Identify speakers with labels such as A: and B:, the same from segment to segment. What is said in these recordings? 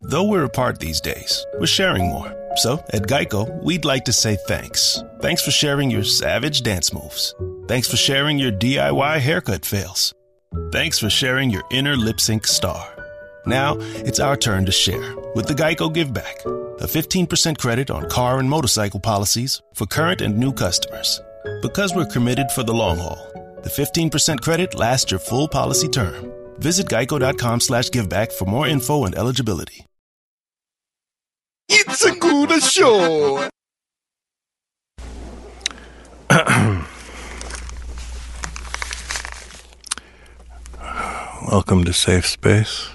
A: Though we're apart these days, we're sharing more. So, at Geico, we'd like to say thanks. Thanks for sharing your savage dance moves. Thanks for sharing your DIY haircut fails. Thanks for sharing your inner lip sync star. Now, it's our turn to share with the Geico Give Back, a 15% credit on car and motorcycle policies for current and new customers. Because we're committed for the long haul, the 15% credit lasts your full policy term. Visit geico.com slash giveback for more info and eligibility.
B: It's a good show.
C: Welcome to Safe Space.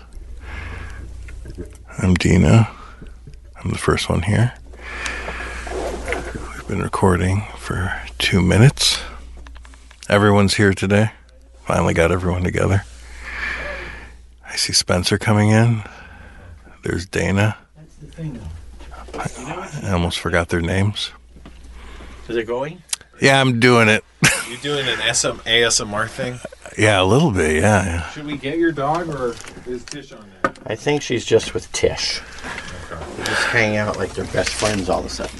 C: I'm Dina. I'm the first one here. We've been recording for two minutes. Everyone's here today. Finally got everyone together. I see Spencer coming in. There's Dana.
D: That's the thing.
C: I almost forgot their names.
D: Is it going?
C: Yeah, I'm doing it.
E: You doing an SM, ASMR thing?
C: Yeah, a little bit. Yeah, yeah.
E: Should we get your dog or is Tish on there?
D: I think she's just with Tish. They just hang out like they're best friends all of a sudden.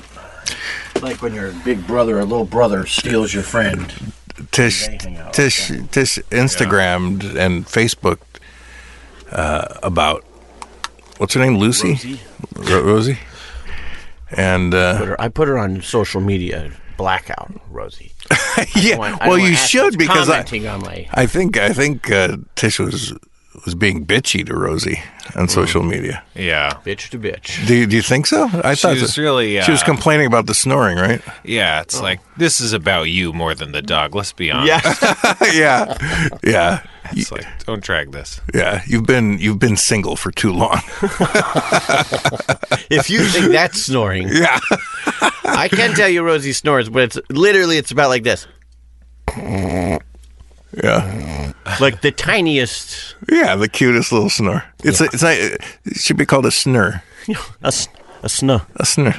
D: Like when your big brother or little brother steals your friend.
C: Tish
D: They hang out,
C: Tish Tish Instagrammed and Facebooked uh, about what's her name, Lucy, Rosie. Rosie. And
D: Put
C: uh,
D: her- I put her on social media blackout, Rosie.
C: yeah,
D: Well,
C: well, you should because I,
D: commenting on my.
C: I think I think uh, Tish was was being bitchy to Rosie on social media.
E: Yeah.
D: Bitch to bitch.
C: Do you, do you think so? I thought
E: was
C: so.
E: really,
C: she was
E: uh,
C: complaining about the snoring, right?
E: Yeah, it's
D: Oh.
E: like, this is about you more than the dog. Let's be honest.
D: Yes.
C: yeah, yeah,
E: It's like, don't drag this.
C: yeah. You've been you've been single for too long.
D: if you think that's snoring,
C: yeah,
D: I can tell you Rosie snores, but it's literally it's about like this,
C: yeah.
D: like the tiniest.
C: Yeah, the cutest little snore. It's a, it's not, it should be called a snur.
D: A, s- a snur.
C: A snur.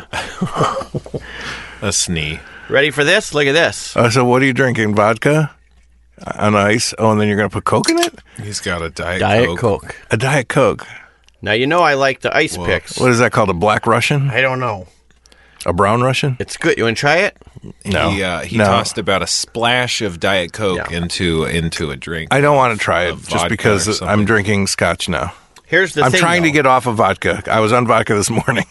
E: A snee.
D: Ready for this? Look at this.
C: Uh, so what are you drinking? Vodka on ice. Oh, and then you're gonna put Coke in it?
E: He's got a Diet,
D: Diet
E: Coke.
D: Coke.
C: A diet Coke.
D: Now you know I like the ice picks.
C: What is that called? A black Russian?
D: I don't know.
C: A brown Russian?
D: It's good. You want to try it?
C: No.
E: He, uh, he
C: No.
E: tossed about a splash of Diet Coke
D: Yeah.
E: into into a drink.
C: I don't want to try it
E: vodka
C: just
E: or
C: because
E: something.
C: I'm drinking scotch now.
D: Here's the
C: I'm
D: thing.
C: trying to
D: though.
C: get off of vodka. I was on vodka this morning,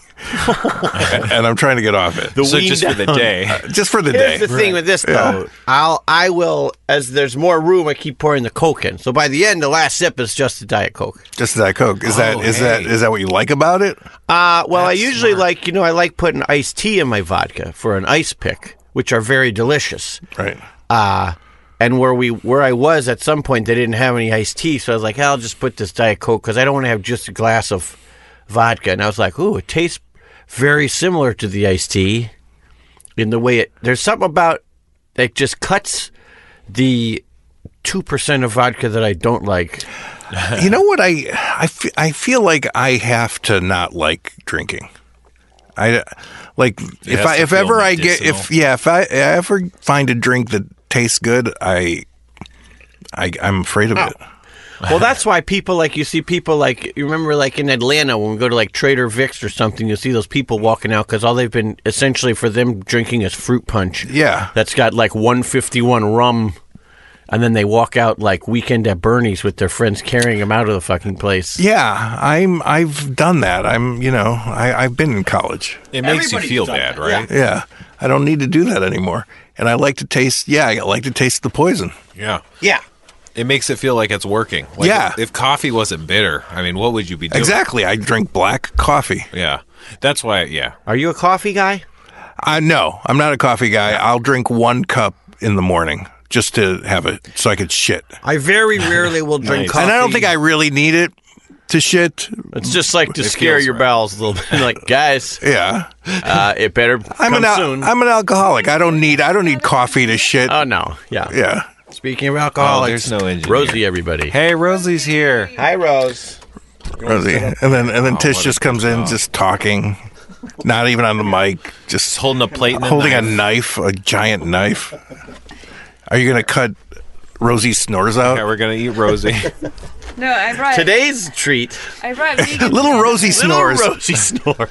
C: and I'm trying to get off it Uh,
D: the
E: so
D: wean
E: just for the
D: down.
E: day.
C: just for the
D: Here's
C: day.
D: the thing with this though. I'll I will as there's more room. I keep pouring the Coke in. So by the end, the last sip is just the Diet Coke.
C: Just diet Coke. Is that
E: Oh,
C: is that
E: hey.
C: is that what you like about it?
D: Uh, well, I usually like you know I like putting iced tea in my vodka for an ice pick, which are very delicious.
C: Right.
D: Uh, and where we where I was at some point, they didn't have any iced tea, so I was like, I'll just put this diet coke because I don't want to have just a glass of vodka. And I was like, ooh, it tastes very similar to the iced tea in the way it. There's something about that just cuts the two percent of vodka that I don't like.
C: You know what I I fe- I feel like I have to not like drinking. I like if
E: has
C: I
E: to
C: if
E: feel
C: ever I get if
E: medicinal.
C: yeah if I, I ever find a drink that tastes good I I I'm afraid of it.
D: Well, that's why people like you see people like you remember like in Atlanta when we go to like Trader Vic's or something, you see those people walking out because all they've been essentially for them drinking is fruit punch.
C: Yeah.
D: that's got like 151 rum and then they walk out like weekend at bernie's with their friends carrying them out of the fucking place
C: Yeah, I'm I've done that. I'm you know I I've been in college.
E: It makes you
D: Everybody's
E: feel
D: done
E: bad,
D: that,
E: right?
C: Yeah, I don't need to do that anymore. And I like to taste. Yeah, I like to taste the poison.
E: Yeah.
D: yeah
E: It makes it feel like it's working. Like
C: Yeah.
E: If, if coffee wasn't bitter, I mean, what would you be doing?
C: Exactly. I drink black coffee.
E: Yeah. That's why, yeah.
D: are you a coffee guy
C: I no, I'm not a coffee guy. I'll drink one cup in the morning just to have it so I could shit.
D: i very rarely will drink coffee
C: And I don't think I really need it to shit.
D: it's just like to scare
E: feels
D: your
E: right.
D: bowels a little bit like guys
C: Yeah.
D: uh, it better
C: I'm
D: come
C: an al-
D: soon
C: I'm an alcoholic. I don't need I don't need coffee to shit.
D: oh no yeah
C: yeah.
D: speaking of
E: Oh,
D: alcohol
E: there's no engineer.
D: rosie everybody
E: Hey, Rosie's here.
D: hi rose
C: Rosie. And then and then Tish just comes in just talking. Not even on the mic, just
E: Holding a plate and
C: holding
E: a
C: a knife, a giant knife. Are you going to cut Rosie's snores out?
E: Yeah, we're gonna eat Rosie.
F: No, I brought
D: Today's treat,
F: I brought vegan.
C: Little Rosie snores.
D: Rosie snores.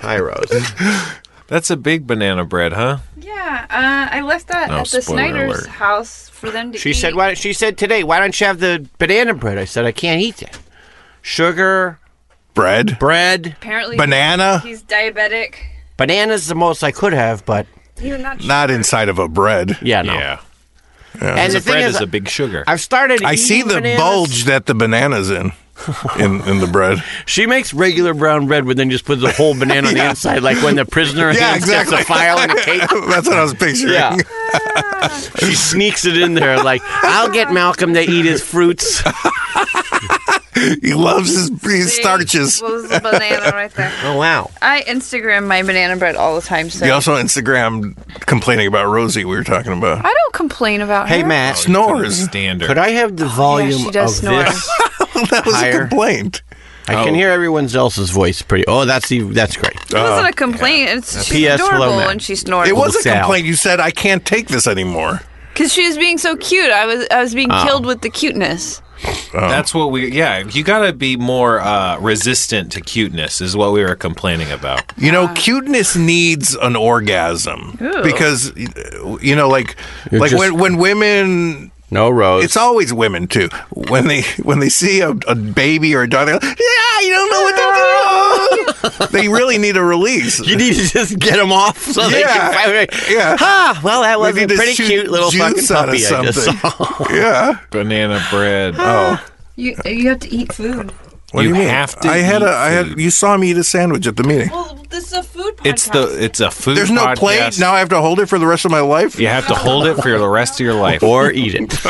D: Hi, Rose.
E: That's a big banana bread, huh?
F: Yeah, uh, I left that
E: No,
F: at the
E: spoiler
F: Snyder's
E: alert.
F: house for them to
D: She
F: eat.
D: said, "Why?" She said today, "Why don't you have the banana bread?" I said, "I can't eat that. Sugar,
C: bread,
D: bread,
F: Apparently,
C: banana,
F: He's diabetic.
D: bananas the most I could have, but
F: You're not.
C: not inside of a bread.
D: yeah, no."
E: Yeah.
D: And the
E: The
D: thing
E: bread
D: is, uh,
E: is a big sugar.
D: I've started.
C: I see
D: eating
C: the
D: bananas.
C: bulge that the banana's in, in in the bread.
D: She makes regular brown bread, but then just puts a whole banana on the inside, like when the prisoner
C: Yeah,
D: hands
C: exactly.
D: gets a file and a cake.
C: That's what I was picturing.
D: Yeah. she sneaks it in there, like I'll get Malcolm to eat his fruits.
C: He loves his, his starches.
F: Was the banana right there?
D: Oh wow!
F: I Instagram my banana bread all the time, so
C: He also Instagram complaining about Rosie we were talking about.
F: I don't complain about
D: Hey
F: her.
C: Oh,
D: Matt,
C: Snores.
E: Standard.
D: could I have the volume
F: she does
D: of
F: snore.
D: this?
C: That was
D: Higher.
C: a complaint.
D: I
C: Oh.
D: can hear everyone else's voice. Pretty. Oh, that's even, that's great.
F: It wasn't
D: Uh,
F: a complaint. It's she's
D: P.S. hello,
F: adorable
D: Matt.
F: and she snorts.
C: It was a
D: Sal.
C: complaint. You said I can't take this anymore.
F: because she was being so cute. I was I was being
D: Oh.
F: killed with the cuteness.
E: That's what we. Yeah, you gotta be more uh, resistant to cuteness, is what we were complaining about.
C: You
D: Ah.
C: know, cuteness needs an orgasm because you know, like, like
D: just-
C: when when women
D: No rose.
C: It's always women too. When they when they see a, a baby or a dog, they're like, yeah, you don't know what to do. they really need a release.
D: you need to just get them off so they
C: Yeah.
D: can finally.
C: Yeah.
D: Ah, well, that was
C: They
D: a
C: need to
D: pretty
C: shoot
D: cute little
C: juice
D: fucking
C: out of
D: puppy I just
C: something.
D: saw.
C: yeah.
E: Banana bread.
C: Oh.
F: You you have to eat food.
C: What
E: You
C: do you mean?
E: have to
C: I had
E: eat
C: a. I had.
E: food.
C: You saw me eat a sandwich at the meeting.
F: Well, this is a food podcast.
E: It's the. It's a food.
C: There's no plate.
E: podcast.
C: Now I have to hold it for the rest of my life.
E: You have to hold it for the rest of your life.
D: Or eat it.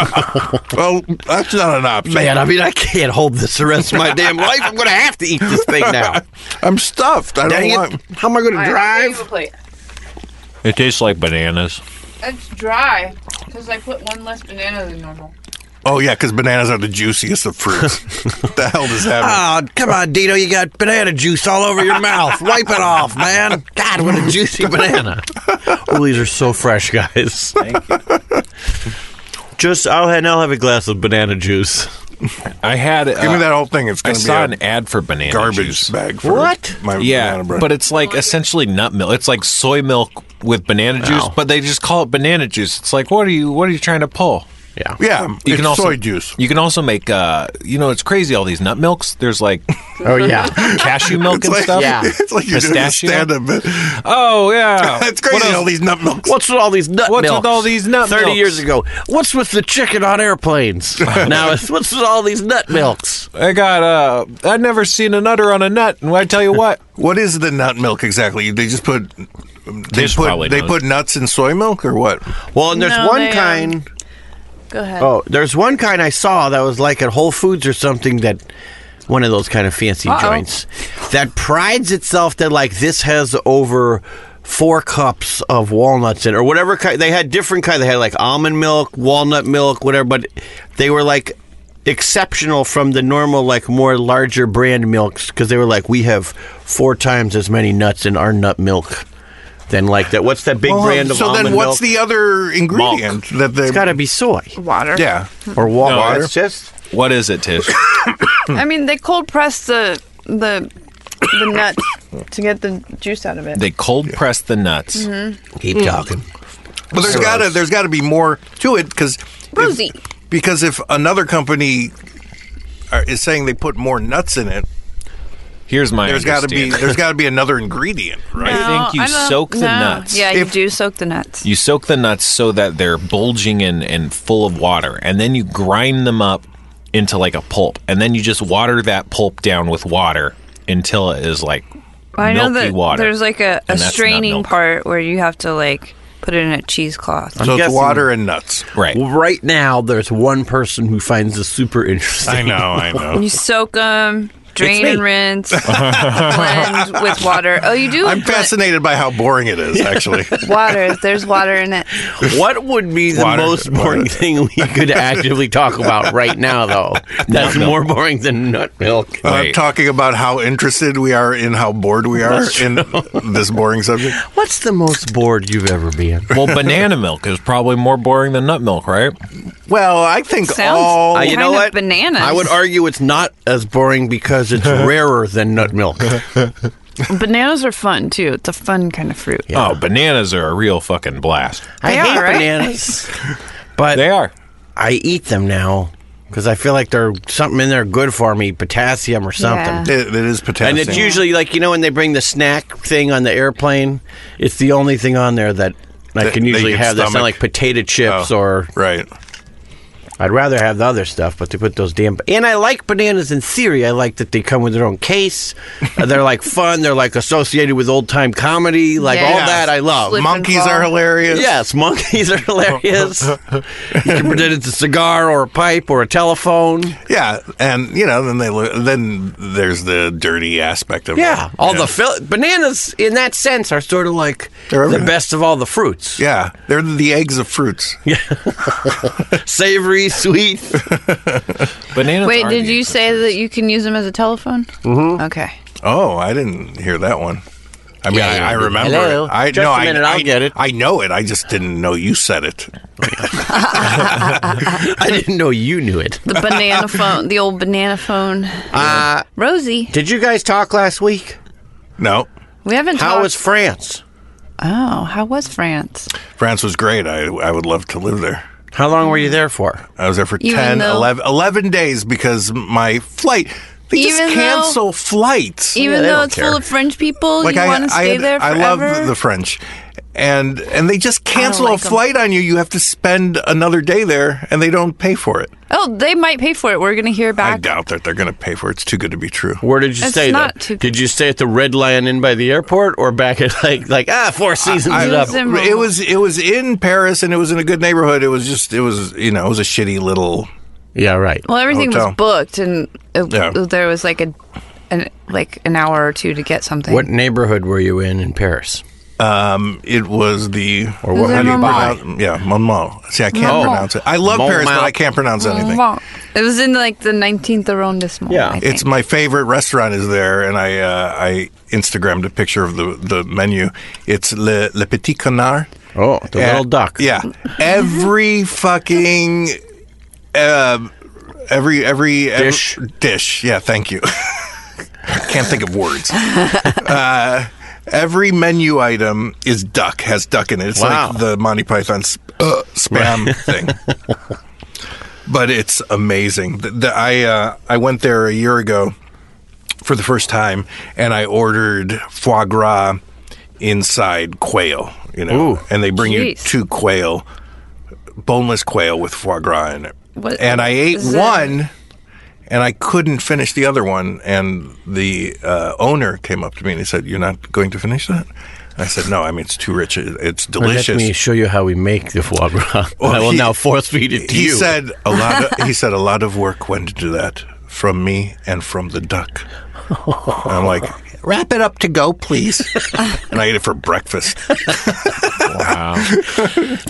C: Well, that's not an option.
D: Man, I mean, I can't hold this the rest of my damn life. I'm going to have to eat this thing now.
C: I'm stuffed. I
D: Dang
C: don't
D: it.
C: want.
D: How am I going to
F: All right, I'll give you
D: drive?
F: a plate.
E: It tastes like bananas.
F: It's dry because I put one less banana than normal.
C: Oh yeah, because bananas are the juiciest of fruits. What the hell does that? mean?
D: Oh, come on, Dino. You got banana juice all over your mouth. Wipe it off, man. God, what a juicy banana. Oh, these are so fresh, guys. Thank you. Just, I'll have, now have a glass of banana juice.
E: I had. Uh,
C: Give me that whole thing. It's
E: I
C: gonna
E: saw
C: be
E: an ad for banana
C: a garbage
E: juice.
C: bag. For
D: What?
C: My
E: Yeah,
C: banana bread.
E: but it's like essentially nut milk. It's like soy milk with banana juice, but they just call it banana juice. It's like what are you what are you trying to pull?
D: Yeah.
C: yeah,
E: You
C: it's
E: also
C: soy juice.
E: You can also make uh you know it's crazy all these nut milks. There's like
D: Oh, yeah.
E: cashew milk and
C: like-
E: stuff.
D: Yeah.
C: It's like you're
E: Pistachio?
C: doing a stand up.
E: Oh yeah.
C: That's crazy.
E: What
C: All
E: else?
C: these nut milks.
D: What's with all these nut
E: What's with
D: milks?
E: all these nut
D: Thirty
E: milks?
D: years ago, what's with the chicken on airplanes? now, it's, what's with all these nut milks?
E: I got uh I've never seen a nutter on a nut and I tell you what.
C: What is the nut milk exactly? They just put they
E: This probably
C: put they
E: knows.
C: put nuts in soy milk or what?
D: Well, and there's
F: No,
D: one
F: they, um,
D: kind.
F: Go ahead.
D: Oh, there's one kind I saw that was like at Whole Foods or something that one of those kind of fancy
F: Uh-oh.
D: joints that prides itself that like this has over four cups of walnuts in it, or whatever kind they had different kind they had like almond milk, walnut milk, whatever, but they were like exceptional from the normal like more larger brand milks because they were like we have four times as many nuts in our nut milk than like that what's that big brand of
C: so
D: almond
C: then what's
D: milk?
C: the other ingredient that they
D: it's got to be soy
F: Water.
C: Yeah.
D: or water
E: No,
D: it's just
E: What is it, Tish?
F: I mean, they cold press the the the nut to get the juice out of it.
E: They cold press the nuts.
F: Mm-hmm.
D: keep
F: Mm.
D: talking
C: But there's got to there's got to be more to it cuz
F: Rosie.
C: because if another company are, is saying they put more nuts in it,
E: Here's my
C: there's got to be
E: understanding.
C: there's got to be another ingredient, right?
E: I think you
F: I don't-
E: soak the
F: no.
E: nuts.
F: Yeah,
C: If-
F: you do soak the nuts.
E: You soak the nuts so that they're bulging and, and full of water, and then you grind them up into like a pulp, and then you just water that pulp down with water until it is like
F: I know
E: milky
F: that
E: water.
F: there's like a, a
E: And that's nut
F: straining
E: milk.
F: part where you have to like put it in a cheesecloth.
C: So it's
D: guessing-
C: water and nuts.
E: right.
D: Well, right now, there's one person who finds this super interesting.
C: know, I know.
F: You soak them, drain and rinse, blend with water. Oh, you do.
C: I'm
F: blend-
C: fascinated by how boring it is, actually. Uh,
F: Water. There's water in it.
D: What would be the
C: Water.
D: most boring
C: Water.
D: thing we could actively talk about right now, though? Uh, That's more boring than nut milk.
C: I'm talking about how interested we are in how bored we are in this boring subject.
D: What's the most bored you've ever been?
E: Well, banana milk is probably more boring than nut milk, right?
C: Well, I think
F: Sounds-
C: all.
D: Uh, you
F: Kind
D: know
F: of
D: what?
F: bananas.
D: I would argue it's not as boring because it's rarer than nut milk.
F: Bananas are fun too. It's a fun kind of fruit.
E: Oh, bananas are a real fucking blast.
D: I
F: They
D: hate
F: are, right?
D: bananas, but
E: They are.
D: I eat them now because I feel like they're something in there good for me, potassium or something.
F: Yeah.
C: It, it is potassium.
D: And it's usually like you know when they bring the snack thing on the airplane, it's the only thing on there that I
C: That-
D: can
C: that you
D: usually
C: can
D: have. That's not
C: stomach.
D: like potato chips
C: Oh.
D: or
C: Right.
D: I'd rather have the other stuff, but they put those damn. And I like bananas in theory. I like that they come with their own case. Uh, they're like fun. They're like associated with old time comedy. Like
F: Yeah.
D: all
F: Yeah.
D: that I love.
F: Slip-
C: Monkeys
F: and fall.
C: are hilarious.
D: yes, monkeys are hilarious. you can pretend it's a cigar or a pipe or a telephone.
C: Yeah, and you know, then they look. Then there's the dirty aspect of
D: Yeah,
C: it.
D: all
C: yeah.
D: the fil- bananas in that sense are sort of like
C: They're
D: the
C: everywhere.
D: best of all the fruits.
C: yeah, they're the eggs of fruits.
D: savory, sweet.
E: Bananas.
F: Wait,
E: are
F: did
E: the-
F: you say that you can use them as a telephone? Mm-hmm. Okay.
C: Oh, I didn't hear that one. I mean,
D: Yeah,
C: I,
D: yeah.
C: I remember.
D: Hello.
C: It. I
D: Just
C: no,
D: a
C: I-
D: minute,
C: I,
D: I'll get it.
C: I know it. I just didn't know you said it.
D: I didn't know you knew it.
F: The banana phone. The old banana phone.
D: Uh,
F: Rosie,
D: did you guys talk last week?
C: No,
F: we haven't
D: How
F: talked.
D: was France?
F: oh, how was France?
C: France was great. I I would love to live there.
D: How long were you there for?
C: I was there for
F: Even
C: 10,
F: though-
C: 11, 11 days because my flight. They just
F: Even though-
C: cancel flights.
F: Even
D: they
F: though
D: don't
F: it's
D: care.
F: full of French people, you want to stay
C: had-
F: there
C: I
F: forever.
C: love the French, and and they just cancel
F: like
C: a
F: 'em.
C: flight on you. You have to spend another day there, and they don't pay for it.
F: oh, they might pay for it. We're gonna hear
C: I
F: back.
C: doubt that they're going to pay for it. It's too good to be true.
D: Where did you
F: It's
D: stay?
F: not
D: though?
F: too-
D: Did you stay at the Red Lion Inn by the airport, or back at like like ah Four Seasons?
F: I-
D: it up.
F: It's in Rome.
C: It was it was in Paris, and it was in a good neighborhood. It was just it was you know it was a shitty little.
D: Yeah, right.
F: Well, everything
C: Hotel.
F: was booked, and it,
C: Yeah.
F: there was like a, an like an hour or two to get something.
D: What neighborhood were you in in Paris?
C: Um, it was the or
F: what- Is it
C: how do you
F: Montmartre?
C: pronounce? Yeah, Montmartre. See, I can't
F: Montmartre.
C: pronounce it. I love Paris, but I
D: Montmartre.
C: can't pronounce anything.
F: It was in like the 19th arrondissement.
D: Yeah.
F: I
C: It's
F: think.
C: my favorite restaurant is there, and I uh, I Instagrammed a picture of the, the menu. It's Le, Le Petit Canard.
D: Oh, the
C: And-
D: little duck.
C: Eh, Yeah, every fucking uh, every every ev-
D: Dish.
C: dish. Yeah, thank you. Can't think of words. uh, every menu item is duck has duck in it. It's
D: Wow.
C: like the Monty Python sp- uh, spam thing. But it's amazing. The, the, I uh, I went there a year ago for the first time, and I ordered foie gras inside quail. You know,
D: Ooh.
C: and they bring you
F: Jeez.
C: two quail, boneless quail with foie gras in it.
F: What-
C: and I ate
F: is that-
C: one, and I couldn't finish the other one. And the uh, owner came up to me and he said, "You're not going to finish that." I said, "No, I mean it's too rich. It- It's delicious." Oh,
D: Let me show you how we make the foie gras. I will
C: he-
D: now force feed it to
C: he
D: you.
C: said a lot. Of, he said a lot of work went into that from me and from the duck. I'm like, wrap it up to go, please. and I ate it for breakfast.
D: You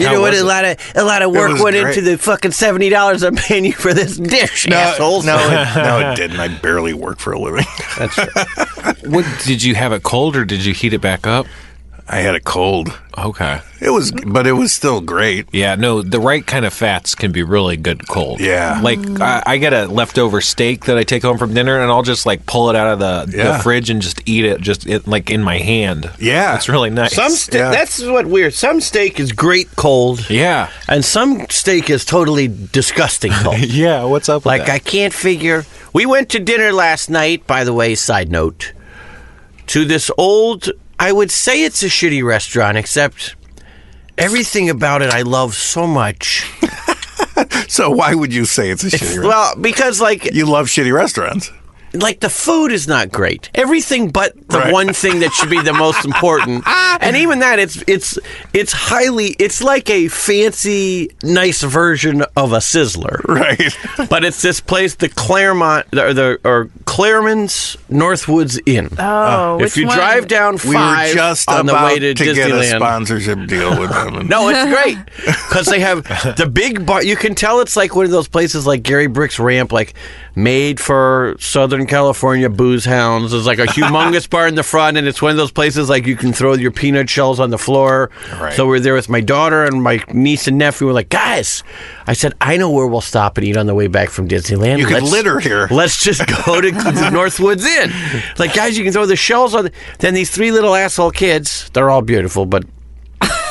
D: know what? A lot of a lot of work
C: was
D: went
C: great.
D: into the fucking seventy dollars I'm paying you for this dish, assholes.
C: no, it, no, it didn't. I barely work for a living.
E: What did you have it cold or did you heat it back up?
C: I had a cold.
E: Okay.
C: It was, but it was still great.
E: Yeah, no, the right kind of fats can be really good cold.
C: Yeah.
E: Like, I, I get a leftover steak that I take home from dinner and I'll just, like, pull it out of the,
C: Yeah.
E: the fridge and just eat it, just, it, like, in my hand.
C: Yeah.
E: It's really nice.
D: Some ste-
C: Yeah.
D: that's what weird. Some steak is great cold,
E: yeah.
D: and some steak is totally disgusting cold.
E: Yeah, what's up
D: like I can't figure. We went to dinner last night. By the way, side note to this old. I would say it's a shitty restaurant, except everything about it I love so much.
C: So why would you say it's a shitty? restaurant?
D: Well, because like
C: you love shitty restaurants.
D: like the food is not great. Everything but the
C: Right.
D: one thing that should be the most important and even that, it's it's it's highly. It's like a fancy, nice version of a sizzler.
C: Right.
D: But it's this place, the Claremont or the or Claremont's Northwoods Inn.
F: Oh,
D: if
F: which
D: you
F: one?
D: drive down
C: We
D: five
C: were just
D: on
C: about
D: the way to,
C: get a
D: Disneyland,
C: sponsorship deal with them. and-
D: no, it's great because they have the big bar. You can tell it's like one of those places like Gary Brick's Ramp, like made for Southern California booze hounds. There's like a humongous bar in the front, and it's one of those places like you can throw your peanut shells on the floor.
E: Right.
D: So we're there with my daughter and my niece and nephew. We're like, guys, I said, I know where we'll stop and eat on the way back from Disneyland.
C: You could
D: Let's-
C: litter here."
D: Let's just go to Northwoods Inn. It's Like, guys, you can throw the shells on. The-. Then these three little asshole kids, they're all beautiful, but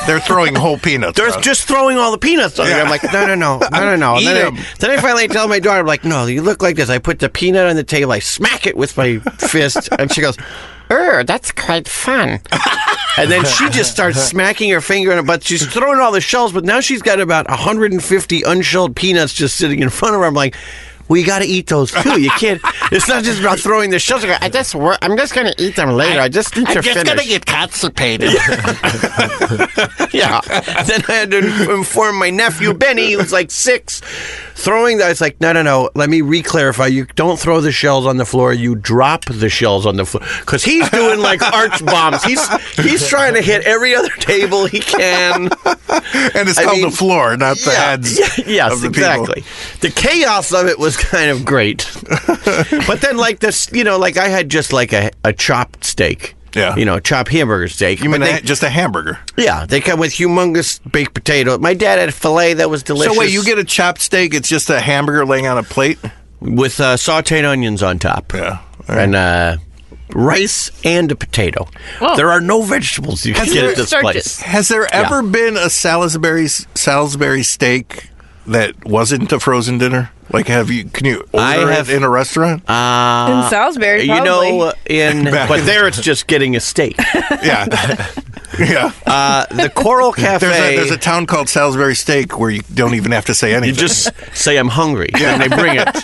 C: They're throwing whole peanuts.
D: they're
C: out.
D: just throwing all the peanuts on there. I'm like, no, no, no, no, no, no. And
C: Eat
D: then,
C: 'em.
D: I, then I finally tell my daughter, I'm like, no, you look like this. I put the peanut on the table, I smack it with my fist, and she goes, oh, that's quite fun. And then she just starts smacking her finger on it, but she's throwing all the shells. But now she's got about 150 unshelled peanuts just sitting in front of her. I'm like, well, you got to eat those too. You can't. It's not just about throwing the shells. I go, I just, wor- I'm just going to eat them later. I, just need to finish.
G: get constipated.
D: Yeah. then I had to inform my nephew Benny, who's like six, throwing that. It's like, no, no, no. Let me re-clarify. You don't throw the shells on the floor. You drop the shells on the floor because he's doing like arch bombs. He's he's trying to hit every other table he can.
C: and it's
D: I
C: on
D: mean,
C: the floor, not the heads.
D: Yeah, yes,
C: of the people.
D: exactly. The chaos of it was kind of great, but then like this, you know, like I had just like a, a chopped steak.
C: Yeah.
D: you know, chopped hamburger steak.
C: You mean
D: But
C: a-
D: they-
C: just a hamburger?
D: yeah, they come with humongous baked potato. My dad had filet that was delicious.
C: So wait, you get a chopped steak? It's just a hamburger laying on a plate?
D: with uh, sautéed onions on top.
C: Yeah.
D: and uh, rice and a potato.
F: Oh.
D: There are no vegetables you can
C: Has
D: get
C: there-
D: at this
F: Starches.
D: place.
C: Has there ever been a Salisbury Salisbury steak that wasn't a frozen dinner? Like, have you? Can you order
D: I have-
C: it in a restaurant?
F: in Salisbury,
D: Uh, You
F: probably.
D: know, in
C: Back
D: but
C: in-
D: there it's just getting a steak.
C: yeah, yeah.
D: Uh, the Coral Cafe.
C: there's a, there's a town called Salisbury Steak where you don't even have to say anything.
D: you just say I'm hungry, and they bring it.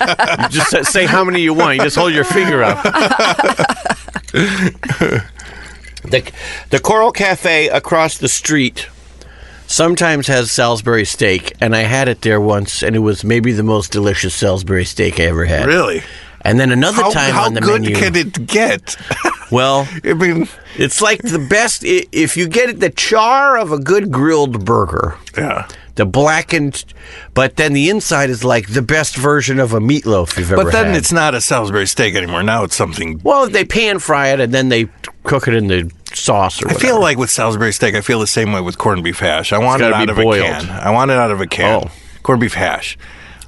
D: You just say- say how many you want. You just hold your finger up. the The Coral Cafe across the street sometimes has Salisbury steak, and I had it there once, and it was maybe the most delicious Salisbury steak I ever had.
C: really.
D: And then another
C: How,
D: time
C: how
D: on the
C: good
D: menu.
C: can it get?
D: well,
C: I mean,
D: it's like the best i- if you get it the char of a good grilled burger.
C: yeah.
D: The blackened, but then the inside is like the best version of a meatloaf you've ever
C: But then
D: had.
C: it's not a Salisbury steak anymore. Now it's something.
D: well, they pan fry it and then they cook it in the sauce or
C: I
D: whatever.
C: feel like with Salisbury steak, I feel the same way with corned beef hash. I want it
D: gotta
C: out
D: be
C: of
D: boiled.
C: a can. I want it out of a can.
D: Oh.
C: Corned beef hash.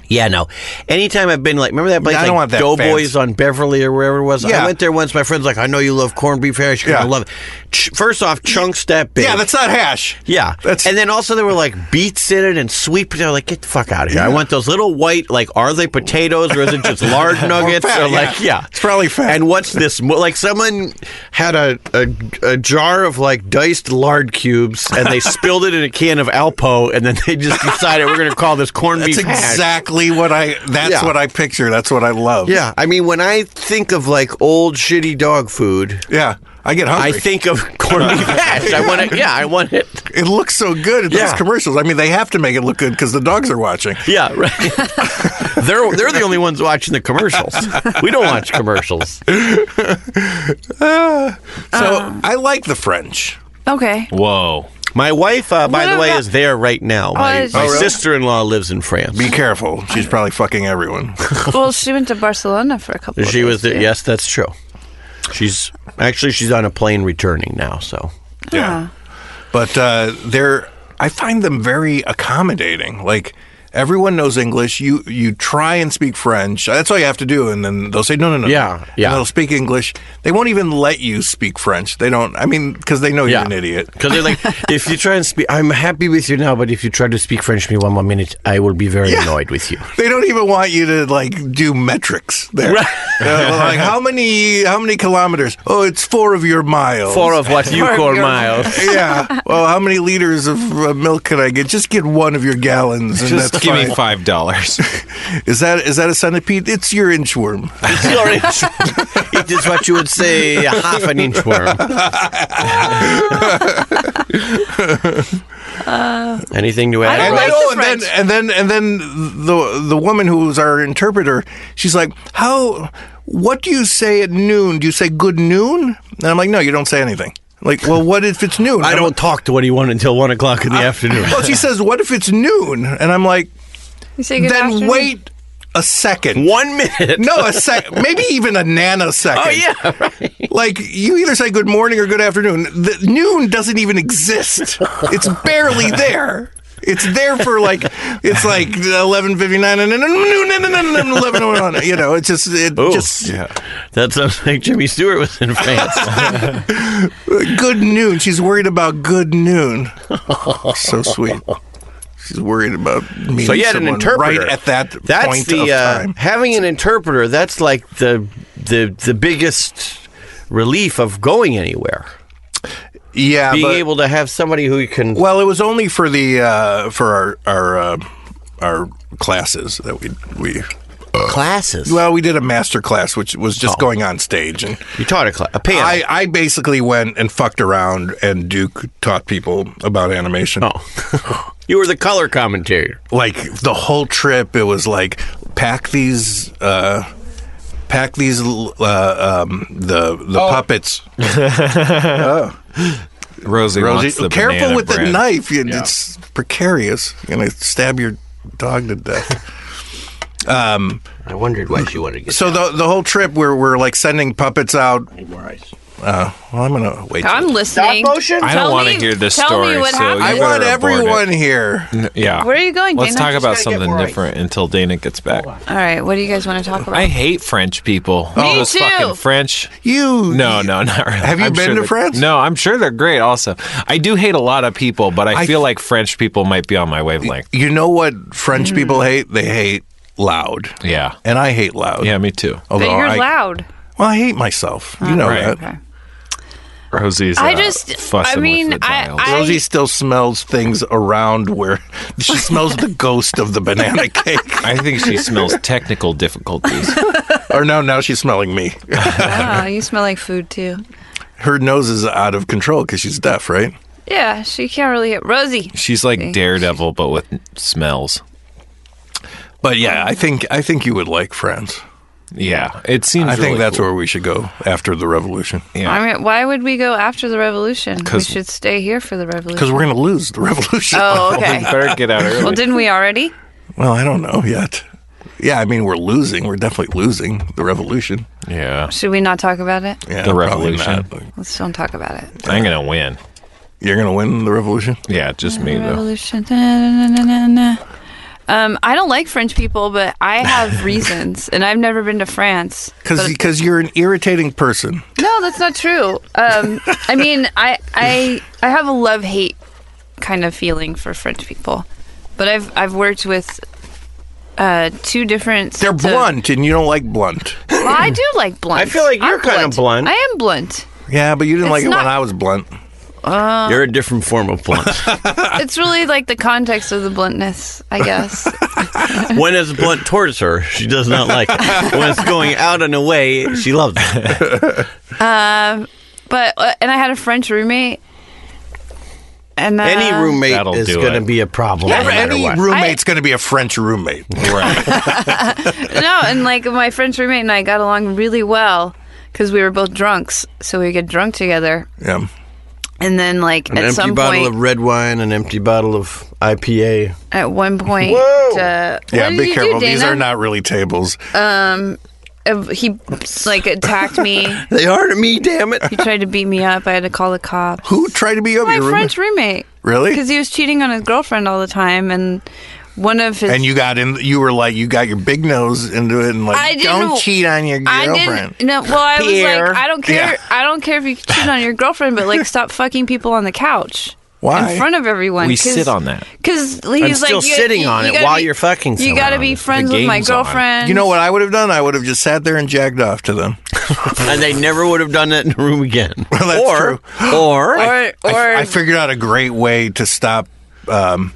D: yeah, no. Anytime I've been like, remember that place,
C: I don't
D: like
C: want that
D: Doughboys
C: fancy.
D: on Beverly or wherever it was. I
C: Yeah.
D: went there once. My friend's like, I know you love corned beef hash. You're
C: Yeah.
D: gonna love it. Ch- First off, chunks that big.
C: Yeah, that's not hash.
D: Yeah.
C: That's
D: and then also there were like beets in it and sweet potato. Like, get the fuck out of here. I want those little white, like, are they potatoes or is it just large nuggets?
C: fat,
D: or
C: yeah.
D: like, yeah.
C: It's probably fat.
D: And what's this? mo- Like, someone had a, a, a jar of like diced lard cubes and they spilled it in a can of Alpo and then they just decided we're going to call this corned
C: that's
D: beef hash.
C: exactly what I. That's
D: Yeah.
C: what I picture. That's what I love.
D: Yeah. I mean, when I think of like old shitty dog food,
C: yeah. I get hungry.
D: I think of corned beef hash. I want it. Yeah, I want it.
C: it looks so good in
D: Yeah.
C: those commercials. I mean, they have to make it look good because the dogs are watching.
D: Yeah, right. they're they're the only ones watching the commercials. We don't watch commercials.
C: So I like the French.
F: okay.
E: Whoa.
D: My wife, uh, by
F: What
D: the way,
F: about-
D: is there right now. My,
F: is
D: my
F: she? Oh, really?
D: sister-in-law lives in France.
C: Be careful. She's probably fucking everyone.
F: Well, she went to Barcelona for a couple. of
D: she
F: days,
D: was there.
F: too.
D: Yes, that's true. She's actually she's on a plane returning now. So
C: Yeah. But uh, they're I find them very accommodating. Like everyone knows English. You you try and speak French. That's all you have to do, and then they'll say no, no, no.
D: Yeah,
C: And
D: yeah.
C: they'll speak English. They won't even let you speak French. They don't. I mean, because they know
D: Yeah.
C: you're an idiot.
D: because they're like, if you try and speak, I'm happy with you now, but if you try to speak French to me one more minute, I will be very annoyed with you.
C: They don't even want you to like do metrics there. They're like how many how many kilometers? Oh, it's four of your miles.
D: Four of what you call miles.
C: yeah. Well, how many liters of uh, milk can I get? Just get one of your gallons, and
D: Just-
C: that's
E: just give me five dollars.
C: Is that is that a centipede? It's your inchworm.
H: Your inch- it is what you would say a half an inchworm. Anything to
F: I
H: add?
F: don't
C: And
F: like
H: Rob?
C: then,
F: the
C: oh, and
F: French.
C: then and then and then the the woman who was our interpreter, she's like, "How? What do you say at noon? Do you say good noon?" And I'm like, "No, you don't say anything." Like, well, what if it's noon?
H: I don't talk to anyone until one o'clock in the afternoon.
C: Well, she says, "What if it's noon?" And I'm like,
F: You say good
C: "Then
F: afternoon.
C: wait a second.
H: One minute.
C: No, a sec. Maybe even a nanosecond.
H: Oh yeah, right.
C: Like you either say good morning or good afternoon. The noon doesn't even exist. It's barely there. It's there for like it's like eleven fifty nine and then eleven oh one. You know, it's just it just
H: That sounds like Jimmy Stewart was in France.
C: good noon. She's worried about good noon. So sweet. She's worried about me.
H: so you had an interpreter
C: right at that
H: that's
C: point
H: the,
C: of
H: uh,
C: time.
H: having an interpreter. That's like the the the biggest relief of going anywhere.
C: Yeah,
H: Being
C: but,
H: able to have somebody who you can.
C: Well, it was only for the uh, for our our uh, our classes that we we
H: classes.
C: well we did a master class which was just
H: Oh.
C: going on stage and
H: you taught a class. A panel.
C: I I basically went and fucked around and Duke taught people about animation.
H: oh, you were the color commentator.
C: Like the whole trip, it was like pack these. Uh, Pack these l- uh, um, the the puppets.
E: Rosie, wants
C: Rosie,
E: the
C: careful
E: banana
C: with the
E: bread.
C: knife. You, It's precarious. You're gonna stab your dog to death.
H: I wondered why she wanted to get
C: So the the whole trip we're we're like sending puppets out. Uh, well, I'm gonna wait.
F: I'm listening.
B: motion?
E: I don't
F: Tell
E: want to
F: me-
E: hear this
F: tell me
E: story.
F: what
E: so
F: happened.
E: you
C: I
E: better
C: want
E: abort it.
C: everyone here.
E: Yeah.
F: Where are you going,
E: Let's
F: Dana?
E: talk about
B: gotta get
E: something
B: more ice.
E: different until Dana gets back.
F: All right, what do you guys want to talk about?
E: I hate French people. Me Those
F: too.
E: fucking French.
C: You
E: No, no, not really.
C: Have you been to
E: they're-
C: France?
E: No, I'm sure they're great. Also, I do hate a lot of people, but I,
C: I-
E: feel like French people might be on my wavelength.
C: You know what French people hate? They hate loud.
E: Yeah,
C: And I hate loud.
E: yeah, me too.
F: but
C: Although
F: you're
C: I,
F: loud.
C: Well, I hate myself. You know that.
E: Right.
F: Okay.
E: Rosie's.
F: I
E: uh,
F: just-
E: fussing
F: I
E: with
F: mean,
E: the
F: I-
E: dials.
F: I-
C: Rosie still smells things around where she smells the ghost of the banana cake.
E: I think she smells technical difficulties.
C: or no, now she's smelling me.
F: Wow, you smell like food too.
C: Her nose is out of control because she's deaf, right?
F: Yeah, she can't really hit Rosie.
E: She's like
F: Okay.
E: Daredevil, but with smells.
C: But yeah, I think I think you would like France.
E: Yeah, it seems.
C: I think
E: really
C: that's
E: cool.
C: where we should go after the revolution.
E: Yeah.
F: I mean, why would we go after the revolution? We
E: 'Cause-
F: should stay here for the
C: Because
F: revolution.
C: we're going to lose the revolution.
F: Oh, okay.
E: better get out early.
F: Well, didn't we already?
C: Well, I don't know yet. Yeah, I mean, we're losing. We're definitely losing the revolution.
E: yeah,
F: Should we not talk about it?
C: Yeah,
E: The
C: probably
E: revolution.
C: not.
F: Let's don't talk about it.
E: I'm gonna win.
C: You're going to win the revolution?
E: Yeah, just me though.
F: Revolution. Na, na, na, na, na. Um, I don't like French people, but I have reasons, and I've never been to France. but-
C: Because you're an irritating person.
F: No, that's not true. Um, I mean, I I I have a love hate kind of feeling for French people, but I've I've worked with uh, two different.
C: They're
F: sorts of-
C: blunt, and you don't like blunt.
F: Well, I do like blunt.
H: I feel like you're
F: I'm
H: kinda blunt.
F: I am blunt.
C: Yeah, but you didn't like
F: It's
C: it
F: not-
C: when I was blunt.
F: Uh,
H: You're a different form of blunt.
F: It's really like the context of the bluntness, I guess.
H: when it's blunt towards her, she does not like it. When it's going out and away, she loves
F: Uh,
H: it.
F: but uh, and I had a French roommate. And uh,
H: Any roommate
E: That'll
H: is
E: do
H: going to
E: it.
H: be a problem. no matter
C: Any
H: what.
C: roommate's going to be a French roommate.
E: Right.
F: no, and like my French roommate and I got along really well because we were both drunks, so we get drunk together.
C: Yeah.
F: And then like
H: an
F: at
H: empty
F: some
H: bottle
F: point,
H: of red wine, an empty bottle of IPA.
F: at one point, uh,
C: Yeah,
F: what did
C: be
F: you
C: careful.
F: Do,
C: These are
F: Dana?
C: not really tables.
F: Uh, He like attacked me.
H: They are to me, damn it.
F: He tried to beat me up. I had to call the cops.
C: Who tried to be up
F: My
C: your roommate?
F: French roommate.
C: Really?
F: Because he was cheating on his girlfriend all the time, and one of his
C: And you got in. You were like, you got your big nose into it, and like,
F: I didn't-
C: don't cheat on your
F: I
C: girlfriend.
F: didn't. No, well, I was
H: Pierre.
F: like, I don't care.
C: Yeah.
F: I don't care if you cheat on your girlfriend, but like, stop fucking people on the couch.
C: Why?
F: In front of everyone.
E: We sit on that.
F: Because he's
H: I'm
F: like,
H: still
F: you-
H: sitting
F: you-
H: on
F: you
H: it
F: gotta
H: while
F: be-
H: you're fucking
F: You
H: someone
F: got to
H: on
F: be
H: it.
F: friends
E: The
F: with my
E: game's on.
F: girlfriend.
C: You know what I would have done? I would have just sat there and jacked off to them.
H: and they never would have done that in the room again.
C: Well, that's
H: or, true. Or,
F: Or,
C: I,
F: or
C: I figured out a great way to stop um,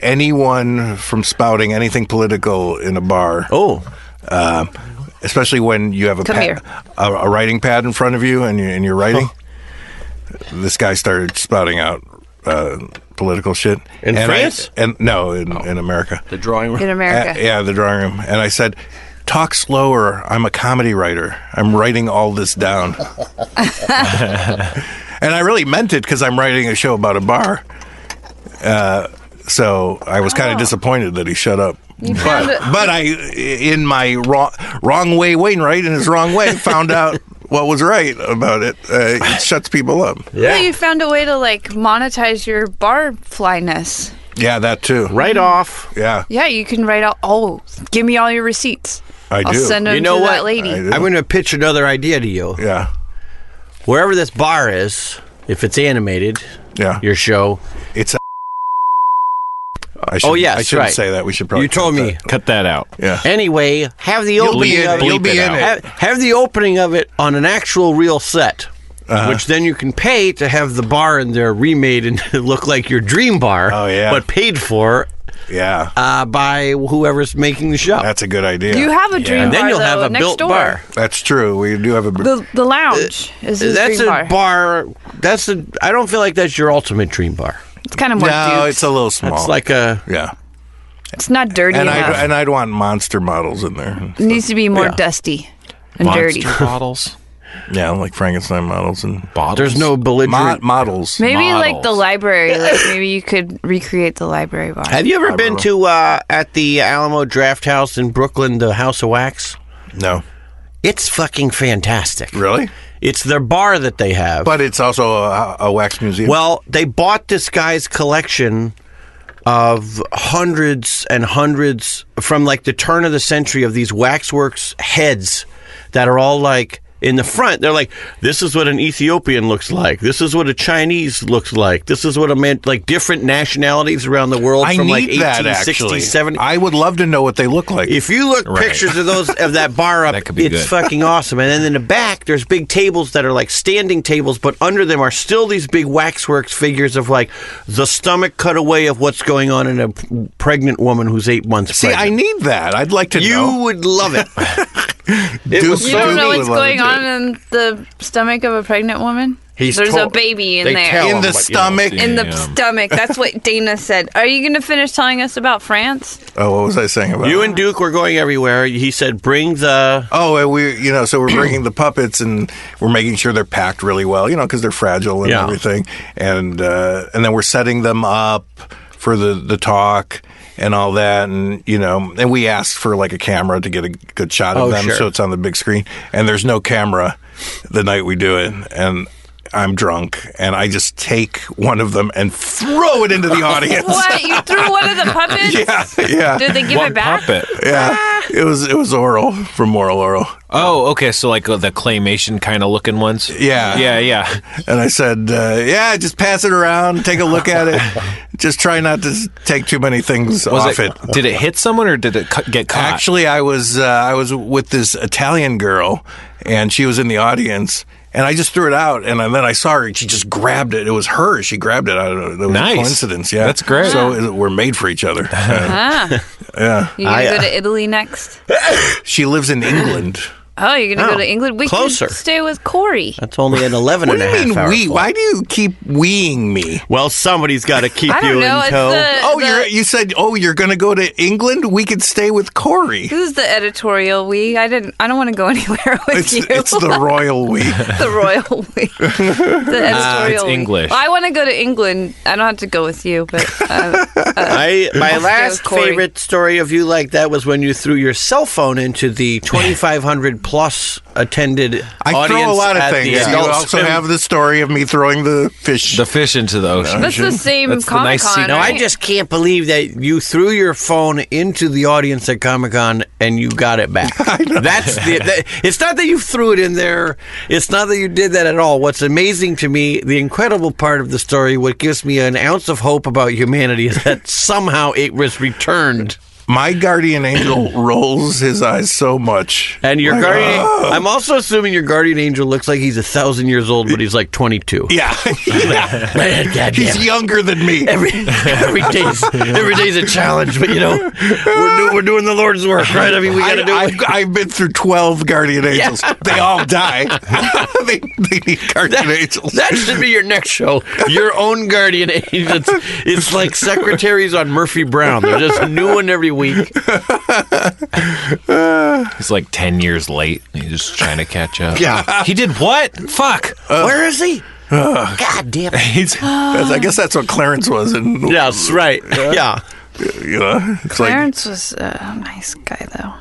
C: anyone from spouting anything political in a bar.
D: Oh,
C: Um, especially when you have a,
F: Come here.
C: a a writing pad in front of you and you and you're writing. This guy started spouting out uh, political shit
D: In
C: And I-
D: France? Oh.
C: and no, in, in America.
I: The drawing room.
F: in America.
C: Uh, yeah, the drawing room. And I said, "Talk slower. I'm a comedy writer. I'm writing all this down." and I really meant it because I'm writing a show about a bar. Uh, so I was kind of disappointed that he shut up.
F: Oh. You found
C: But,
F: a-
C: but I, in my wrong, wrong way, Wainwright, in his wrong way, found out what was right about it. Uh, it shuts people up.
F: Yeah, you found a way to like monetize your bar flyness.
C: Yeah, that too.
D: right off.
C: Yeah,
F: Yeah, you can write out. Oh, give me all your receipts.
C: I
F: will
C: do.
F: send them
D: You know
F: to
D: what?
F: that lady.
C: I do.
D: I'm going to pitch another idea to you.
C: yeah,
D: Wherever this bar is, if it's animated,
C: yeah.
D: your show.
C: It's. A I should,
D: Oh, yes,
C: I shouldn't
D: right.
C: say that. We should probably.
D: you told
C: cut
D: me.
E: Cut that out.
C: that. Yeah.
D: Anyway, have the
C: You'll
D: opening.
C: be
D: of
C: in.
D: it-
C: You'll be
E: it
C: in
E: out.
C: it.
D: have, have the opening of it on an actual real set,
C: Uh-huh.
D: which then you can pay to have the bar in there remade and look like your dream bar.
C: Oh, yeah.
D: but paid for
C: Yeah,
D: uh, by whoever's making the show.
C: that's a good idea.
F: You have a dream
D: and
F: bar
D: then you'll have
F: though,
D: a
F: next
D: built
F: door.
D: bar. Uh,
C: that's true. We do have a.
F: The the lounge is his
D: That's
F: dream
D: a
F: bar.
D: bar. That's a. I don't feel like that's your ultimate dream bar.
F: It's kind of more.
C: no,
F: Duke's.
C: it's a little small.
D: It's like a.
C: yeah,
F: It's not dirty
C: and
F: enough.
C: I and I'd want monster models in there.
F: it needs to be more
D: Yeah.
F: dusty and dirty.
E: Monster bottles.
C: Yeah, like Frankenstein models and
E: Bottles.
D: There's no
C: Mo-
D: belligerent.
C: models.
F: Maybe like the
E: models.
F: library. Like maybe you could recreate the library bar.
D: have you ever been to uh, at the Alamo Draft House in Brooklyn, the House of Wax?
C: No,
D: It's fucking fantastic.
C: really.
D: It's their bar that they have.
C: But it's also a, a wax museum.
D: Well, they bought this guy's collection of hundreds and hundreds from like the turn of the century of these waxworks heads that are all like in the front. They're like, this is what an Ethiopian looks like. This is what a Chinese looks like. This is what a man like different nationalities around the world
C: I
D: from
C: need
D: like 1860,
C: that actually.
D: 70.
C: I would love to know what they look like.
D: If you look
E: Right.
D: pictures of those of that bar up,
E: That could be
D: it's
E: good.
D: fucking awesome. And then in the back, there's big tables that are like standing tables, but under them are still these big waxworks figures of like the stomach cutaway of what's going on in a p- pregnant woman who's eight months
C: See, I
D: pregnant.
C: need that. I'd like to
D: you
C: know.
D: would love it. It
C: Do
D: was
F: You
C: so-
F: don't know
C: Dude,
F: what's
C: I love
F: going
C: it.
F: on in the stomach of a pregnant woman.
D: He's
F: There's a
D: told-
F: baby in
D: they
F: there.
D: tell
C: in
D: him,
C: the
D: but, you know,
C: stomach.
F: in the
E: Yeah.
F: stomach. That's what Dana said. Are you going to finish telling us about France?
C: oh, what was I saying about
D: You and Duke were going everywhere. He said, "Bring the."
C: Oh, and we, you know, so we're bringing the puppets and we're making sure they're packed really well, you know, because they're fragile and
D: Yeah.
C: everything, and uh, and then we're setting them up for the the talk and all that, and you know, and we asked for like a camera to get a good shot of
D: Oh,
C: them,
D: sure.
C: so it's on the big screen, and there's no camera the night we do it, and. I'm drunk, and I just take one of them and throw it into the audience.
F: What? You threw one of the puppets?
C: Yeah, yeah,
F: Did they give
E: One
F: it back?
E: puppet.
C: yeah. It was it was oral from Moral Oral.
E: Oh, okay. So like uh, the claymation kind of looking ones.
C: Yeah.
E: Yeah. Yeah.
C: And I said, uh, "Yeah, just pass it around, take a look at it, just try not to s- take too many things off
E: Was
C: it."
E: it? Did it hit someone or did it cu- get caught?
C: Actually, I was uh, I was with this Italian girl, and she was in the audience, and I just threw it out, and then I saw her, and she just grabbed it. It was her. She grabbed it. I don't know. It was
E: Nice.
C: a coincidence. Yeah,
E: That's great.
C: So it- we're made for each other. Uh,
F: Ah,
C: yeah,
F: you're going to go to Italy next?
C: she lives in England.
F: Oh, you're going to
D: No,
F: go to England? We
D: closer.
F: could stay with Corey.
D: That's only an 11
C: What
D: and
C: do
D: a half
C: you mean
D: hour
C: we?
D: flight.
C: Why do you keep weeing me?
D: Well, somebody's got to keep
F: I
D: you
F: don't know.
D: in
F: It's
D: tow.
F: the,
C: Oh,
F: the-
C: you're, you said, oh, you're going to go to England? We could stay with Corey.
F: this is the editorial week. I didn't. I don't want to go anywhere with
C: It's,
F: you.
C: it's the royal we.
F: the royal week. The editorial week.
E: English.
F: Well, I want to go to England. I don't have to go with you, but uh,
D: I my last
F: Corey.
D: favorite story of you like that was when you threw your cell phone into the 2,500 plus attended
C: I
D: audience
C: throw a lot of
D: at
C: things.
D: the
C: You
D: adult
C: also
D: swim.
C: have the story of me throwing the fish.
E: the fish into the ocean.
F: that's the same
E: That's the
F: Comic
E: nice
F: Con.
E: scene.
D: No, I just can't believe that you threw your phone into the audience at Comic Con and you got it back. That's the. That, it's not that you threw it in there. It's not that you did that at all. What's amazing to me, the incredible part of the story, what gives me an ounce of hope about humanity, is that somehow it was returned.
C: My guardian angel rolls his eyes so much.
D: And your
C: Like,
D: guardian,
C: "Ah."
D: I'm also assuming your guardian angel looks like he's a thousand years old, but he's like 22.
C: Yeah. yeah.
D: Man, God damn
C: He's
D: it.
C: younger than me.
D: Every, every day's every day's a challenge, but you know we're, do, we're doing the Lord's work, right? I mean, we got to do
C: I,
D: it.
C: have I've been through 12 guardian angels. They all die. they, they need guardian angels.
D: That should be your next show. Your own guardian angel. It's, it's like secretaries on Murphy Brown. There's just a new one every week.
E: He's like 10 years late. and He's just trying to catch up.
D: Yeah. Uh,
E: He did what? Fuck.
D: Where is he? God damn it.
C: He's- I guess that's what Clarence was. And,
D: Yes, right. Yeah.
C: you know, it's like,
F: Clarence was a nice guy, though.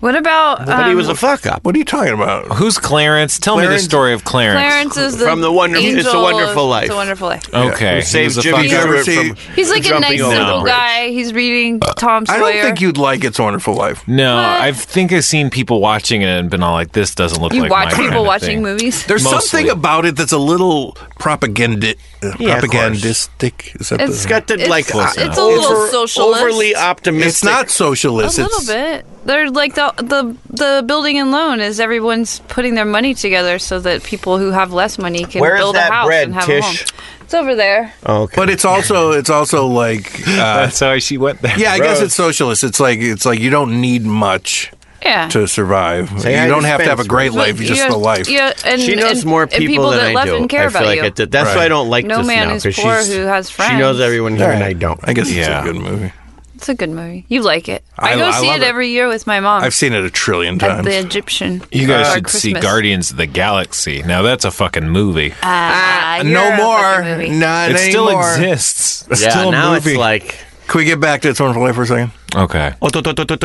F: What about?
D: But
F: um,
D: he was a fuck up.
C: what are you talking about?
E: Who's Clarence? Tell me
C: Clarence-
E: the story of Clarence.
F: Clarence is the
D: From the Wonder- It's a
F: angel of
D: Wonderful Life.
F: It's a wonderful life.
E: Okay.
D: Who
E: he
D: saved
E: was a
D: Jimmy
E: fucking-
C: fucker.
D: Stewart
C: See,
D: from
F: He's like a
D: jumping
F: nice
D: over the
F: simple
D: bridge.
F: guy. He's reading Tom
C: I
F: Sawyer.
C: don't think you'd like It's a Wonderful Life.
E: No,
F: What?
E: I think I've seen people watching it and been all like, this doesn't look
F: You
E: like my
F: watch
E: kind
F: people
E: of
F: watching
E: thing.
F: movies.
C: There's
E: Mostly.
C: something about it that's a little propagandi- uh,
D: Yeah, of course.
C: propagandistic. Is that
F: It's
D: It's
C: the,
D: got the
F: It's-
D: like.
F: Close
D: uh,
F: enough. it's a little socialist.
D: overly
F: It's
D: optimistic.
C: it's not
F: a
C: socialist.
F: little
C: it's,
F: bit. They're like the the the building and loan is everyone's putting their money together so that people who have less money can
D: Where is
F: build
D: that
F: a house
D: bread,
F: and have
D: Tish?
F: a home. It's over there.
D: Okay.
C: But it's also it's also like uh,
E: That's how she went there.
C: yeah, I guess
D: Gross.
C: it's socialist. It's like it's like you don't need much
F: Yeah.
C: to survive.
D: hi
C: you
D: to
C: don't have to have a
D: Spence.
C: great life. You just
F: have-
C: the life.
F: Yeah, and
D: she knows
F: and-
D: more
F: and
D: people,
F: that
D: than I
F: left
D: do.
F: and care
D: I feel
F: about
D: like
F: you.
D: I did- that's why I don't like
F: No
D: this
F: man
D: now
F: is
D: because
F: poor
D: she's
F: who has
D: She knows
F: friends.
D: everyone here and I don't.
C: I guess
E: Yeah.
C: it's a good movie.
F: It's a good movie. You like it. I,
C: I-
F: go
C: I
F: see
C: love
F: it,
C: it.
F: every year with my mom
C: I've seen it a trillion
F: at
C: times.
F: the Egyptian.
E: You guys
F: for
E: should see
F: Christmas.
E: Guardians of the Galaxy. Now that's a fucking movie.
F: Ah, you're
C: Uh, no
F: a
C: more.
F: fucking movie.
C: Not
E: it still
C: anymore.
E: exists. It's
D: yeah,
E: still a
D: now
E: movie.
D: it's like
C: Can we get back to It's a Wonderful Life for a second?
E: okay.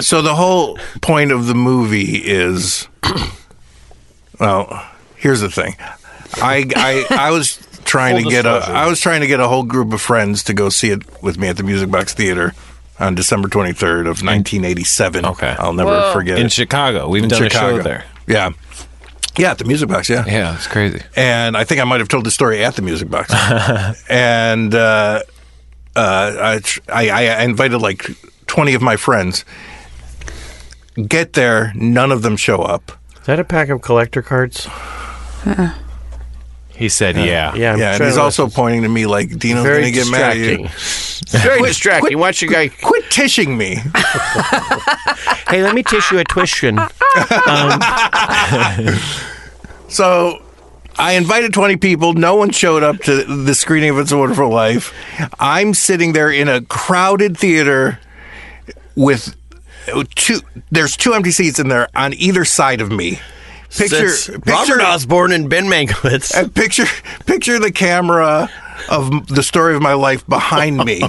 C: So the whole point of the movie is, well, here's the thing. I I, I was trying to
E: Full
C: get a
E: disclosure.
C: I was trying to get a whole group of friends to go see it with me at the Music Box Theater on December 23rd of 1987.
E: Okay.
C: I'll never
F: Whoa.
C: forget
E: In
C: it.
E: Chicago. We've done a show there.
C: Yeah. Yeah, at the Music Box, yeah.
E: Yeah, it's crazy.
C: And I think I might have told the story at the Music Box. and uh, uh, I, tr- I, I invited like 20 of my friends. Get there, none of them show up.
D: Is that a pack of collector cards?
E: He said, yeah.
D: Yeah, I'm
C: yeah, and
D: trying
C: he's
D: to-
C: also pointing to me like Dino's
D: very
C: going to get mad at
D: distracting.
C: you.
D: Very
C: Quit-
D: distracting.
C: quit-
D: Watch your guy.
C: Quit tishing me.
D: Hey, let me teach you a tuition.
C: So I invited 20 people. No one showed up to the screening of It's a Wonderful Life. I'm sitting there in a crowded theater with two, there's two empty seats in there on either side of me. Picture,
D: That's
C: picture,
D: Robert Osborne and Ben Mankiewicz.
C: and picture, picture the camera of the story of my life behind me.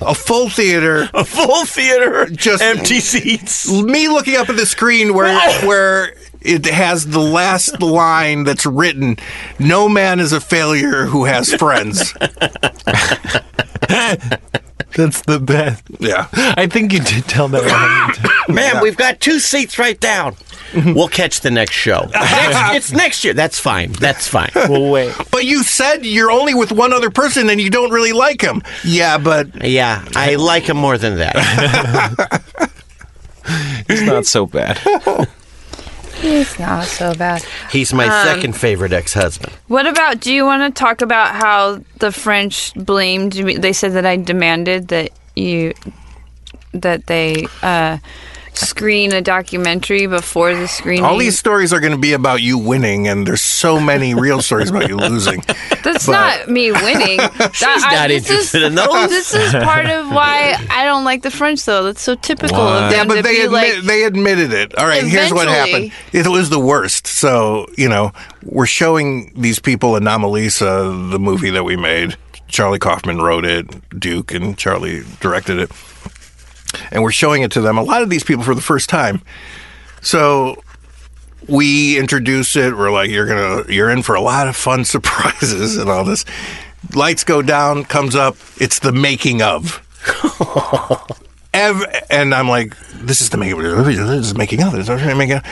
C: a full theater.
D: a full theater,
C: Just-
D: empty seats.
C: me looking up at the screen where where it has the last line that's written no man is a failure who has friends
E: That's the best.
C: yeah
E: I think you did tell that one.
D: Ma'am, we've got two seats right down.
E: Mm-hmm.
D: we'll catch the next show. Next- it's next year. That's fine. That's fine.
E: Well, wait.
C: but you said you're only with one other person and you don't really like him yeah but
D: Yeah, I like him more than that.
E: It's not so bad.
F: It's not so bad.
D: He's my
F: Um,
D: second favorite ex-husband.
F: What about? Do you want to talk about how the French blamed me? They said that I demanded that you that they uh, screen a documentary before the screening.
C: all these stories are going to be about you winning and there's so many real stories about you losing
F: That's
C: but-
F: not me winning. She's
D: not interested in those.
F: This is part of why I don't like the French, though. That's so typical of
E: What?
C: yeah
F: them to
C: but they
F: be
C: admit,
F: like.
C: they admitted it all right here's what
F: Eventually.
C: happened it was the worst so you know we're showing these people anomalisa the movie that we made charlie kaufman wrote it duke and charlie directed it and we're showing it to them a lot of these people for the first time so we introduce it we're like you're gonna you're in for a lot of fun surprises and all this lights go down comes up it's the making of Ev- and I'm like, this is the making. This is making up. This is making up.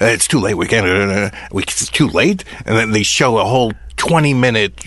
C: It's too late. We can't. We, it's too late. And then they show a whole 20 minute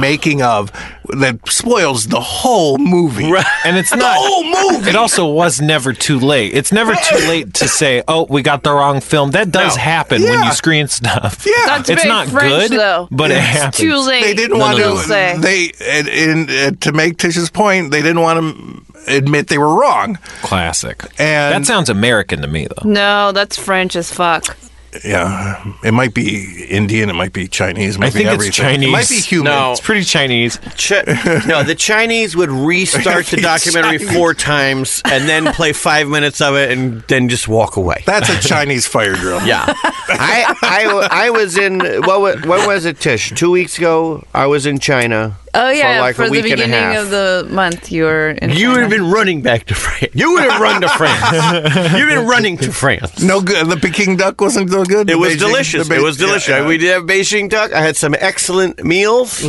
C: making of that spoils the whole movie.
E: And it's not.
C: whole movie!
E: It also was never too late. It's never too late to say, "Oh, we got the wrong film." That does
C: No.
E: happen when
C: Yeah.
E: you screen stuff.
C: Yeah.
F: That's
E: it's
F: very
E: not
F: French,
E: good,
F: though.
E: but it happens.
F: Too late.
C: They didn't
F: No,
C: want
F: no, no.
C: to.
F: Say.
C: They and, and, and to make Tish's point, they didn't want to admit they were wrong.
E: Classic.
C: And-
E: that sounds American to me, though.
F: No, that's French as fuck.
C: Yeah, it might be Indian, it might be Chinese, it might
E: I think
C: be
E: it's
C: everything.
E: Chinese.
C: It might be human.
D: No.
E: It's pretty Chinese.
D: Chi- no, the Chinese would restart the
C: The
D: documentary
C: Chinese.
D: four times and then play five minutes of it and then just walk away.
C: That's a Chinese fire drill.
D: Yeah, I, I, I was in what wa- when was it Tish? Two weeks ago, I was in China.
F: Oh yeah,
D: for like a
F: the
D: week and a
F: beginning
D: half.
F: of the month, you were. In
D: You would
F: China.
D: have been running back to France. You would have run to France. You've been running to France.
C: No good. The Peking duck wasn't so good.
D: It
C: The
D: was
C: Beijing-
D: delicious.
C: the Be-
D: it was delicious.
C: yeah, Mm-hmm. yeah.
D: We did have Beijing duck. I had some excellent meals.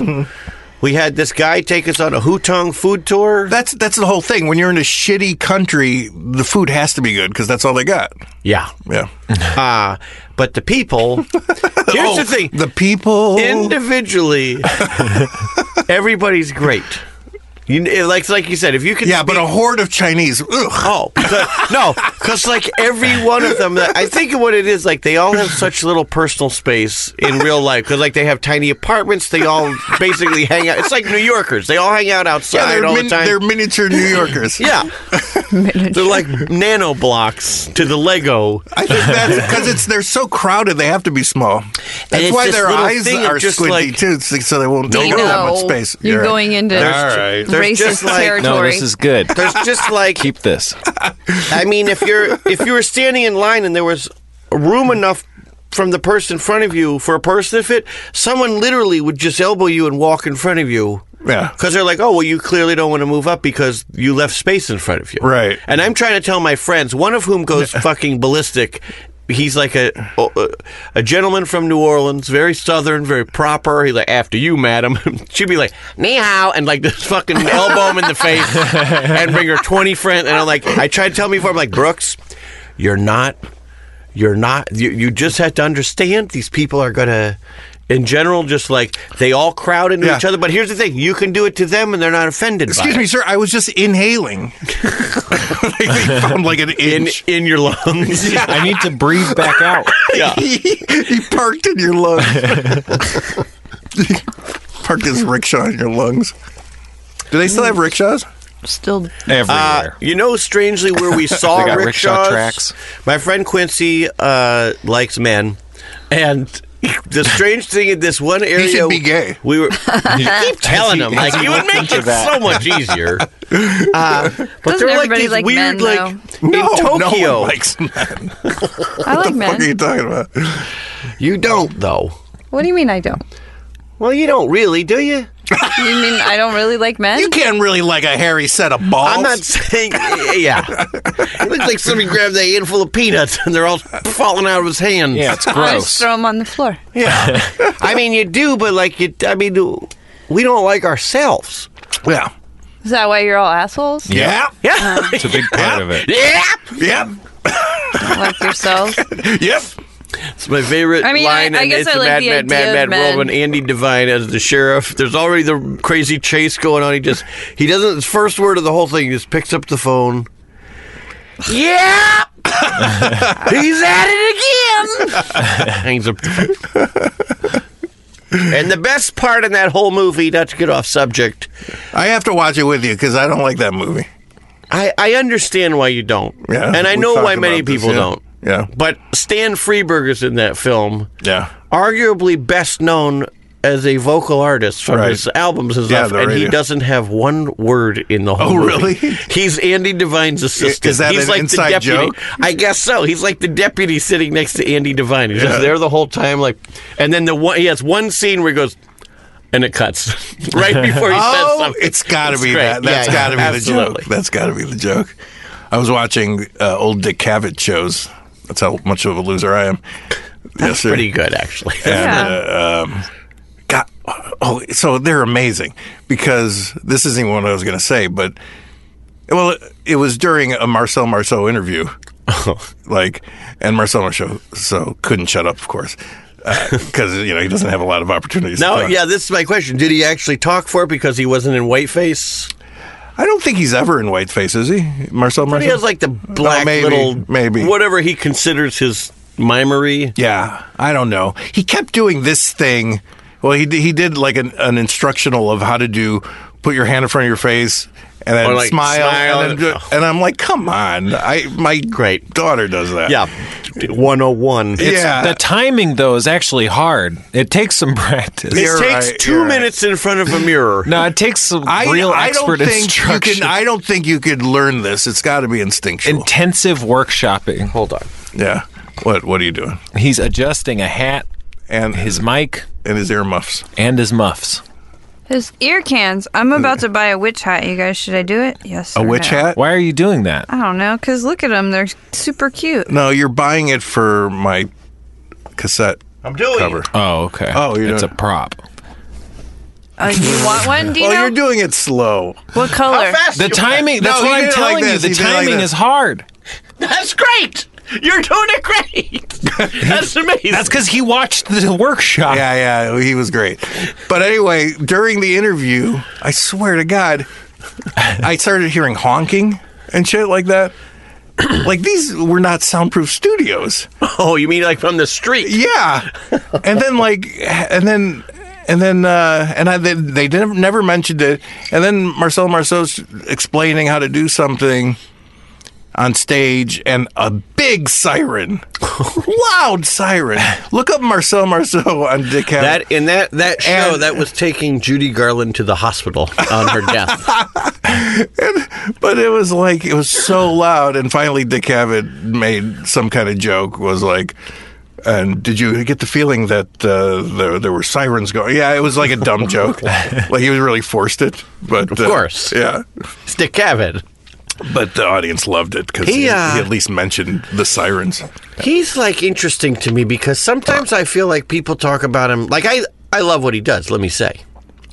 D: We had this guy take us on a Hutong food tour.
C: that's that's the whole thing. When you're in a shitty country, the food has to be good because that's all they got.
D: yeah.
C: Yeah.
D: Uh, but the people, here's
C: Oh,
D: the thing
C: The people.
D: individually, everybody's great. You, it- like like you said, if you can,
C: yeah, but
D: speak-
C: a horde of Chinese. Ugh.
D: Oh the- no, because like every one of them, I think what it is like they all have such little personal space in real life because like they have tiny apartments. They all basically hang out. It's like New Yorkers. They all hang out
C: Yeah,
D: outside
C: they're,
D: all
C: min-
D: the time.
C: they're miniature New Yorkers.
D: yeah, they're like nano blocks to the Lego.
C: I think that's because it's they're so crowded they have to be small. That's
D: it's
C: why
D: this
C: their
D: little
C: eyes
D: thing of
C: are
D: just
C: squinty
D: like-
C: too, so so they won't take up that
F: Dino,
C: much space.
F: You're
C: You're right.
F: going into
C: There's-
D: there's
F: racist
D: just like-
F: territory.
E: No, this is good.
D: There's just like
E: Keep this.
D: I mean, if you're if you were standing in line and there was room enough from the person in front of you for a person to fit, someone literally would just elbow you and walk in front of you.
C: Yeah.
D: Because they're like, oh, well, you clearly don't want to move up because you left space in front of you.
C: Right.
D: And I'm trying to tell my friends, one of whom goes fucking ballistic. He's like a a gentleman from New Orleans, very southern, very proper. He's like, after you, madam. She'd be like, ni hao, and like just fucking elbow him in the face and bring her 20 friends. And I'm like, I tried to tell me before, I'm like, Brooks, you're not, you're not, you, you just have to understand these people are going to, in general, just like they all crowd into
C: Yeah.
D: each other. But here's the thing you can do it to them and they're not offended
C: Excuse
D: by
C: me,
D: it.
C: sir. I was just inhaling. like they found like an
D: In,
C: inch.
D: in your lungs.
E: I need to breathe back out.
D: yeah.
C: he parked in your lungs. He parked his rickshaw in your lungs. Do they
D: Mm.
C: still have rickshaws?
F: still
D: Uh,
E: Everywhere.
D: you know, strangely, where we saw
E: They got
D: rickshaws.
E: rickshaw tracks.
D: My friend Quincy uh, likes men, and the strange thing in this one area,
C: should be gay.
D: We were you keep telling him like you would make it so much easier. Uh, but
F: Doesn't
D: they're like
F: everybody
D: these
F: like
D: weird,
F: men,
D: like
C: No,
D: in Tokyo.
C: No one likes men. What
F: I like
C: the fuck are you
F: men.
C: talking about?
D: you don't though.
F: What do you mean I don't?
D: Well, you don't really, do you?
F: You mean I don't really like men?
C: You can't really like a hairy set of balls.
D: I'm not saying. Yeah, it looks like somebody grabbed a handful of peanuts and they're all falling out of his hand.
E: yeah, it's
F: I just
E: gross.
F: throw them on the floor.
D: Yeah. I mean, you do, but like, you, I mean, we don't like ourselves.
C: Yeah.
F: Is that why you're all assholes?
C: Yeah.
D: Yeah.
E: It's a big part of it.
D: yeah.
C: Yep.
F: Like yourselves?
C: Yep.
D: It's my favorite
F: I mean,
D: line.
F: I- I
D: and
F: guess
D: it's a
F: I like
D: mad,
F: the
D: mad,
F: idea
D: mad,
F: of
D: mad world
F: men.
D: when Andy Devine as the sheriff. There's already the crazy chase going on. He just, he doesn't, his first word of the whole thing, he just picks up the phone. Yeah. He's at it again. Hangs up. the phone. and the best part in that whole movie, not to get off subject,
C: I have to watch it with you because I don't like that movie.
D: I, I understand why you don't.
C: Yeah,
D: and I
C: we
D: know
C: talked
D: why many
C: about this,
D: people
C: yeah.
D: don't.
C: Yeah.
D: But Stan Freeberger's in that film,
C: Yeah.
D: arguably best known as a vocal artist from
C: Right.
D: his albums and
C: Yeah,
D: stuff,
C: the
D: and he
C: radio.
D: doesn't have one word in the
C: Oh,
D: whole movie.
C: really?
D: He's Andy Devine's assistant.
C: Is that
D: He's
C: an
D: like
C: inside
D: the deputy.
C: joke?
D: I guess so. He's like the deputy sitting next to Andy Devine. He's just there the whole time, like and then the one he has one scene where he goes and it cuts right before he says
C: Oh,
D: something.
C: it's got to be
D: great.
C: that. That's
D: Yeah,
C: got to
D: yeah,
C: be the
D: absolutely.
C: joke. That's got to be the joke. I was watching uh, old Dick Cavett shows. That's how much of a loser I am. That's
D: Pretty good actually.
F: Yeah.
C: uh, um, God, oh, so they're amazing because this isn't even what I was going to say, but well, it was during a Marcel Marceau interview, like, and Marcel Marceau so couldn't shut up, of course. because you know he doesn't have a lot of opportunities. to
D: Now,
C: talk.
D: yeah, this is my question. Did he actually talk for it because he wasn't in whiteface?
C: I don't think he's ever in whiteface, is he, Marcel? Marcel? Oh,
D: He has like the black
C: maybe,
D: little
C: maybe.
D: whatever he considers his mimery.
C: Yeah, I don't know. He kept doing this thing. Well, he he did like an, an instructional of how to do put your hand in front of your face and then
D: Or, like,
C: smile,
D: smile
C: and, then do,
D: and-
C: and I'm like, come on! I my
D: Great.
C: daughter does that.
D: Yeah, one oh one.
C: yeah.
E: The timing though is actually hard. It takes some practice.
D: It
C: You're
D: takes
C: right,
D: 2
C: you're right.
D: minutes in front of a mirror.
E: No, it takes some real expert
C: don't think
E: instruction.
C: You can, I don't think you could learn this. It's got to be instinctual.
E: Intensive workshopping.
D: Hold on.
C: yeah. What What are you doing?
E: He's adjusting a hat,
C: And
E: his mic,
C: and his earmuffs.
E: and his muffs.
F: His ear cans. I'm about to buy a witch hat. You guys, should I do it? Yes.
C: A
F: or
C: witch
F: no?
C: hat?
E: Why are you doing that?
F: I don't know, cause look at them. They're super cute.
C: No, you're buying it for my cassette
D: I'm doing
C: cover.
E: Oh, okay.
C: Oh, you're
E: it's
C: doing-
E: a prop.
F: Uh, you want one, Dino?
C: Well, you're doing it slow.
F: what color?
E: The timing. That's
C: No, he did
E: what I'm
C: it like
E: telling you.
C: this.
E: The
C: He did it like
E: timing
C: this.
E: is hard.
D: That's great. You're doing it great. That's amazing.
E: That's because he watched the workshop.
C: Yeah, yeah, he was great. But anyway, during the interview, I swear to God, I started hearing honking and shit like that. Like these were not soundproof studios.
D: oh, you mean like from the street?
C: Yeah, and then like, and then, and then, uh, and I they, they didn't, never mentioned it. And then Marcel Marceau's explaining how to do something on stage, and a big siren, loud siren. Look up Marcel Marceau on Dickhead.
D: That in that that show
C: And-
D: that was taking Judy Garland to the hospital on her death.
C: But it was like it was so loud, and finally Dick Cavett made some kind of joke. Was like, and did you get the feeling that uh, there there were sirens going? Yeah, it was like a dumb joke. like he was really forced it, but of
D: course.
C: yeah.
D: Stick Cavett.
C: But the audience loved it because he,
D: He, uh,
C: he at least mentioned the sirens.
D: He's like interesting to me because sometimes I feel like people talk about him. Like I, I love what he does. Let me say,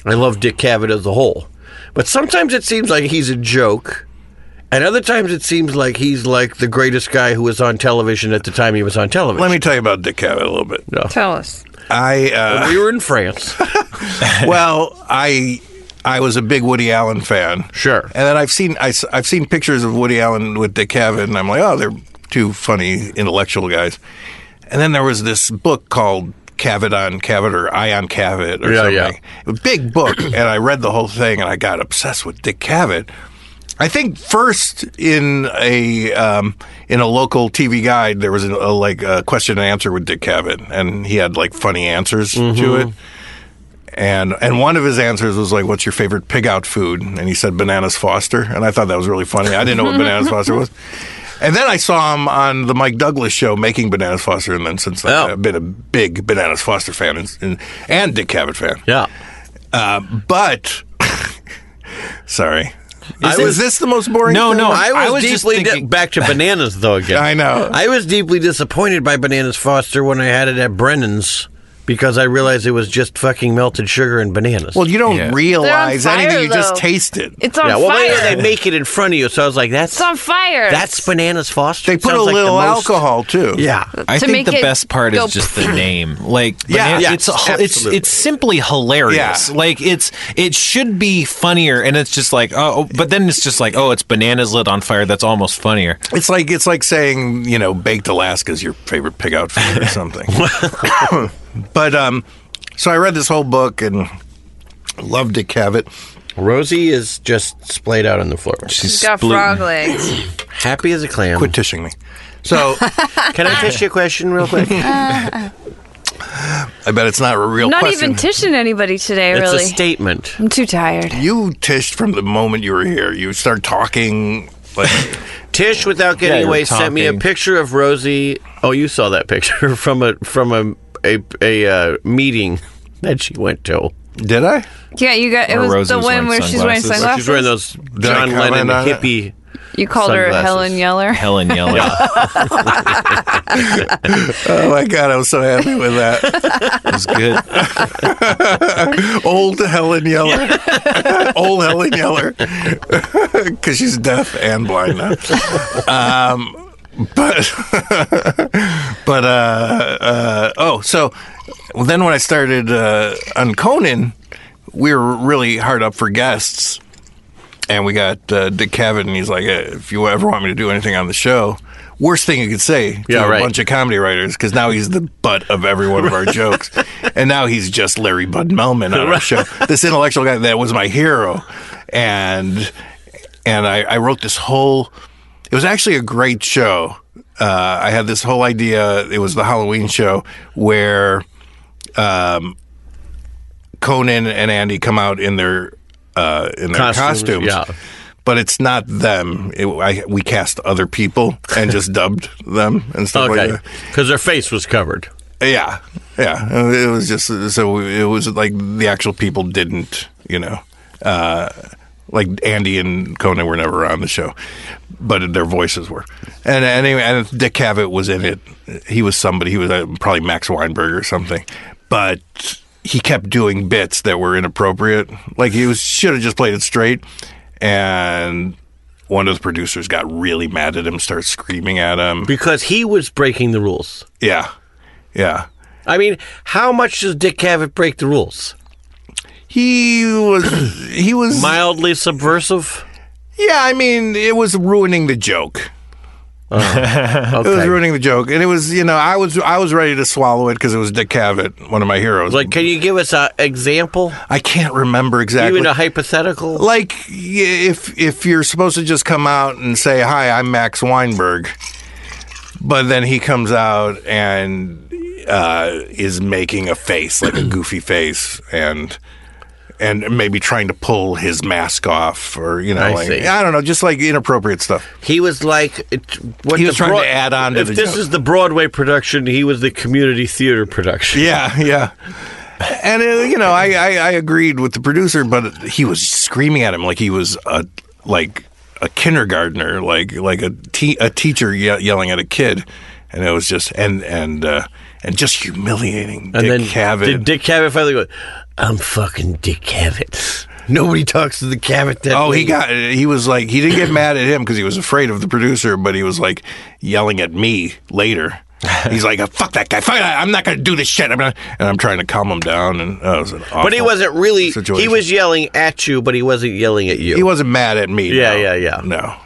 D: I love Dick Cavett as a whole, but sometimes it seems like he's a joke, and other times it seems like he's like the greatest guy who was on television at the time he was on television.
C: Let me tell you about Dick Cavett a little bit.
F: Tell us.
C: I uh,
D: we were in France.
C: well, I I was a big Woody Allen fan.
D: Sure.
C: And then I've seen I, have seen pictures of Woody Allen with Dick Cavett, and I'm like, oh, they're two funny intellectual guys. And then there was this book called Cavett on Cavett or I on Cavett or
D: Yeah, yeah.
C: something. A big book, and I read the whole thing, and I got obsessed with Dick Cavett. I think first in a um, in a local TV guide there was a, a, like a question and answer with Dick Cavett, and he had like funny answers to
D: Mm-hmm.
C: it. And and one of his answers was like, "What's your favorite pig out food?" And he said bananas Foster, and I thought that was really funny. I didn't know what bananas Foster was. And then I saw him on the Mike Douglas show making bananas Foster, and then since then
D: Oh.
C: I've been a big bananas Foster fan and and, and Dick Cavett fan.
D: yeah,
C: But sorry,
D: I
C: is,
D: was-
C: is this the most boring?
E: No,
C: thing?
E: no,
D: I was,
E: I was just
D: deeply di-
E: thinking-
D: back to bananas though again.
C: I know.
D: I was deeply disappointed by bananas Foster when I had it at Brennan's because I realized it was just fucking melted sugar and bananas.
C: well, you don't
E: Yeah.
C: realize
F: They're on
C: anything.
F: fire,
C: You just
F: though.
C: taste it.
F: It's on
D: yeah, well,
F: fire.
D: they, they make it in front of you, so I was like, "That's
F: it's on fire.
D: that's bananas Foster."
C: They put a
D: Sounds like the
C: little
D: most-
C: alcohol too.
D: Yeah,
E: I
F: to
E: think
F: make
E: the
F: it
E: best part
F: go
E: is just the name. Like,
C: Yeah,
E: banana-
C: yeah,
E: it's a- it's
C: absolutely.
E: it's simply hilarious.
C: Yeah.
E: Like, it's it should be funnier, and it's just like oh, oh, but then it's just like oh, it's bananas lit on fire. That's almost funnier.
C: It's like it's like saying you know baked Alaska's your favorite pig out food or something. but um, so I read this whole book and loved Dick Cavett.
D: Rosie is just splayed out on the floor,
F: She's got frog legs.
D: happy as a clam.
C: Quit tishing me. So
D: Can I ask you a question real quick?
C: I bet it's not a real
F: Not
C: question.
F: even tishing anybody today,
D: It's a
F: really.
D: statement.
F: I'm too tired.
C: you tished from the moment you were here. You start talking like
D: Tish, without getting
E: Yeah, you're
D: away, sent me a
E: talking.
D: picture of Rosie. Oh, you saw that picture from a from a a, a uh, meeting that she went to.
C: did I?
F: Yeah, you got. It
E: Or
F: was
E: Rosie
F: the
E: was
F: one
E: wearing
F: where she's wearing
E: sunglasses.
F: sunglasses.
D: She's wearing those
C: I
D: John
C: comment
D: Lennon
C: on it?
D: hippie.
F: you called her
D: sunglasses.
F: Helen Yeller.
E: Helen yelling.
C: Oh my god, I was so happy with that.
E: It was good.
C: Old Helen Yeller, old Helen Yeller, because she's deaf and blind now. Um, but but uh, uh, oh, so well, then when I started uh, on Conan, we were really hard up for guests, and we got uh, Dick Cavett, and he's like, "Eh, "If you ever want me to do anything on the show." Worst thing you could say to
H: Yeah,
C: a
H: right.
C: bunch of comedy writers because now he's the butt of every one of our jokes, and now he's just Larry Bud Melman on our show. This intellectual guy that was my hero, and and I, I wrote this whole. It was actually a great show. Uh, I had this whole idea. It was the Halloween show where um, Conan and Andy come out in their uh, in their costumes.
H: Costumes, yeah.
C: But it's not them. It, I, we cast other people and just dubbed them and stuff like
H: Okay,
C: that.
H: because their face was covered.
C: Yeah, yeah. It was just so it was like the actual people didn't, you know, uh, like Andy and Conan were never on the show, but their voices were. And anyway, and Dick Cavett was in it. He was somebody. He was uh, probably Max Weinberg or something, but. He kept doing bits that were inappropriate. Like he was should have just played it straight. And one of the producers got really mad at him, started screaming at him.
H: Because he was breaking the rules.
C: Yeah, yeah.
H: I mean, how much does Dick Cavett break the rules?
C: He was. He was.
H: Mildly subversive?
C: yeah, I mean, it was ruining the joke.
H: Okay.
C: It was ruining the joke, and it was. You know, I was. I was ready to swallow it because it was Dick Cavett, one of my heroes.
H: like, can you give us an example?
C: I can't remember exactly.
H: Even a hypothetical?
C: like y- if if you're supposed to just come out and say hi, I'm Max Weinberg, but then he comes out and uh, is making a face like a goofy face and and maybe trying to pull his mask off or you know
H: I
C: like
H: see.
C: I don't know just like inappropriate stuff.
H: He was like, it, what
C: He
H: the
C: was trying to add on to
H: if
C: the
H: this
C: joke.
H: is the Broadway production, he was the community theater production.
C: Yeah, yeah. And uh, you know, I, I I agreed with the producer, but he was screaming at him like he was a like a kindergartner, like like a te- a teacher ye- yelling at a kid, and it was just and and uh, and just humiliating.
H: And
C: Dick
H: then
C: Cavett.
H: did Dick Cavett finally go, I'm fucking Dick Cavett. Nobody talks to the Cavett that
C: Oh,
H: way.
C: he got. He was like, he didn't get mad at him because he was afraid of the producer, but he was like yelling at me later. He's like, "Fuck that guy! Fuck that. I'm not going to do this shit." I'm not, and I'm trying to calm him down. And oh, it was an
H: But he
C: awful-
H: wasn't really, he
C: situation.
H: was yelling at you, but he wasn't yelling at you.
C: He wasn't mad at me.
H: Yeah,
C: no.
H: yeah, yeah.
C: No,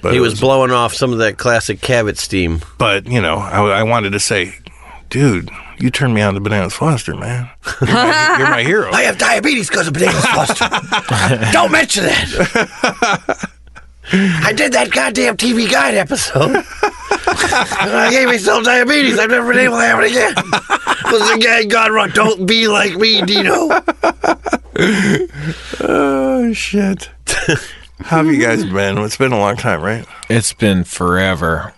C: but
H: He
C: it
H: was, blowing off some of that classic Cavett steam.
C: But you know, I, I wanted to say, dude, you turned me on to Bananas Foster, man. You're my, you're my hero.
H: have diabetes because of potatoes cluster. Don't mention that. I did that goddamn TV Guide episode. I gave myself diabetes. I've never been able to have it again. Because the guy gone wrong. Don't be like me, Dino.
C: Oh shit. How have you guys been? It's been a long time, right?
E: It's been forever.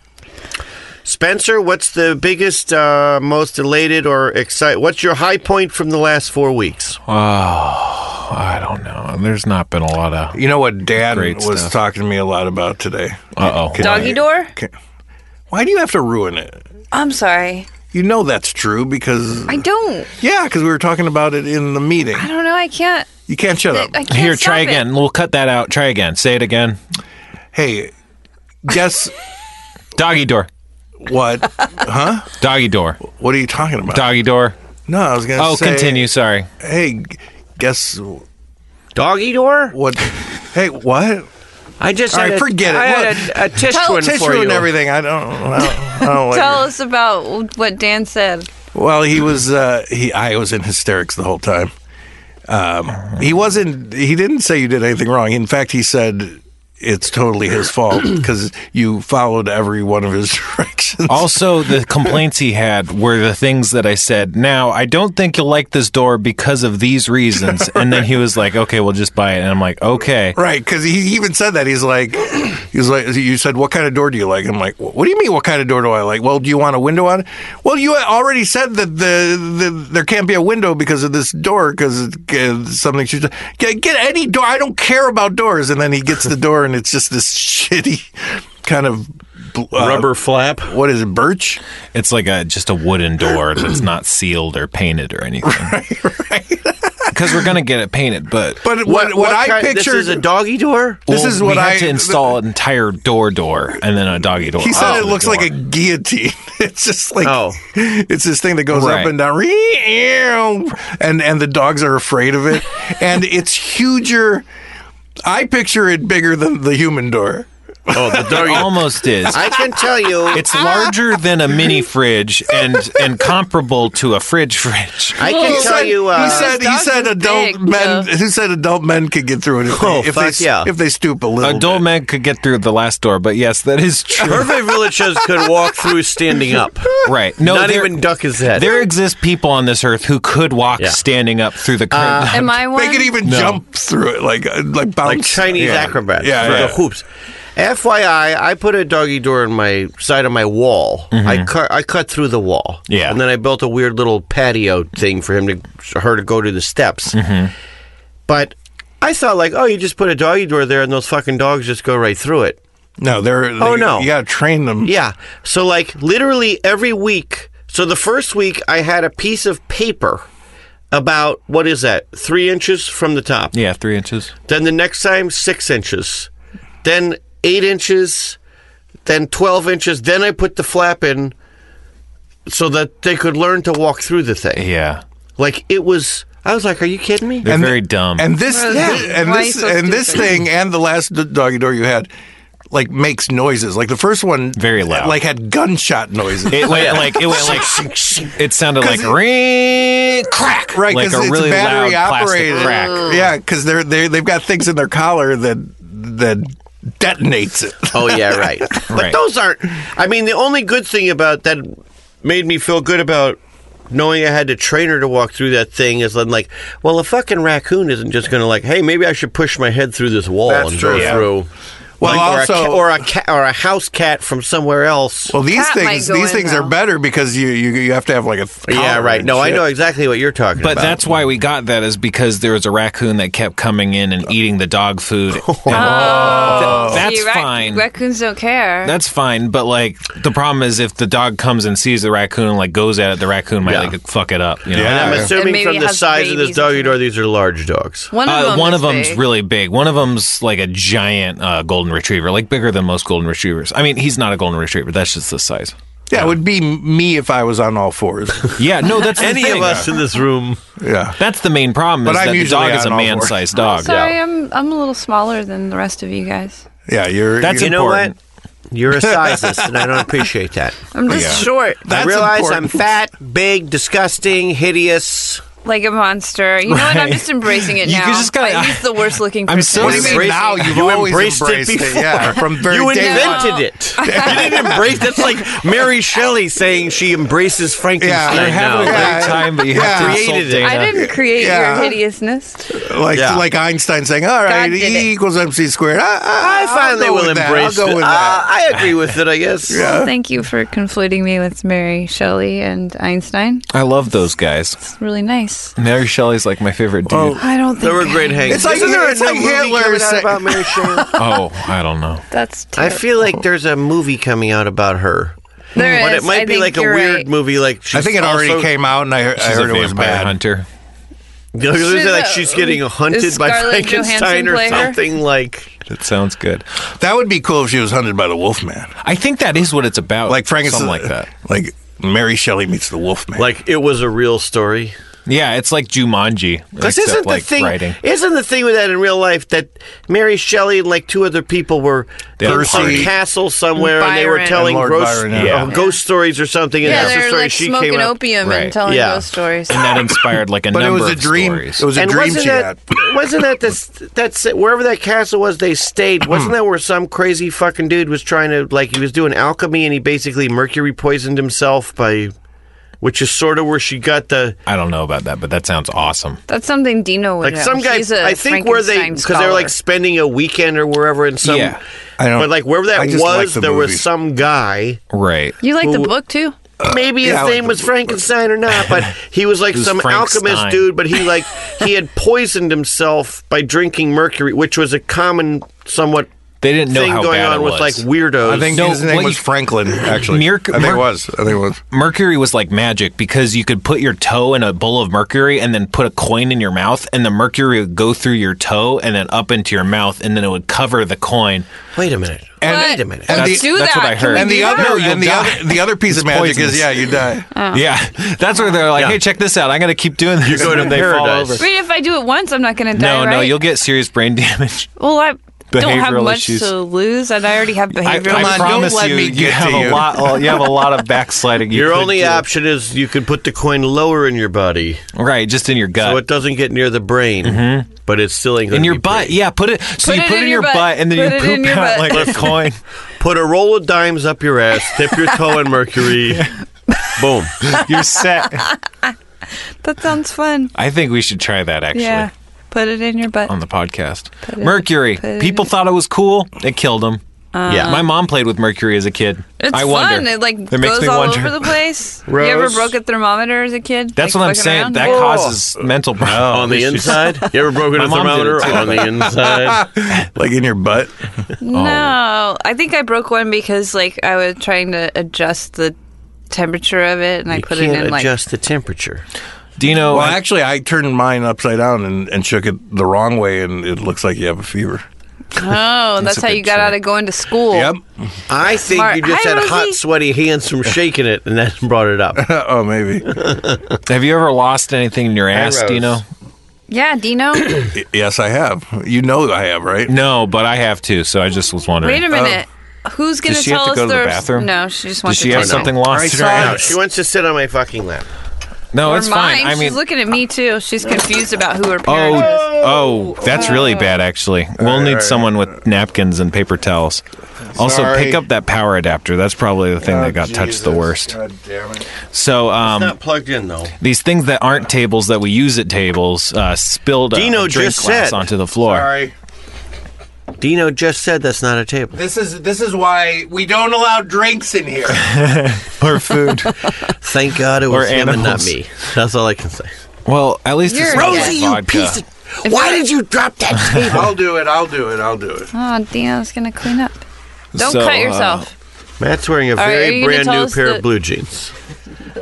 D: Spencer, what's the biggest, uh, most elated or excited? What's your high point from the last four weeks?
E: Oh, I don't know. There's not been a lot of.
C: You know what Dad
E: Great
C: was
E: stuff.
C: talking to me a lot about today?
E: Uh oh.
C: Can I-
F: Doggy door?
C: can- why do you have to ruin it?
F: I'm sorry.
C: You know that's true because
F: I don't.
C: yeah, because we were talking about it in the meeting.
F: I don't know. I can't.
C: You can't shut
F: I
C: up.
F: can't
E: Here,
F: stop
E: try
F: it.
E: again. We'll cut that out. Try again. Say it again.
C: Hey, guess
E: Doggy door.
C: what? Huh?
E: Doggy door.
C: What are you talking about?
E: Doggy door.
C: No, I was gonna
E: Oh,
C: say.
E: continue. Sorry.
C: Hey, g- guess
H: Doggy door?
C: what? hey, what?
H: I just
C: All
H: had
C: right,
H: a-
C: forget it.
H: I had
C: What?
H: a, a test
F: Tell-
H: one
C: Tissue
H: for you.
C: and everything. I don't. I don't, I don't like
F: Oh, Tell
C: it.
F: us about what Dan said.
C: Well, he was. Uh, he. I was in hysterics the whole time. Um, he wasn't. He didn't say you did anything wrong. In fact, he said it's totally his fault because you followed every one of his directions.
E: Also, the complaints he had were the things that I said. Now, I don't think you'll like this door because of these reasons. And then he was like, "Okay, we'll just buy it." And I'm like, "Okay."
C: Right, because he even said that he's like, he's like, you said, what kind of door do you like? I'm like, what do you mean, what kind of door do I like? Well, do you want a window on? it? Well, you already said that the, the there can't be a window because of this door because something should get, get any door. I don't care about doors. And then he gets the door, and it's just this shitty kind of bl- uh,
H: Rubber flap.
C: What is it, birch?
E: It's like a just a wooden door that's not sealed or painted or anything. Because because we're gonna get it painted. But
C: But what, what, I
D: kind-
C: pictured.
D: This is a doggy door.
C: this
E: Well,
C: is what
E: we
C: I
E: had to install an entire door door and then a doggy door.
C: He said
E: on
C: it
E: the
C: looks like
E: door.
C: a guillotine. It's just like
D: Oh.
C: it's this thing that goes
E: Right.
C: up and down, and and the dogs are afraid of it, and it's huger. I picture it bigger than the human door.
D: Oh, the
E: It almost is.
D: I can tell you.
E: It's larger than a mini fridge and and comparable to a fridge fridge.
D: I can
C: He
D: tell
C: said,
D: you. Uh,
C: he said he
F: Dogs
C: said
F: is
C: adult
F: big,
C: men
F: so-
C: who said adult men could get through it if,
D: Oh,
C: they, if
D: fuck
C: they s-
D: yeah.
C: if they stoop a little.
E: Adult
C: bit.
E: man could get through the last door, but yes, that is true.
D: Perfect villages could walk through standing up.
E: right? No,
D: Not
E: there,
D: even duck his head.
E: There exist people on this earth who could walk
D: Yeah.
E: standing up through the curtain.
F: Am I one?
C: They could even jump through it like uh, like bounce
D: like Chinese
C: Yeah.
D: acrobats
C: Yeah,
D: for
C: yeah.
D: the hoops. FYI, I put a doggy door in my side of my wall.
C: Mm-hmm.
D: I cut I cut through the wall.
E: Yeah.
D: and then I built a weird little patio thing for him to her to go to the steps.
C: Mm-hmm.
D: But I thought like, oh, you just put a doggy door there, and those fucking dogs just go right through it.
C: No, they're
D: Oh,
C: they-
D: no.
C: You gotta train them.
D: Yeah. So like literally every week. So the first week I had a piece of paper about what is that? Three inches from the top.
E: yeah, three inches.
D: Then the next time, six inches. Then eight inches. Then 12 inches. Then I put the flap in so that they could learn to walk through the thing.
E: Yeah,
D: Like it was, I was like, are you kidding me?
E: they're
C: And-
E: very dumb.
C: And this,
F: Yeah.
C: and
F: Why are you
C: this,
F: so
C: and this
F: stupid?
C: thing, and the last d- doggy door you had, like makes noises. Like the first one,
E: Very loud.
C: Like had gunshot noises.
E: it went like it went like it sounded like ring crack,
C: Right,
E: Like
C: 'cause
E: a
C: it's
E: really
C: battery
E: loud plastic
C: operated.
E: crack.
C: yeah, because they're they they've got things in their collar that that detonates it.
D: Oh, yeah, right. But
E: Right.
D: those aren't, I mean, the only good thing about that made me feel good about knowing I had to train her to walk through that thing is I'm like, well, a fucking raccoon isn't just going to like, hey, maybe I should push my head through this wall
C: That's
D: and
C: true.
D: go
C: Yeah.
D: through.
C: Well,
D: Like,
C: also-
D: or a, ca- or a, ca- or a house cat from somewhere else.
C: Well, these
F: Cat might
C: things
F: go
C: these
F: in,
C: things are
F: though.
C: better because you you you have to have like a th-
D: Yeah,
C: collar
D: right.
C: and
D: No, I
C: shit.
D: know exactly what you're talking
E: But
D: about.
E: that's why we got that is because there was a raccoon that kept coming in and eating the dog food. And th- that's
F: See, rac-
E: fine.
F: Raccoons don't care.
E: That's fine, but like the problem is if the dog comes and sees the raccoon and like goes at it, the raccoon might
D: Yeah.
E: like fuck it up. You know?
C: Yeah.
D: I'm
F: And
D: assuming
F: maybe
D: from
F: it
D: the
F: has
D: size of this
F: babies or
D: doggy door, these are large dogs.
F: one of
E: Uh,
F: them.
E: one
F: is
E: of them's
F: big.
E: really big. One of them's like a giant uh, golden retriever, like bigger than most golden retrievers. I mean, he's not a golden retriever. That's just the size.
C: Yeah, it would be me if I was on all fours.
E: Yeah, no, that's
D: Any of us in this room.
C: yeah.
E: That's the main problem.
C: But
E: is
C: I'm
E: that the
C: usually
E: dog is
C: on
E: a
C: all
E: man sized dog.
F: Sorry, I'm I'm a little smaller than the rest of you guys.
C: Yeah, you're
E: That's
C: you're,
D: You know what?
E: Important.
D: You're a sizist, and I don't appreciate that.
F: I'm just short,
C: That's
D: I realize
C: important.
D: I'm fat, big, disgusting, hideous.
F: like a monster. You know what? I'm
E: Right.
F: just embracing it
E: You
F: now.
E: could just kinda-
F: Like, he's the worst looking.
E: I'm
F: person.
E: so
C: What do you mean
E: Embracing-
C: now? You've
D: You
C: always
D: embraced, it before.
C: Yeah, from very
D: you
C: day one.
D: invented it. you didn't embrace. That's like Mary Shelley saying she embraces Frankenstein
C: Yeah,
E: You're having
D: now.
E: a
C: Yeah.
E: great time, but you
C: Yeah.
E: have to insult
D: Created it.
E: Dana.
F: I didn't create
C: Yeah.
F: your hideousness.
C: like
D: Yeah.
C: like Einstein saying, "All right,
F: did
C: E
F: it.
C: equals mc squared." I, I,
D: I finally
C: I'll go
D: will
C: with that.
D: embrace.
C: I'll go with that.
D: it. Uh, I agree with it. I guess.
C: Yeah.
F: Thank you for conflating me with Mary Shelley and Einstein.
E: I love those guys.
F: It's really nice.
E: Mary Shelley's like my favorite dude. Oh,
F: I don't think
D: There were
F: I-
D: great hangs.
C: It's like-
D: Isn't there
C: it's
D: a
C: like
D: new movie
C: Hitler
D: coming out
C: said-
D: about Mary Shelley?
E: Oh, I don't know.
F: That's.
D: I
F: Terrible.
D: feel like there's a movie coming out about her.
F: There
D: But
F: is.
D: it might
F: I
D: be
F: think
D: like a
F: you're
D: weird
F: right.
D: movie. Like she's
C: I think it already
D: also-
C: came out, and I, heard- I
E: She's
C: heard
E: a
C: it was
E: vampire
C: bad.
E: hunter.
D: It was
F: Should,
D: like
F: uh,
D: she's getting
F: is
D: hunted by
F: Scarlett
D: Frankenstein
F: Johansson
D: or
F: play her?
D: something. Like
E: That sounds good.
C: That would be cool if she was hunted by the Wolfman,
E: I think that is what it's about.
C: like Frankenstein,
E: something like that.
C: like Mary Shelley meets the Wolfman.
D: like it was a real story.
E: Yeah, it's like Jumanji.
D: Because
E: except,
D: isn't the
E: like,
D: thing?
E: writing.
D: Isn't the thing with that in real life that Mary Shelley and like two other people were
E: They had a
D: in
E: party.
D: some castle somewhere and they were
F: Byron.
D: telling
C: And Lord
D: gross,
C: Byron,
D: uh,
C: yeah.
D: ghost stories or something. And
F: Yeah,
D: that's the
F: they're
D: story
F: like
D: she
F: smoking
D: came up.
F: opium
E: Right.
F: and telling
D: Yeah.
F: ghost stories.
E: and that inspired like a
C: but it
E: number
C: was a
E: of
C: dream.
E: stories.
C: It was a
D: and
C: dream
D: wasn't
C: she
D: that
C: had.
D: wasn't that this that's it, wherever that castle was they stayed wasn't that where some crazy fucking dude was trying to like he was doing alchemy and he basically mercury poisoned himself by which is sort of where she got the
E: I don't know about that, but that sounds awesome.
F: That's something Dino would
D: like
F: know.
D: some guy
F: He's a
D: I think where they
F: Frankenstein
D: because they were like
F: scholar.
D: spending a weekend or wherever in some
E: Yeah.
C: I don't-
D: but like wherever that
C: I just like
D: was
C: the
D: there
C: movie.
D: was some guy
E: Right.
F: you like the
D: who-
F: book too?
D: maybe his
C: yeah, I like
D: name
C: the-
D: was Frankenstein or not, but he was like
E: was
D: some
E: Frankenstein.
D: alchemist dude. But he like he had poisoned himself by drinking mercury, which was a common, somewhat
E: They didn't know
D: thing
E: how
D: going
E: bad
D: on
E: it
D: with
E: was.
D: like weirdos.
C: I think
E: No,
C: his name
E: what
C: was
E: you-
C: Franklin. Actually,
E: Merc-
C: I think
E: Merc-
C: it was. I think it was.
E: mercury was like magic because you could put your toe in a bowl of mercury and then put a coin in your mouth, and the mercury would go through your toe and then up into your mouth, and then it would cover the coin.
D: Wait a minute.
F: But
D: Wait a minute.
C: and
F: Let's
C: the-
F: do that.
E: that's what I
F: Can
E: heard.
F: we
C: And the
F: do
C: other,
F: that?
E: you'll
C: and the
E: die.
C: other, the other piece of magic
E: poisonous.
C: is yeah, you die.
E: Yeah, that's where they're like, "Hey, check this out! I'm gonna keep doing this." You
D: go to paradise.
F: I mean, if I do it once, I'm not going to die.
E: No,
F: right?
E: no, you'll get serious brain damage.
F: Well, I don't have
E: Behavioral
F: much
E: issues.
F: to lose, and I already have
E: I,
F: behavioral.
E: I
C: on, don't
E: promise
C: let
E: you,
C: me
E: you
C: get
E: have
C: to
E: a
C: you.
E: lot. well, you have a lot of backsliding. you
D: Your
E: could
D: only
E: do.
D: option is you can put the coin lower in your body
E: right, just in your gut.
D: so it doesn't get near the brain, but it's still ain't
E: Mm-hmm. in
D: gonna
E: your
D: be
E: butt,
D: pretty.
E: yeah. Put it. So
F: Put
E: you
F: it
E: put it in your butt, and then
F: Put
E: you
F: it in
E: poop
F: your
E: out
F: butt.
E: like a coin.
D: Put a roll of dimes up your ass, dip your toe in mercury. Boom.
E: You're set.
F: That sounds fun.
E: I think we should try that actually um,
F: Yeah, put it in your butt.
E: on the podcast.
F: it-
E: Mercury.
F: put it Uh.
E: People thought it was cool. It killed them.
D: yeah.
E: My mom played with mercury as a kid.
F: It's
E: I
F: fun.
E: wonder.
F: It like
E: That makes
F: goes
E: me
F: all
E: wonder.
F: over the place. you ever
D: Rose?
F: broke a thermometer as a kid?
E: That's
F: Like,
E: what I'm
F: fucking
E: saying.
F: around?
E: That causes mental problems.
D: on the inside? You ever broken
E: My
D: a
E: mom did
D: thermometer
E: it too.
D: on the inside?
C: Like in your butt.
F: No, Oh. I think I broke one because like I was trying to adjust the temperature of it, and I
D: You
F: put
D: can't
F: it in like
D: adjust the temperature.
E: Do you know?
C: Well, actually, I turned mine upside down and, and shook it the wrong way, and it looks like you have a fever.
F: oh, and that's,
C: a
F: how
C: big
F: you got out of going to school.
C: Yep.
D: I think
F: Smart.
D: you just
F: Hi,
D: had hot,
F: Rosie.
D: sweaty hands from shaking it, and that brought it up.
C: oh, maybe.
E: have you ever lost anything in your ass? Do you know?
D: Rose.
F: Yeah, Dino.
C: Y- yes, I have. You know I have, right?
E: No, but I have to. So I just was wondering.
F: Wait a minute. Who's gonna
E: Oh. Does she have
F: tell
E: to
F: us
E: go to the
F: their-
E: bathroom?
F: Oh, No, she just
E: Does
F: wants
E: she
F: to
E: have
F: tell
E: something
F: me.
E: lost?
D: I
E: in her
D: saw
E: ass?
D: She wants to sit on my fucking lap.
E: No,
F: Or
E: Oh, it's
F: mine.
E: fine. I mean,
F: she's looking at me too. She's confused about who her parent is.
E: oh, oh, that's really bad. Actually, we'll need someone with napkins and paper towels. Also, pick
D: Sorry.
E: up that power adapter. That's probably the thing
J: Oh,
C: Oh,
E: that got touched the worst. So, um,
D: Not plugged in though.
E: these things that aren't tables that we use at tables uh, spilled a-
D: Dino
E: a drink
D: just
E: glass
D: said.
E: onto the floor.
D: Dino just said that's not a table.
J: This is this is why we don't allow drinks in here.
E: Or food.
D: Thank God it
E: Or
D: was him and not
E: animals.
D: me. That's all I can say.
E: well, at least
F: You're
E: it's
F: a
E: not
F: Rosie,
E: like vodka. Oh,
J: Why did you drop that table? I'll do it. I'll do it. I'll do it.
F: Oh, Dino's gonna clean up. Don't
E: So,
F: cut
E: uh,
F: yourself.
D: Matt's wearing a
F: right, are
D: very
F: you gonna
D: brand
F: tell
D: new
F: us
D: pair
F: the-
D: of blue jeans.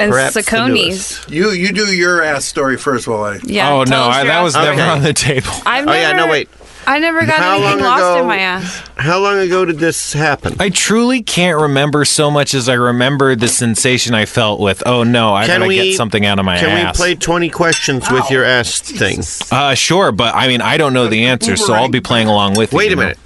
F: and
D: Perhaps the
F: Saccone's.
J: You you do your ass story first while I.
F: Yeah.
E: oh
F: tell
E: no,
F: us
E: I,
F: your
E: that was
F: ass.
E: never
D: Okay.
E: on the table.
F: I've
D: Oh
F: never,
D: yeah, no wait.
F: I never got
D: How long
F: anything lost
D: ago-
F: in my ass.
D: How long ago did this happen?
E: I truly can't remember so much as I remember the sensation I felt with. Oh no, I gotta get something out of my
D: Can we
E: ass.
D: play 20 questions with your ass thing?
E: Uh, sure, but I mean, I don't know the answer, so I'll be playing along with you.
D: Wait
E: you
D: a
E: know?
D: minute.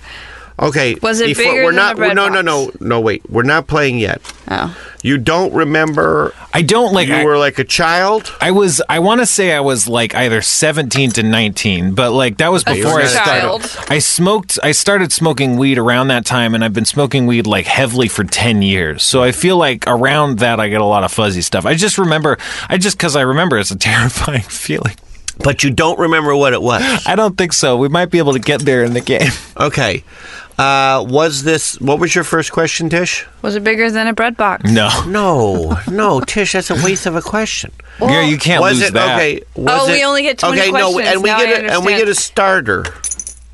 D: Okay.
F: Was it
D: before-
F: bigger
D: we're
F: than
D: not
F: a bread
D: No, no, no.
F: box?
D: No, wait. We're not playing yet.
F: Oh.
D: You don't remember
E: I don't like.
D: you
E: I,
D: were like a child?
E: I was. I want to say I was like either seventeen to nineteen, but like that was before I
D: were
E: started.
F: child.
E: I smoked. I started smoking weed around that time, and I've been smoking weed like heavily for ten years. So I feel like around that, I get a lot of fuzzy stuff. I just remember. I just because I remember, it's a terrifying feeling.
D: But you don't remember what it was.
E: I don't think so. We might be able to get there in the game.
D: Okay. Uh, was this what was your first question, Tish?
F: Was it bigger than a bread box?
E: No,
D: No, no, Tish, that's a waste of a question.
E: yeah, you can't
D: was
E: lose
D: it
E: that.
D: okay? Was
F: Oh,
D: it,
F: we only get 20
D: okay, No,
F: questions.
D: and we
F: Now I
D: get a, and we
F: understand.
D: get a starter,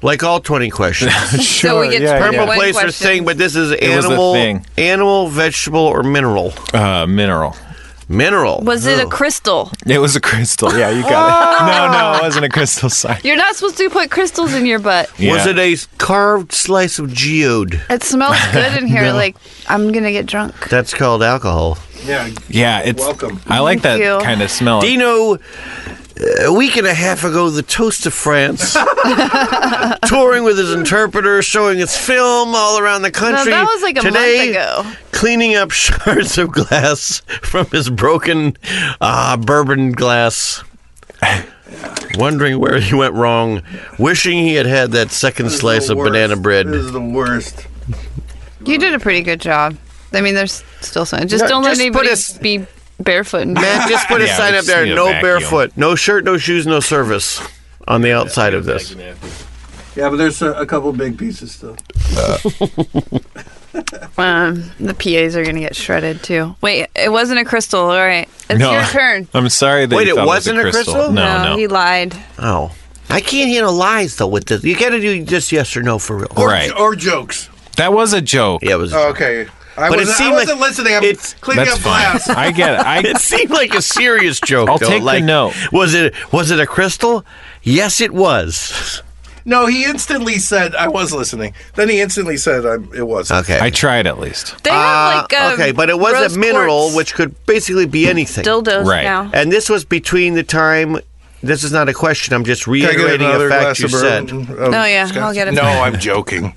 D: like all twenty questions.
E: Sure.
F: So we get
E: yeah,
D: Purple
F: One
D: place or
F: question.
D: thing, but this is
E: was a
D: animal,
E: thing.
D: animal, vegetable, or mineral.
E: yeah. Uh, mineral.
D: Mineral.
F: Was it a crystal?
E: It was a crystal. Yeah, you got it. No, no, it wasn't a crystal sign.
F: You're not supposed to put crystals in your butt.
D: Was it a carved slice of geode?
F: It smells good in here. Like I'm gonna get drunk.
D: That's called alcohol.
J: Yeah.
E: Yeah, it's.
J: Welcome.
E: I like
F: Thank
E: that
F: you.
E: kind of smell.
D: Dino, uh, a week and a half ago, the Toast of France, touring with his interpreter, showing his film all around the
F: No,
D: country.
F: that was like a
D: Today,
F: month ago.
D: Cleaning up shards of glass from his broken uh, bourbon glass. Wondering where he went wrong, wishing he had had that second slice of banana bread.
J: This is the worst.
F: You did a pretty good job. I mean, there's still some. Just
D: No,
F: don't
D: just
F: let
D: put
F: anybody
D: us-
F: be barefoot. And
D: Matt, just put a
E: Yeah,
D: sign
E: we
D: up
E: just
D: there:
E: need a
D: no
E: vacuum.
D: barefoot, no shirt, no shoes, no service. On the outside of this,
J: Yeah, but there's a, a couple big pieces still.
F: um, the PAs are gonna get shredded too. Wait, it wasn't a crystal. All right, it's
E: No.
F: your turn.
E: I'm sorry that
D: Wait,
E: you
D: it
E: thought
D: wasn't
E: was
D: a
E: a crystal.
D: crystal?
E: No, no.
F: he lied.
D: oh, I can't handle lies though with this. You gotta do just yes or no for real.
E: Or- Right.
C: Or jokes.
E: That was a joke.
D: yeah, it was.
C: Okay. I,
D: But it
C: wasn't,
D: seemed
C: I wasn't
D: like-
C: listening. I'm
D: it's-
C: cleaning
E: That's
C: up
E: fine.
C: glass.
E: I get it. I,
D: It seemed like a serious joke.
E: I'll
D: though.
E: take the
D: like,
E: no.
D: Was it was it a crystal? Yes, it was.
C: No, he instantly said I was listening. Then he instantly said I'm, it was.
D: Okay.
E: I tried at least.
F: They have like
D: Uh,
F: um,
D: okay, but it was
F: rose
D: a mineral,
F: quartz
D: which could basically be anything.
F: dildos
E: Right.
F: now.
D: And this was between the time. This is not a question. I'm just
C: Can I get
D: reiterating a
C: another
D: fact
C: glass
D: you
C: of
D: said.
C: bourbon? Um,
F: No, Oh, yeah, I'll get it.
C: No, I'm joking.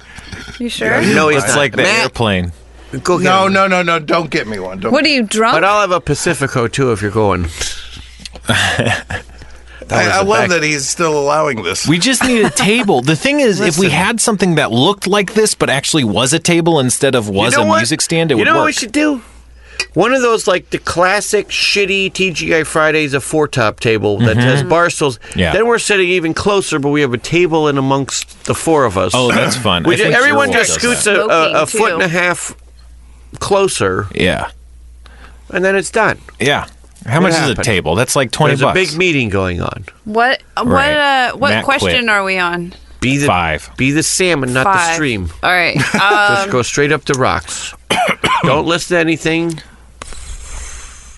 F: You sure?
D: No, he's
E: It's
D: not.
E: like the
D: Matt,
E: airplane.
D: go get
C: No,
D: him.
C: no, no, no. Don't get me one. Don't.
F: What are you drunk?
D: But uh, I'll have a Pacifico too if you're going.
C: I, I
D: a
C: love
D: back-
C: that he's still allowing this.
E: We just need a table. The thing is, if we had something that looked like this but actually was a table instead of was a music stand, it
D: you
E: would
D: know what we
E: work.
D: should do? One of those like the classic shitty TGI Fridays, a four top table that has bar stools.
E: Mm-hmm. Yeah.
D: Then we're sitting even closer, but we have a table in amongst the four of us.
E: Oh, that's fun.
D: we
E: I
D: ju-
E: think
D: everyone
E: Zero
D: just
E: does
D: scoots
E: that.
D: a, a, a
F: Smoking,
D: foot and
F: too.
D: a half closer,
E: Yeah,
D: and then it's done.
E: yeah. How much is a
D: happened?
E: table? That's like twenty
D: There's
E: bucks.
D: a big meeting going on.
F: what uh, what
E: Right.
F: uh, what
E: Matt quit.
F: question are we on?
D: Be the
E: Five.
D: Be the salmon, not the
F: Five.
D: stream.
F: All right.
D: Just
F: Um,
D: go straight up the rocks. Don't listen to anything.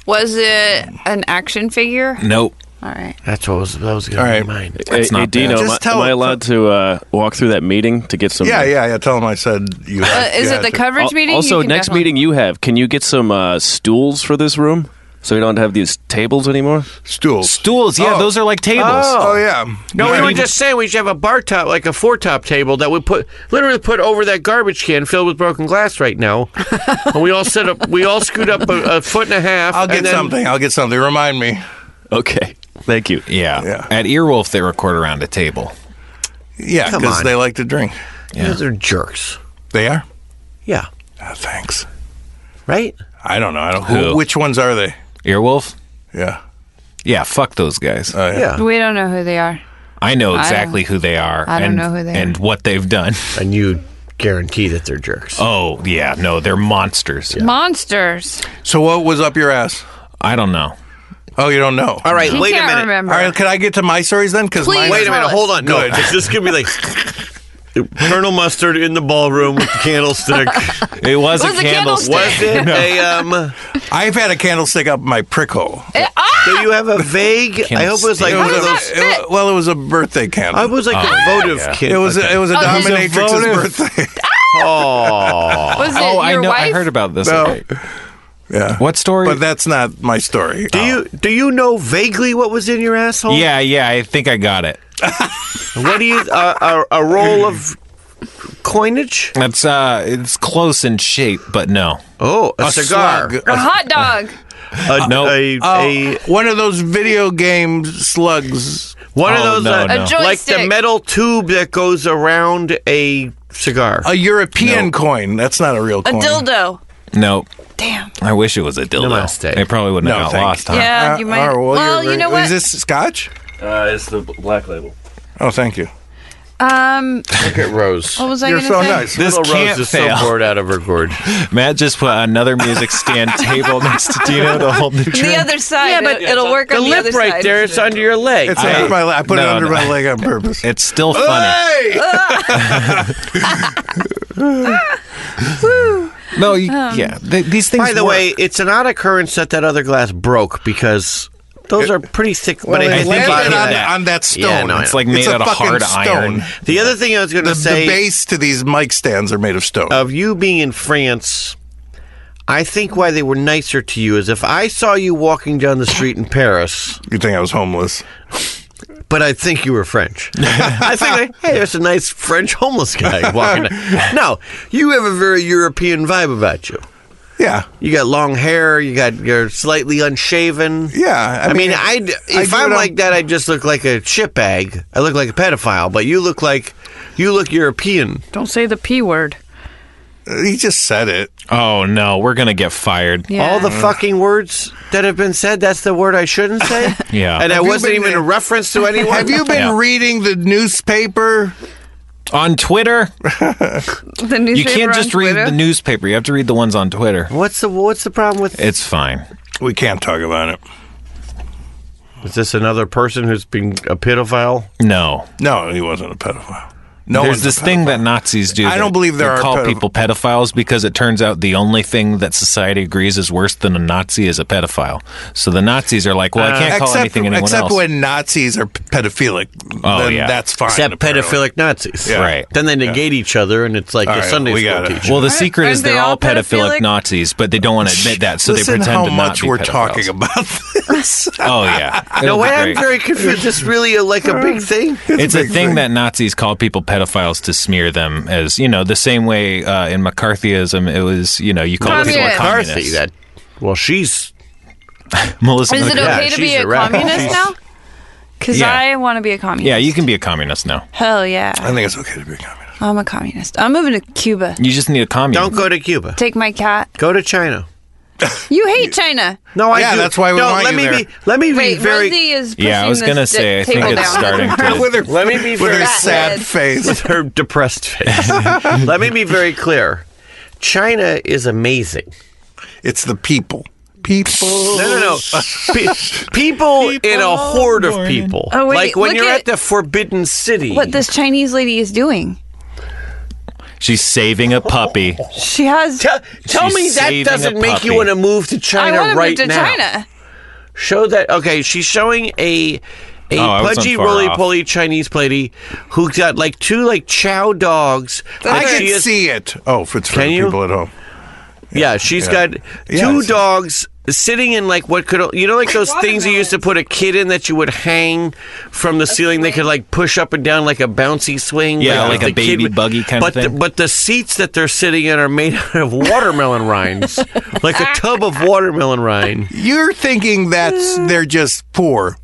F: was it an action figure?
E: Nope.
F: All right.
D: That's what was that was going
C: All
D: to
C: right.
D: be mine.
E: That's
K: hey,
E: not
K: hey, Dino,
E: bad.
K: am,
C: Just
K: I-
C: tell-
K: am I allowed to uh, walk through that meeting to get some? uh,
C: yeah, yeah, yeah. Tell him I said you.
F: Uh,
C: had-
F: is
C: you
F: it the
C: had to.
F: coverage
K: Al-
F: meeting?
K: Also,
F: You can
K: next
F: definitely-
K: meeting you have, can you get some uh, stools for this room so we don't have these tables anymore?
C: stools?
E: Stools. Yeah,
C: Oh.
E: those are like tables.
C: Oh yeah.
D: No, we
C: Yeah.
D: were just saying we should have a bar top, like a four top table that we put literally put over that garbage can filled with broken glass right now. and we all set up, we all scoot up a, a foot and a half.
C: I'll
D: and
C: get
D: then-
C: something. I'll get something. Remind me.
K: Okay. Thank you.
E: Yeah.
C: Yeah.
E: At Earwolf, they record around a table.
C: Yeah,
D: Come
C: because
D: on.
C: they like to drink.
D: Those are jerks.
C: They are.
D: Yeah.
C: Ah, thanks.
D: Right?
C: I don't know. I don't.
E: Who?
C: Who? Which ones are they?
E: Earwolf.
C: Yeah.
E: Yeah, fuck those guys.
C: Oh, yeah.
D: Yeah.
F: We don't know who they are.
E: I know
F: don't-
E: exactly who they are.
F: I don't
E: and,
F: know who they
E: and
F: are.
E: what they've done.
D: And you guarantee that they're jerks.
E: Oh yeah, no, they're monsters.
F: Monsters.
C: So what was up your ass?
E: I don't know.
C: Oh, you don't know.
D: all right,
F: He
D: wait a
F: can't
D: minute.
F: remember.
C: All right. Can I get to my stories then? Because
F: Please.
C: mine.
D: Wait a minute.
F: Tell
D: Hold
F: us.
D: on. No, this is going to be like Colonel Mustard in the ballroom with the candlestick.
E: It was,
F: It was a candlestick.
D: Was it a um?
C: I've had a candlestick up my prick hole.
F: Eh, ah!
D: Do you have a vague? I hope it Ah, was like
E: Candlestick.
C: a,
D: one of
F: does that
D: those.
C: it wa-
F: fit?
C: well, it was a birthday candle.
D: I was like a votive kid.
C: it was a, it was a
F: Oh, he's a
C: dominatrix's
E: votive.
C: birthday.
F: Was it
E: Oh,
F: your
E: I know.
F: wife?
E: I heard about this.
C: No. Yeah.
E: What story?
C: But that's not my story.
D: Do you do you know vaguely what was in your asshole?
E: yeah, yeah, I think I got it.
D: What do you uh, a, a roll of coinage?
E: That's uh, it's close in shape, but no.
D: Oh, a,
C: A
D: cigar.
C: slug.
F: A hot dog.
D: A,
E: no.
D: a,
C: Oh.
D: a-
C: One of those video game slugs.
D: one
E: Oh,
D: of those
E: no,
D: uh,
E: no. A
D: like the
F: joystick.
D: metal tube that goes around a cigar.
C: A European coin. That's not a real
F: A
C: coin.
F: dildo.
E: No,
F: Damn.
E: I wish it was a dildo.
D: Namaste.
E: It probably wouldn't
C: No,
E: have got
C: thank Uh,
E: lost. Huh?
F: Yeah, you might.
C: all right,
F: well,
C: you're
F: you know
C: very-
F: what?
C: Is this scotch?
K: Uh, it's the black label.
C: Oh, thank you.
F: um,
D: Look at Rose.
F: what was I
C: You're
F: going to
C: so
F: say?
C: nice.
E: This
D: Little Rose
E: can't
D: is
E: fail.
D: so bored out of her gourd.
E: Matt just put another music stand table next to Dino to hold the drink.
F: The other side. Yeah, but it'll work
D: The
F: on the other
D: lip right
F: side.
D: there, it's under your leg.
C: It's
E: I-
C: under my leg. I put it
E: no,
C: under
E: no.
C: my leg on purpose.
E: It's still
D: Uh,
E: funny.
C: Hey!
E: No, you,
F: um,
E: yeah, th- these things.
D: By the
E: work.
D: way, it's an odd occurrence that that other glass broke because those are pretty thick.
C: Well,
D: but
C: it
D: I
E: think
D: think
E: landed
D: you
C: landed
D: can-
C: on,
E: that.
C: on that stone.
D: Yeah, no, I
E: it's like made
C: It's a
E: out of
C: fucking
E: hard
C: stone.
E: iron.
D: The other thing I was going
C: The,
D: to
C: the
D: say
C: base to these mic stands are made of stone.
D: of you being in France, I think why they were nicer to you is if I saw you walking down the street in Paris,
C: you think I was homeless?
D: but I think you were French. I think, like, hey, there's a nice French homeless guy walking. down. no, you have a very European vibe about you.
C: Yeah.
D: You got long hair. You got you're slightly unshaven.
C: Yeah,
D: I,
C: I
D: mean,
C: mean,
D: I'd,
C: I
D: if
C: do
D: I am
C: it on-
D: like that, I just look like a shit bag. I look like a pedophile. But you look like you look European.
F: Don't say the p word.
C: He just said it.
E: oh no, we're gonna get fired.
F: Yeah.
D: All the
C: Mm.
D: fucking words that have been said. That's the word I shouldn't say.
E: Yeah.
D: and I
C: Have you
D: wasn't
C: been
D: even
C: there?
D: a reference to anyone.
C: Have you been
E: Yeah.
C: reading the newspaper?
E: On Twitter,
F: The newspaper
E: you can't
F: on
E: just read
F: Twitter?
E: the newspaper. You have to read the ones on Twitter.
D: What's the What's the problem with?
E: It's fine.
C: We can't talk about it.
D: Is this another person who's been a pedophile?
E: No,
C: No, he wasn't a pedophile. No
E: there's
C: one's a
E: this thing that Nazis do.
C: I
E: that-
C: don't believe there
E: they
C: are
E: call
C: pedoph-
E: people pedophiles because it turns out the only thing that society agrees is worse than a Nazi is a pedophile. So the Nazis are like, well, I can't call
C: Uh, except,
E: anything anyone
C: except
E: else.
C: when Nazis are pedophilic.
E: Oh,
C: then
E: yeah.
C: that's fine.
H: Except
C: apparently.
H: pedophilic Nazis.
C: Yeah.
E: Right.
H: Then they negate each other, and it's like
C: All
H: a
C: right,
H: Sunday
C: we
H: school
C: got it.
H: teacher.
E: well, the secret
F: Aren't
E: is
F: they
E: they're
F: all
E: all pedophilic
F: pedophilic?
E: Nazis, but they don't want to admit that, so
C: Listen
E: they pretend
C: how
E: to not
C: much
E: be
C: we're
E: pedophiles.
C: talking about this.
E: Oh yeah.
D: No
E: It'll be
D: way, I'm
E: great.
D: very confused. Is this really a, like a big thing?
E: it's a thing that Nazis call people pedophiles to smear them as you know the same way uh, in McCarthyism it was you know you call people a
F: Communist.
D: McCarthy.
E: communist.
D: That well, she's
E: Melissa
F: Is it
E: McCarthy.
F: okay to be
D: she's
F: a
D: a rat.
F: communist now? Because
E: Yeah.
F: I want to be a communist.
E: Yeah, you can be a communist now.
F: Hell yeah.
C: I think it's okay to be a communist.
F: I'm a communist. I'm moving to Cuba.
E: You just need a communist.
D: don't go to Cuba.
F: Take my cat.
D: Go to China.
F: You hate China.
D: No, I
C: Yeah,
D: do.
C: that's why we
D: no,
C: want
D: let
C: you
D: me
C: there.
D: Be, let me be
F: Wait,
D: very.
F: Rosie is. Pushing
E: yeah, I was
F: this
E: gonna
F: d-
E: say I think
F: table
E: it's
F: down.
E: starting to.
C: her,
D: let me be
C: with
D: very.
C: her
F: Fat
C: sad
F: head.
C: face.
D: her depressed face. let me be very clear. China is amazing.
C: It's the people. People.
D: No, no, no. Pe- people, in a horde of people.
F: Oh, wait,
D: like when
F: look
D: you're
F: at-
D: at, the Forbidden City.
F: What this Chinese lady is doing?
E: She's saving a puppy.
F: She has.
D: Tell, tell
E: She's
D: me
E: saving
D: that doesn't
E: a
D: make you
E: puppy.
D: want to move to China
F: I want
D: right
F: to move to
D: now.
F: China.
D: Show that. Okay, she's showing a a
E: Oh, I wasn't
D: pudgy
E: far
D: roly
E: off.
D: poly Chinese lady who got like two like chow dogs.
C: I
D: Like,
C: can
D: she is-
C: see it. Oh, if it's for
D: Can
C: the
D: you?
C: people at home.
D: Yeah, she's
C: Yeah.
D: got two
C: Yeah, I see.
D: dogs sitting in like what could you know like those things you used to put a kid in that you would hang from the ceiling. They could like push up and down like a bouncy swing.
E: Yeah, like
D: the
E: a
D: kid
E: baby
D: would-
E: buggy kind of
D: but The,
E: thing.
D: but the seats that they're sitting in are made out of watermelon rinds, like a tub of watermelon rind.
C: You're thinking that's they're just poor.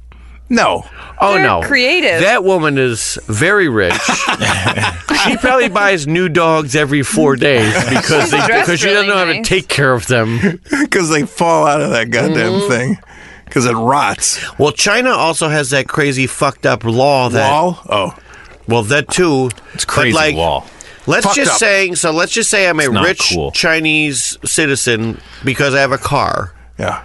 C: No.
D: Oh
F: They're
D: no,
F: creative.
D: That woman is very rich. she probably buys new dogs every four days because they,
F: dressed
D: because she doesn't
F: really
D: know how to
F: nice.
D: take care of them.
C: Because they fall out of that goddamn thing. Because it rots.
D: Well, China also has that crazy fucked up law that
C: Wall. Oh.
D: well that too. It's
E: Crazy
D: like,
E: wall.
D: Let's
C: Fucked
D: just
C: up.
D: say so. Let's just say I'm a
E: not
D: rich
E: cool.
D: Chinese citizen because I have a car.
C: Yeah.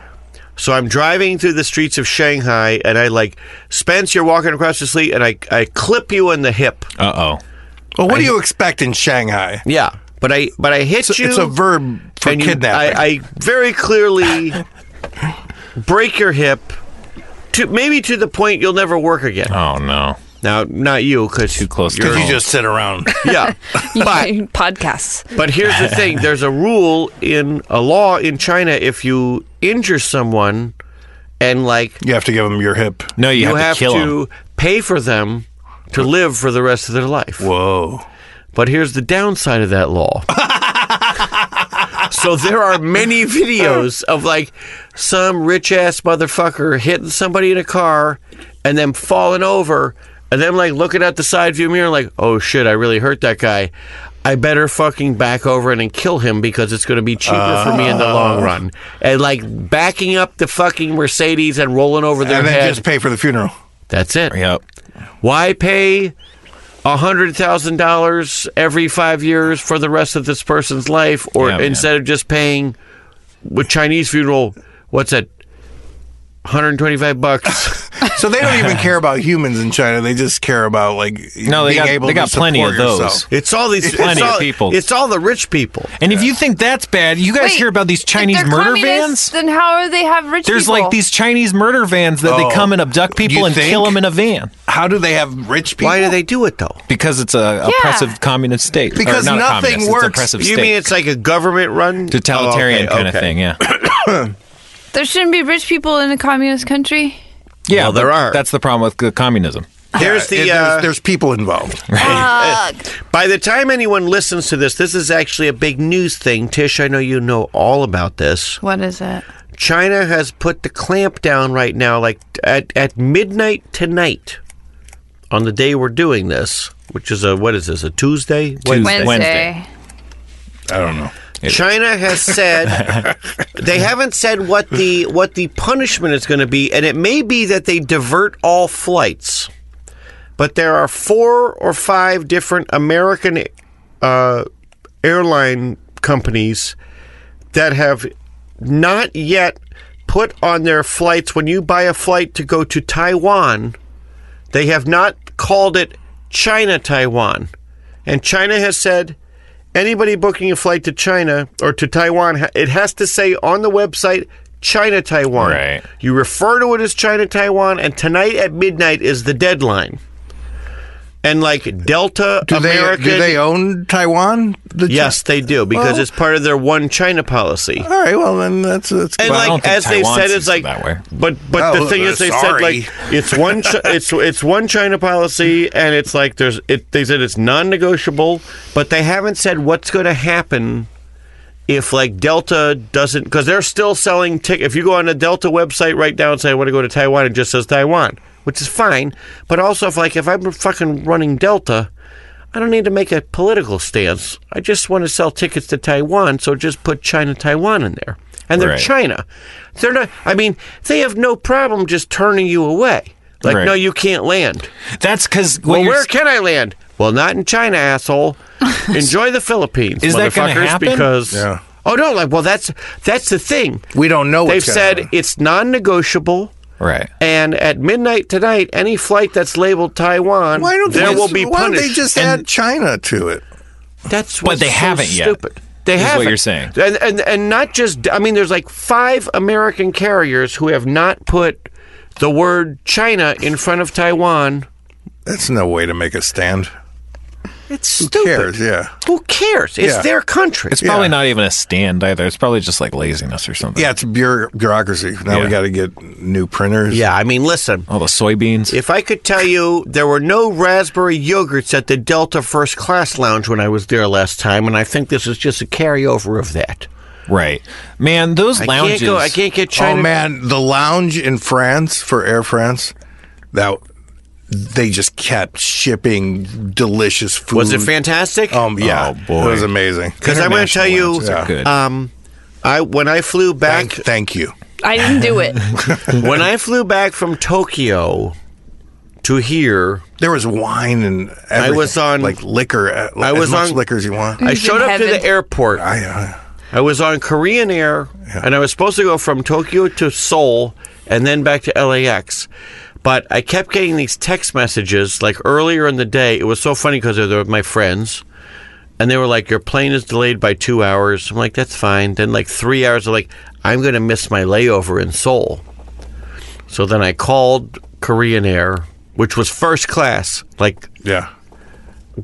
D: So I'm driving through the streets of Shanghai, and I like Spence. You're walking across the street, and I I clip you in the hip.
E: Uh oh.
C: Well, what do you expect in Shanghai?
D: Yeah, but I but I hit
C: It's,
D: you.
C: it's a verb for
D: and you-
C: kidnapping.
D: I, I very clearly break your hip. To, maybe to the point you'll never work again.
E: Oh no.
D: Now, not you, because
E: Too close to
C: Because you
E: home.
C: just sit around.
D: Yeah, but
F: Podcasts.
D: But here's the thing: there's a rule in a law in China. If you injure someone, and like
C: You have to give them your hip.
E: No, you,
D: you,
E: have, to kill him.
D: pay for them to live for the rest of their life.
C: Whoa.
D: But here's the downside of that law. so there are many videos of like some rich ass motherfucker hitting somebody in a car and them falling over and them like looking at the side view mirror like, oh shit, I really hurt that guy. I better fucking back over and, and kill him because it's going to be cheaper for me in the long
C: Oh.
D: run. And like backing up the fucking Mercedes and rolling over their
C: And then
D: head.
C: just pay for the funeral.
D: That's it.
E: Yep.
D: Why pay hundred thousand dollars every five years for the rest of this person's life, or
E: Yeah, man.
D: instead of just paying with Chinese funeral, what's that? Hundred and twenty-five bucks.
C: So they don't even care about humans in China. They just care about like
E: No, they
C: being
E: got-
C: able
E: they
C: to
E: got plenty of
C: support
E: those.
C: yourself.
D: It's all these it's
E: Plenty of
D: all,
E: people.
D: It's all the rich people.
E: And if you think that's bad, you guys
F: Wait,
E: hear about these
F: if
E: Chinese
F: they're
E: murder vans?
F: communists, Then how are they have rich
E: There's
F: people?
E: like these Chinese murder vans that
C: Oh,
E: they come and abduct
C: you
E: people and
C: think?
E: kill them in a van
C: How do they have rich people?
D: Why do they do it though?
E: because it's a oppressive communist state. Or
C: Because
E: not a
C: nothing
E: communist, it's
C: works.
E: oppressive
D: You
E: state.
D: mean it's like a government-run
E: totalitarian
D: Oh, okay,
E: kind
D: okay.
E: of thing? Yeah.
F: There shouldn't be rich people in a communist country.
E: Yeah,
D: Well, there
E: but
D: are.
E: That's the problem with the communism.
D: Here's the
C: It-
D: uh,
C: there's, there's people involved.
F: Fuck.
D: By the time anyone listens to this, this is actually a big news thing. Tish, I know you know all about this.
F: What is it?
D: China has put the clamp down right now, like at, at midnight tonight, on the day we're doing this, which is a what is this, a Tuesday? When-
F: Wednesday.
E: Wednesday.
C: I don't know.
D: China has said they haven't said what the what the punishment is going to be, and it may be that they divert all flights. But there are four or five different American uh, airline companies that have not yet put on their flights when you buy a flight to go to Taiwan, they have not called it China Taiwan. And China has said anybody booking a flight to China or to Taiwan, ha- it has to say on the website China Taiwan.
E: Right.
D: You refer to it as China Taiwan, and tonight at midnight is the deadline. And like Delta
C: Do they,
D: American,
C: do they own Taiwan? The Chi-
D: yes, they do because
C: Well-
D: it's part of their one China policy.
C: All right. Well, then that's that's.
D: And
E: Well, I don't
D: like
E: think
D: as they
E: Taiwan
D: said,
E: sees
D: it's
E: it
D: like
E: that way.
D: But but
C: Oh,
D: the thing
C: uh,
D: is, they
C: sorry.
D: said like it's one chi- it's it's one China policy, and it's like there's it. They said it's non-negotiable, but they haven't said what's going to happen if like Delta doesn't because they're still selling tickets. If you go on the Delta website right now and say I want to go to Taiwan, it just says Taiwan, which is fine. But also, if like if I'm fucking running Delta. I don't need to make a political stance. I just want to sell tickets to Taiwan, so just put China Taiwan in there. And they're
E: Right.
D: China. They're not I mean, they have no problem just turning you away. Like,
E: Right.
D: no, you can't land.
E: That's because
D: Well, where can I land? Well, not in China, asshole. Enjoy the Philippines,
E: Is that gonna
D: motherfuckers,
E: happen?
D: because
C: Yeah.
D: Oh no, like well that's that's the thing.
C: We don't know.
D: They've
C: what's gonna
D: said
C: happen.
D: it's non negotiable
E: right.
D: and at midnight tonight, any flight that's labeled Taiwan
C: Why don't
D: there
C: they,
D: will be
C: Why don't
D: punished.
C: they just add China to it?
D: That's
E: But
D: what's
E: they
D: so
E: haven't yet,
D: Stupid. They
E: is what
D: haven't.
E: you're saying.
D: and, and and not just. I mean, there's like five American carriers who have not put the word China in front of Taiwan.
C: That's no way to make a stand.
D: It's
C: Who
D: stupid.
C: cares? Yeah.
D: Who cares? It's
C: Yeah.
D: their country.
E: It's probably not even a stand either. It's probably just like laziness or something.
C: Yeah, it's bureau- bureaucracy. Now
E: Yeah.
C: we got to get new printers.
D: yeah, I mean, listen.
E: All the soybeans.
D: If I could tell you, there were no raspberry yogurts at the Delta First Class Lounge when I was there last time, and I think this is just a carryover of that.
E: Right. Man, those
D: I
E: lounges.
D: can't go. I can't get China.
C: Oh man, the lounge in France for Air France, that they just kept shipping delicious food.
D: was it fantastic?
C: Um, yeah,
E: Oh, boy.
C: it was amazing.
D: Because I'm going to tell you,
E: International lounges are good.
D: Um, I when I flew back
C: Thank, thank you.
F: I didn't do it.
D: when I flew back from Tokyo to here,
C: There was wine and everything.
D: was on-
C: like liquor. uh,
D: I
C: as
D: was
C: much
D: on-
C: liquor as you want.
D: I
F: Who's
D: showed
F: in
D: up to
F: heaven?
D: the airport.
C: I, uh,
D: I was on Korean Air, and I was supposed to go from Tokyo to Seoul and then back to LAX. But I kept getting these text messages like earlier in the day. It was so funny because they were my friends, and they were like, "Your plane is delayed by two hours." I'm like, "That's fine." Then like three hours, they're like, "I'm going to miss my layover in Seoul." So then I called Korean Air, which was first class, like
C: yeah.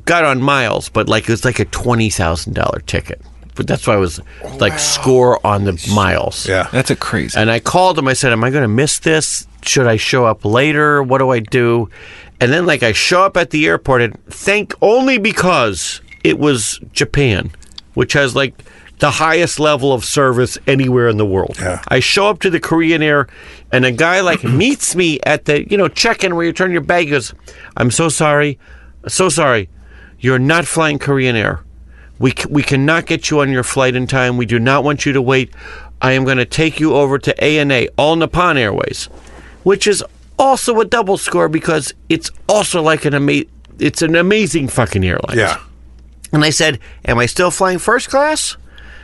D: got on miles, but like it was like a twenty thousand dollar ticket. But that's why I was like score on the miles.
C: Yeah.
E: That's a crazy.
D: And I called him. I said, "Am I going to miss this? Should I show up later? What do I do?" And then like I show up at the airport, and thank only because it was Japan, which has like the highest level of service anywhere in the world.
C: Yeah.
D: I show up to the Korean Air, and a guy like meets me at the you know check-in where you turn your bag. He goes, "I'm so sorry, so sorry, you're not flying Korean Air. We c- we cannot get you on your flight in time. We do not want you to wait. I am going to take you over to ANA, All Nippon Airways, which is also a double score because it's also like an ama- it's an amazing fucking airline.
C: Yeah.
D: And I said, Am I still flying first class?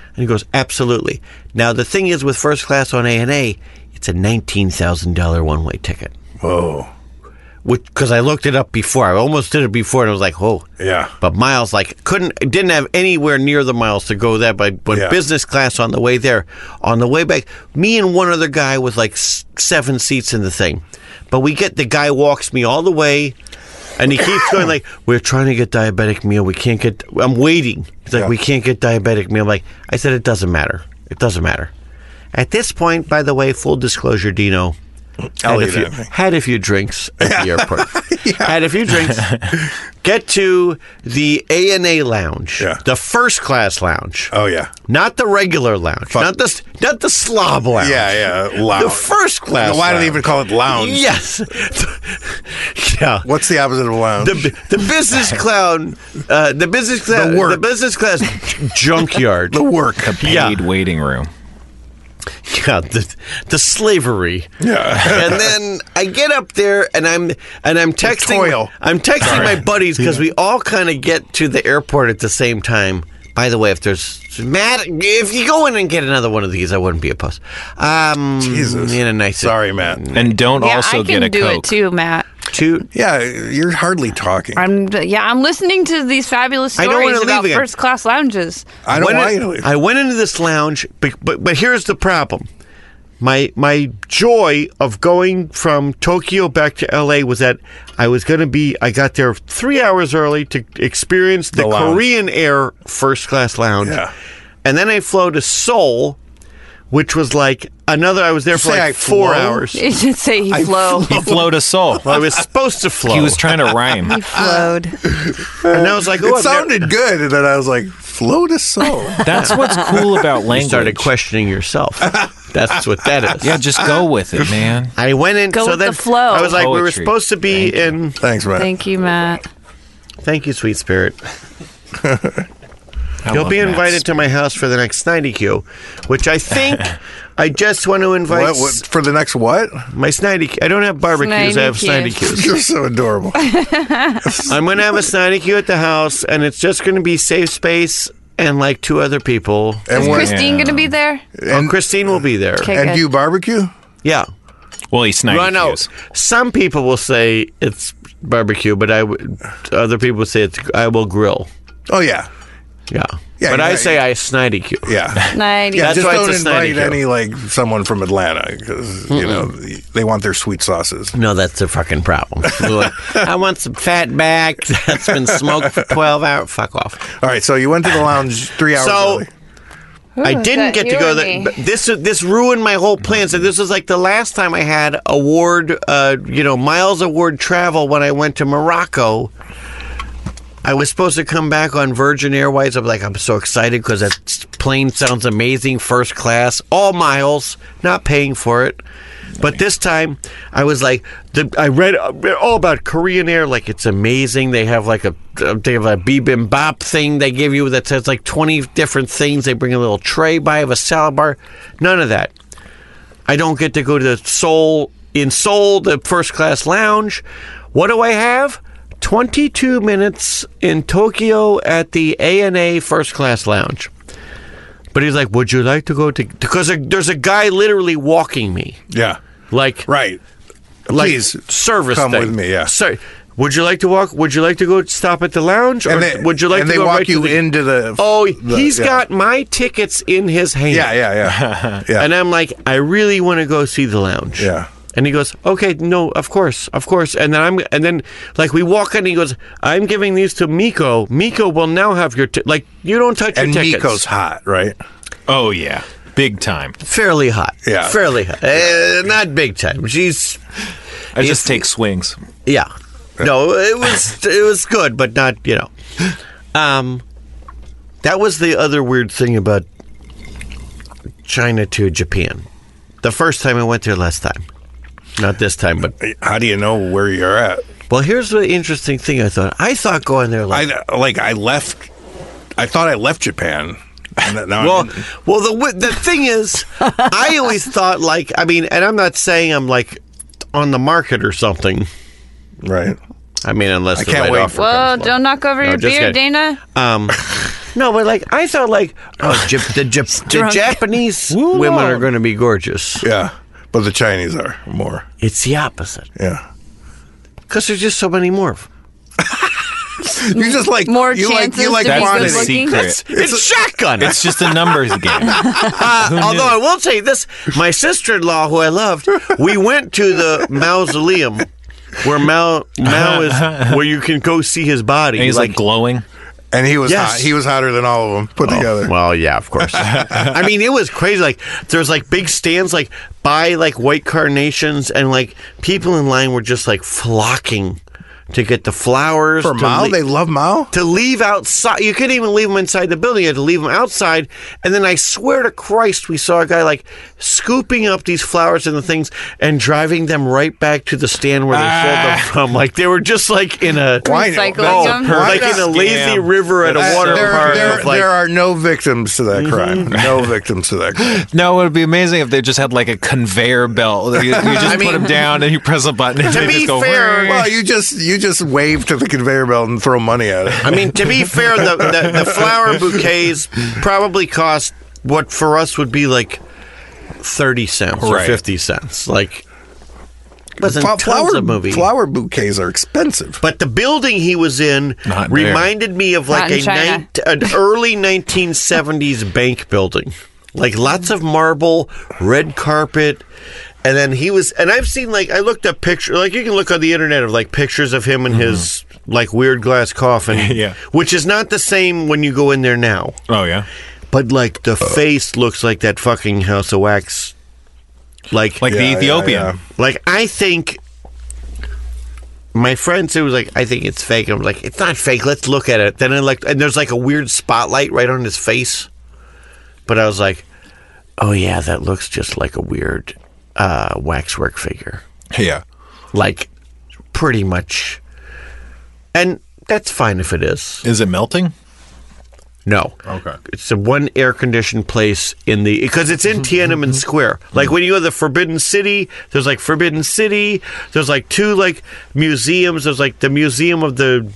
D: And he goes, Absolutely. Now, the thing is with first class on ANA, it's a $19,000 one way ticket.
C: Whoa.
D: Because I looked it up before. I almost did it before and I was like, Whoa.
C: Yeah.
D: But miles, like, couldn't, didn't have anywhere near the miles to go that. But but
C: Yeah.
D: business class on the way there, on the way back, me and one other guy with like s- seven seats in the thing. But we get the guy walks me all the way, and he keeps going like, "We're trying to get diabetic meal. We can't get. I'm waiting. He's like,
C: Yeah.
D: we can't get diabetic meal. I'm like I said, it doesn't matter. It doesn't matter. At this point, by the way, full disclosure, Dino,
C: I'll
D: had a
C: eat
D: few,
C: anything.
D: had a few drinks at the airport. Had a few drinks. Get to the A and A lounge,
C: Yeah.
D: the first class lounge,
C: Oh yeah.
D: not the regular lounge, not the not the slob lounge.
C: Yeah. Yeah. Lounge.
D: the first class.
C: Why do they
D: lounge.
C: even call it lounge?
D: Yes. yeah.
C: What's the opposite of lounge?
D: The, the business clown, uh, the business class,
C: work.
D: the business class junkyard.
C: The work.
D: yeah,
E: Paid waiting room.
D: yeah, the, the slavery.
C: Yeah.
D: and then I get up there and I'm and I'm texting
C: toil.
D: I'm texting my buddies because we all kind of get to the airport at the same time. By the way, if there's Matt, if you go in and get another one of these, I wouldn't be opposed. Um,
C: Jesus.
D: in a nice
C: Sorry, Matt.
E: And don't
F: yeah,
E: also
F: I
E: get
F: can
E: a
F: do
E: coke.
F: it too, Matt.
D: two.
C: Yeah, you're hardly talking.
F: I'm yeah, I'm listening to these fabulous
D: I don't wanna
F: stories about
D: leave again.
F: first class lounges.
C: I don't
D: When
C: want
D: it-
C: you to leave.
D: I went into this lounge, but, but but here's the problem. My my joy of going from Tokyo back to LA was that I was going to be. I got there three hours early to experience the,
C: The lounge.
D: Korean Air first class lounge,
C: Yeah.
D: and then I flew to Seoul, which was like another. I was there for
C: say I
D: like four
C: flow?
D: hours.
F: It should say he flow.
E: He flowed a soul.
D: I was supposed to flow.
E: He was trying to rhyme.
F: He flowed.
D: and I was like, oh,
C: it sounded good, and then I was like, "Float a soul."
E: That's what's cool about language.
D: You started questioning yourself. That's what that is.
E: Yeah, just go with it, man.
D: I went in.
F: Go
D: so
F: with
D: then
F: the flow.
D: I was like, we were
E: Poetry.
D: supposed to be in.
C: Thanks, Matt.
F: Thank you, Matt.
D: Thank you, sweet spirit.
E: I
D: You'll
E: love
D: be
E: Matt's.
D: invited to my house for the next 90 Q, which I think I just want to invite
C: What, what for the next what?
D: my Snidey. Q- I don't have barbecues. I have Snidey
F: 90 Q.
D: Qs.
C: You're so adorable.
D: I'm going to have a Snidey Q at the house, and it's just going to be safe space and like two other people.
F: Is
C: And when,
F: Christine gonna be there?
D: And Christine will be there.
F: Okay,
C: and
F: good.
C: do you barbecue?
D: Yeah.
E: Well, he's sniped.
D: Well, I know some people will say it's barbecue, but I would. Other people say it's I will grill.
C: Oh yeah,
D: Yeah.
C: Yeah,
D: but
C: you're
D: I
C: right.
D: say I Snidey Q.
C: yeah.
F: Ninety.
C: Yeah,
D: That's
C: just
D: why
C: don't
D: it's a Snidey
C: invite
D: Q.
C: any like someone from Atlanta because you know they want their sweet sauces.
D: No, that's a fucking problem. I want some fat back that's been smoked for 12 hours. Fuck off.
C: All right, so you went to the lounge three hours
D: So-
C: early.
D: I
F: Ooh,
D: didn't
F: that
D: get
F: you
D: to go
F: or
D: there.
F: me?
D: but This this ruined my whole plan. So this was like the last time I had award, uh, you know, miles award travel when I went to Morocco. I was supposed to come back on Virgin Airways. I'm like, I'm so excited because that s- plane sounds amazing, first class, all miles, not paying for it. But this time, I was like, the, I read uh, read all about Korean Air. Like, it's amazing. They have like a uh, they have a bibimbap thing they give you that says like 20 different things. They bring a little tray by of a salad bar. None of that. I don't get to go to the Seoul in Seoul, the first class lounge. What do I have? 22 minutes in Tokyo at the ANA first class lounge. But he's like, "Would you like to go to?" Because there's a guy literally walking me,
C: Yeah,
D: like
C: right.
D: like
C: Please
D: service.
C: come
D: thing.
C: with me. Yeah,
D: Sorry. Would you like to walk? Would you like to go stop at the lounge, or
C: and they,
D: would you like
C: and
D: to
C: they
D: go
C: walk
D: right to
C: you
D: the-
C: into the.
D: Oh,
C: he's
D: he's got my tickets in his hand.
C: Yeah, yeah, yeah, yeah.
D: And I'm like, I really want to go see the lounge.
C: Yeah.
D: And he goes, okay, no, of course, of course. And then I'm, and then like we walk in, he goes, I'm giving these to Miko. Miko will now have your, ti- like, you don't touch
C: and
D: your tickets.
C: Miko's hot, right?
E: Oh yeah, big time.
D: fairly hot.
C: Yeah.
D: Fairly hot. Eh, not big time. She's,
E: I just take swings.
D: yeah. No, it was, it was good, but not, you know. Um, that was the other weird thing about China to Japan. The first time I went there last time. Not this time, but
C: How do you know where you're at?
D: Well, here's the interesting thing I thought. I thought going there like
C: I like I left. I thought I left Japan. And now I'm
D: well,
C: in-
D: well the wi- the thing is, I always thought like I mean, and I'm not saying I'm like on the market or something.
C: right.
D: I mean, unless
C: I
D: the
C: can't
D: right
C: wait
D: offer
C: for-
F: Whoa,
D: comes along.
F: don't knock over
D: No,
F: your
D: just
F: beer,
D: kidding.
F: Dana.
D: Um, no, but like I thought like oh, Jap- the, Jap- the
F: drunk.
D: Japanese women are going to be gorgeous.
C: Yeah, but the Chinese are more.
D: It's the opposite
C: Yeah,
D: because there's just so many more. of 'em.
C: you just like
F: More
C: you
F: chances
C: like,
F: to
C: you
F: be
C: like
F: good
C: quantity.
F: looking.
E: Secret.
D: It's, shotgun.
E: It's just a numbers game.
D: Uh, although I will say this, my sister in law, who I loved, we went to the mausoleum where Mao Mao is, where you can go see his body.
E: And he's like glowing.
C: and he was
D: Yes.
C: hot. He was hotter than all of them put together.
D: Oh, well, yeah, of course. I mean, it was crazy. Like there's like big stands, like by like white carnations, and like people in line were just like flocking to get the flowers
C: For
D: to
C: Mao,
D: le-
C: they love Mao.
D: to leave outside. You couldn't even leave them inside the building. You had to leave them outside. And then I swear to Christ, we saw a guy like scooping up these flowers and the things and driving them right back to the stand where they
C: Ah.
D: sold them from. Like they were just like in a.
C: Why?
F: Recycling
C: that's
F: them?
C: a perfect
D: Like in a lazy
E: Scam.
D: river at a
C: Uh,
D: water
C: there,
D: park.
C: there-
D: of, like, Mm-hmm.
C: there are no victims to that crime. No victims to that crime.
E: No, it would be amazing if they just had like a conveyor belt. You, you just put them down and you press a button. And
D: To
E: they
D: be
E: just go,
D: fair-
E: "Whirr."
C: Well, you just you you just wave to the conveyor belt and throw money at it.
D: I mean, to be fair, the, the, the flower bouquets probably cost what for us would be like 30 cents or
E: Right.
D: 50 cents. Like, wasn't
C: Fla-
D: tons of movie.
C: flower bouquets are expensive.
D: But the building he was in
E: Not there.
D: reminded me of
F: Not
D: like
F: in
D: a
F: China.
D: nine, an early 1970s bank building. Like lots of marble, red carpet. And then he was, and I've seen like, I looked up picture, like you can look on the internet of like pictures of him and his like weird glass coffin,
E: Mm-hmm. Yeah.
D: which is not the same when you go in there now.
E: Oh yeah,
D: But like
E: Uh.
D: the face looks like that fucking House of Wax. Like,
E: like
C: Yeah,
E: the
C: yeah,
E: Ethiopian.
C: yeah.
D: like I think my friend said it was like I think it's fake. I'm like it's not fake. Let's look at it. Then I like and there's like a weird spotlight right on his face. But I was like, oh yeah, that looks just like a weird uh, waxwork figure.
C: Yeah.
D: Like pretty much, and that's fine if it is.
E: Is it melting?
D: No. Okay. It's a one air conditioned place in the because it's in Tiananmen Square. Like when you go to the Forbidden City, there's like Forbidden City. There's like two like museums. There's like the museum of the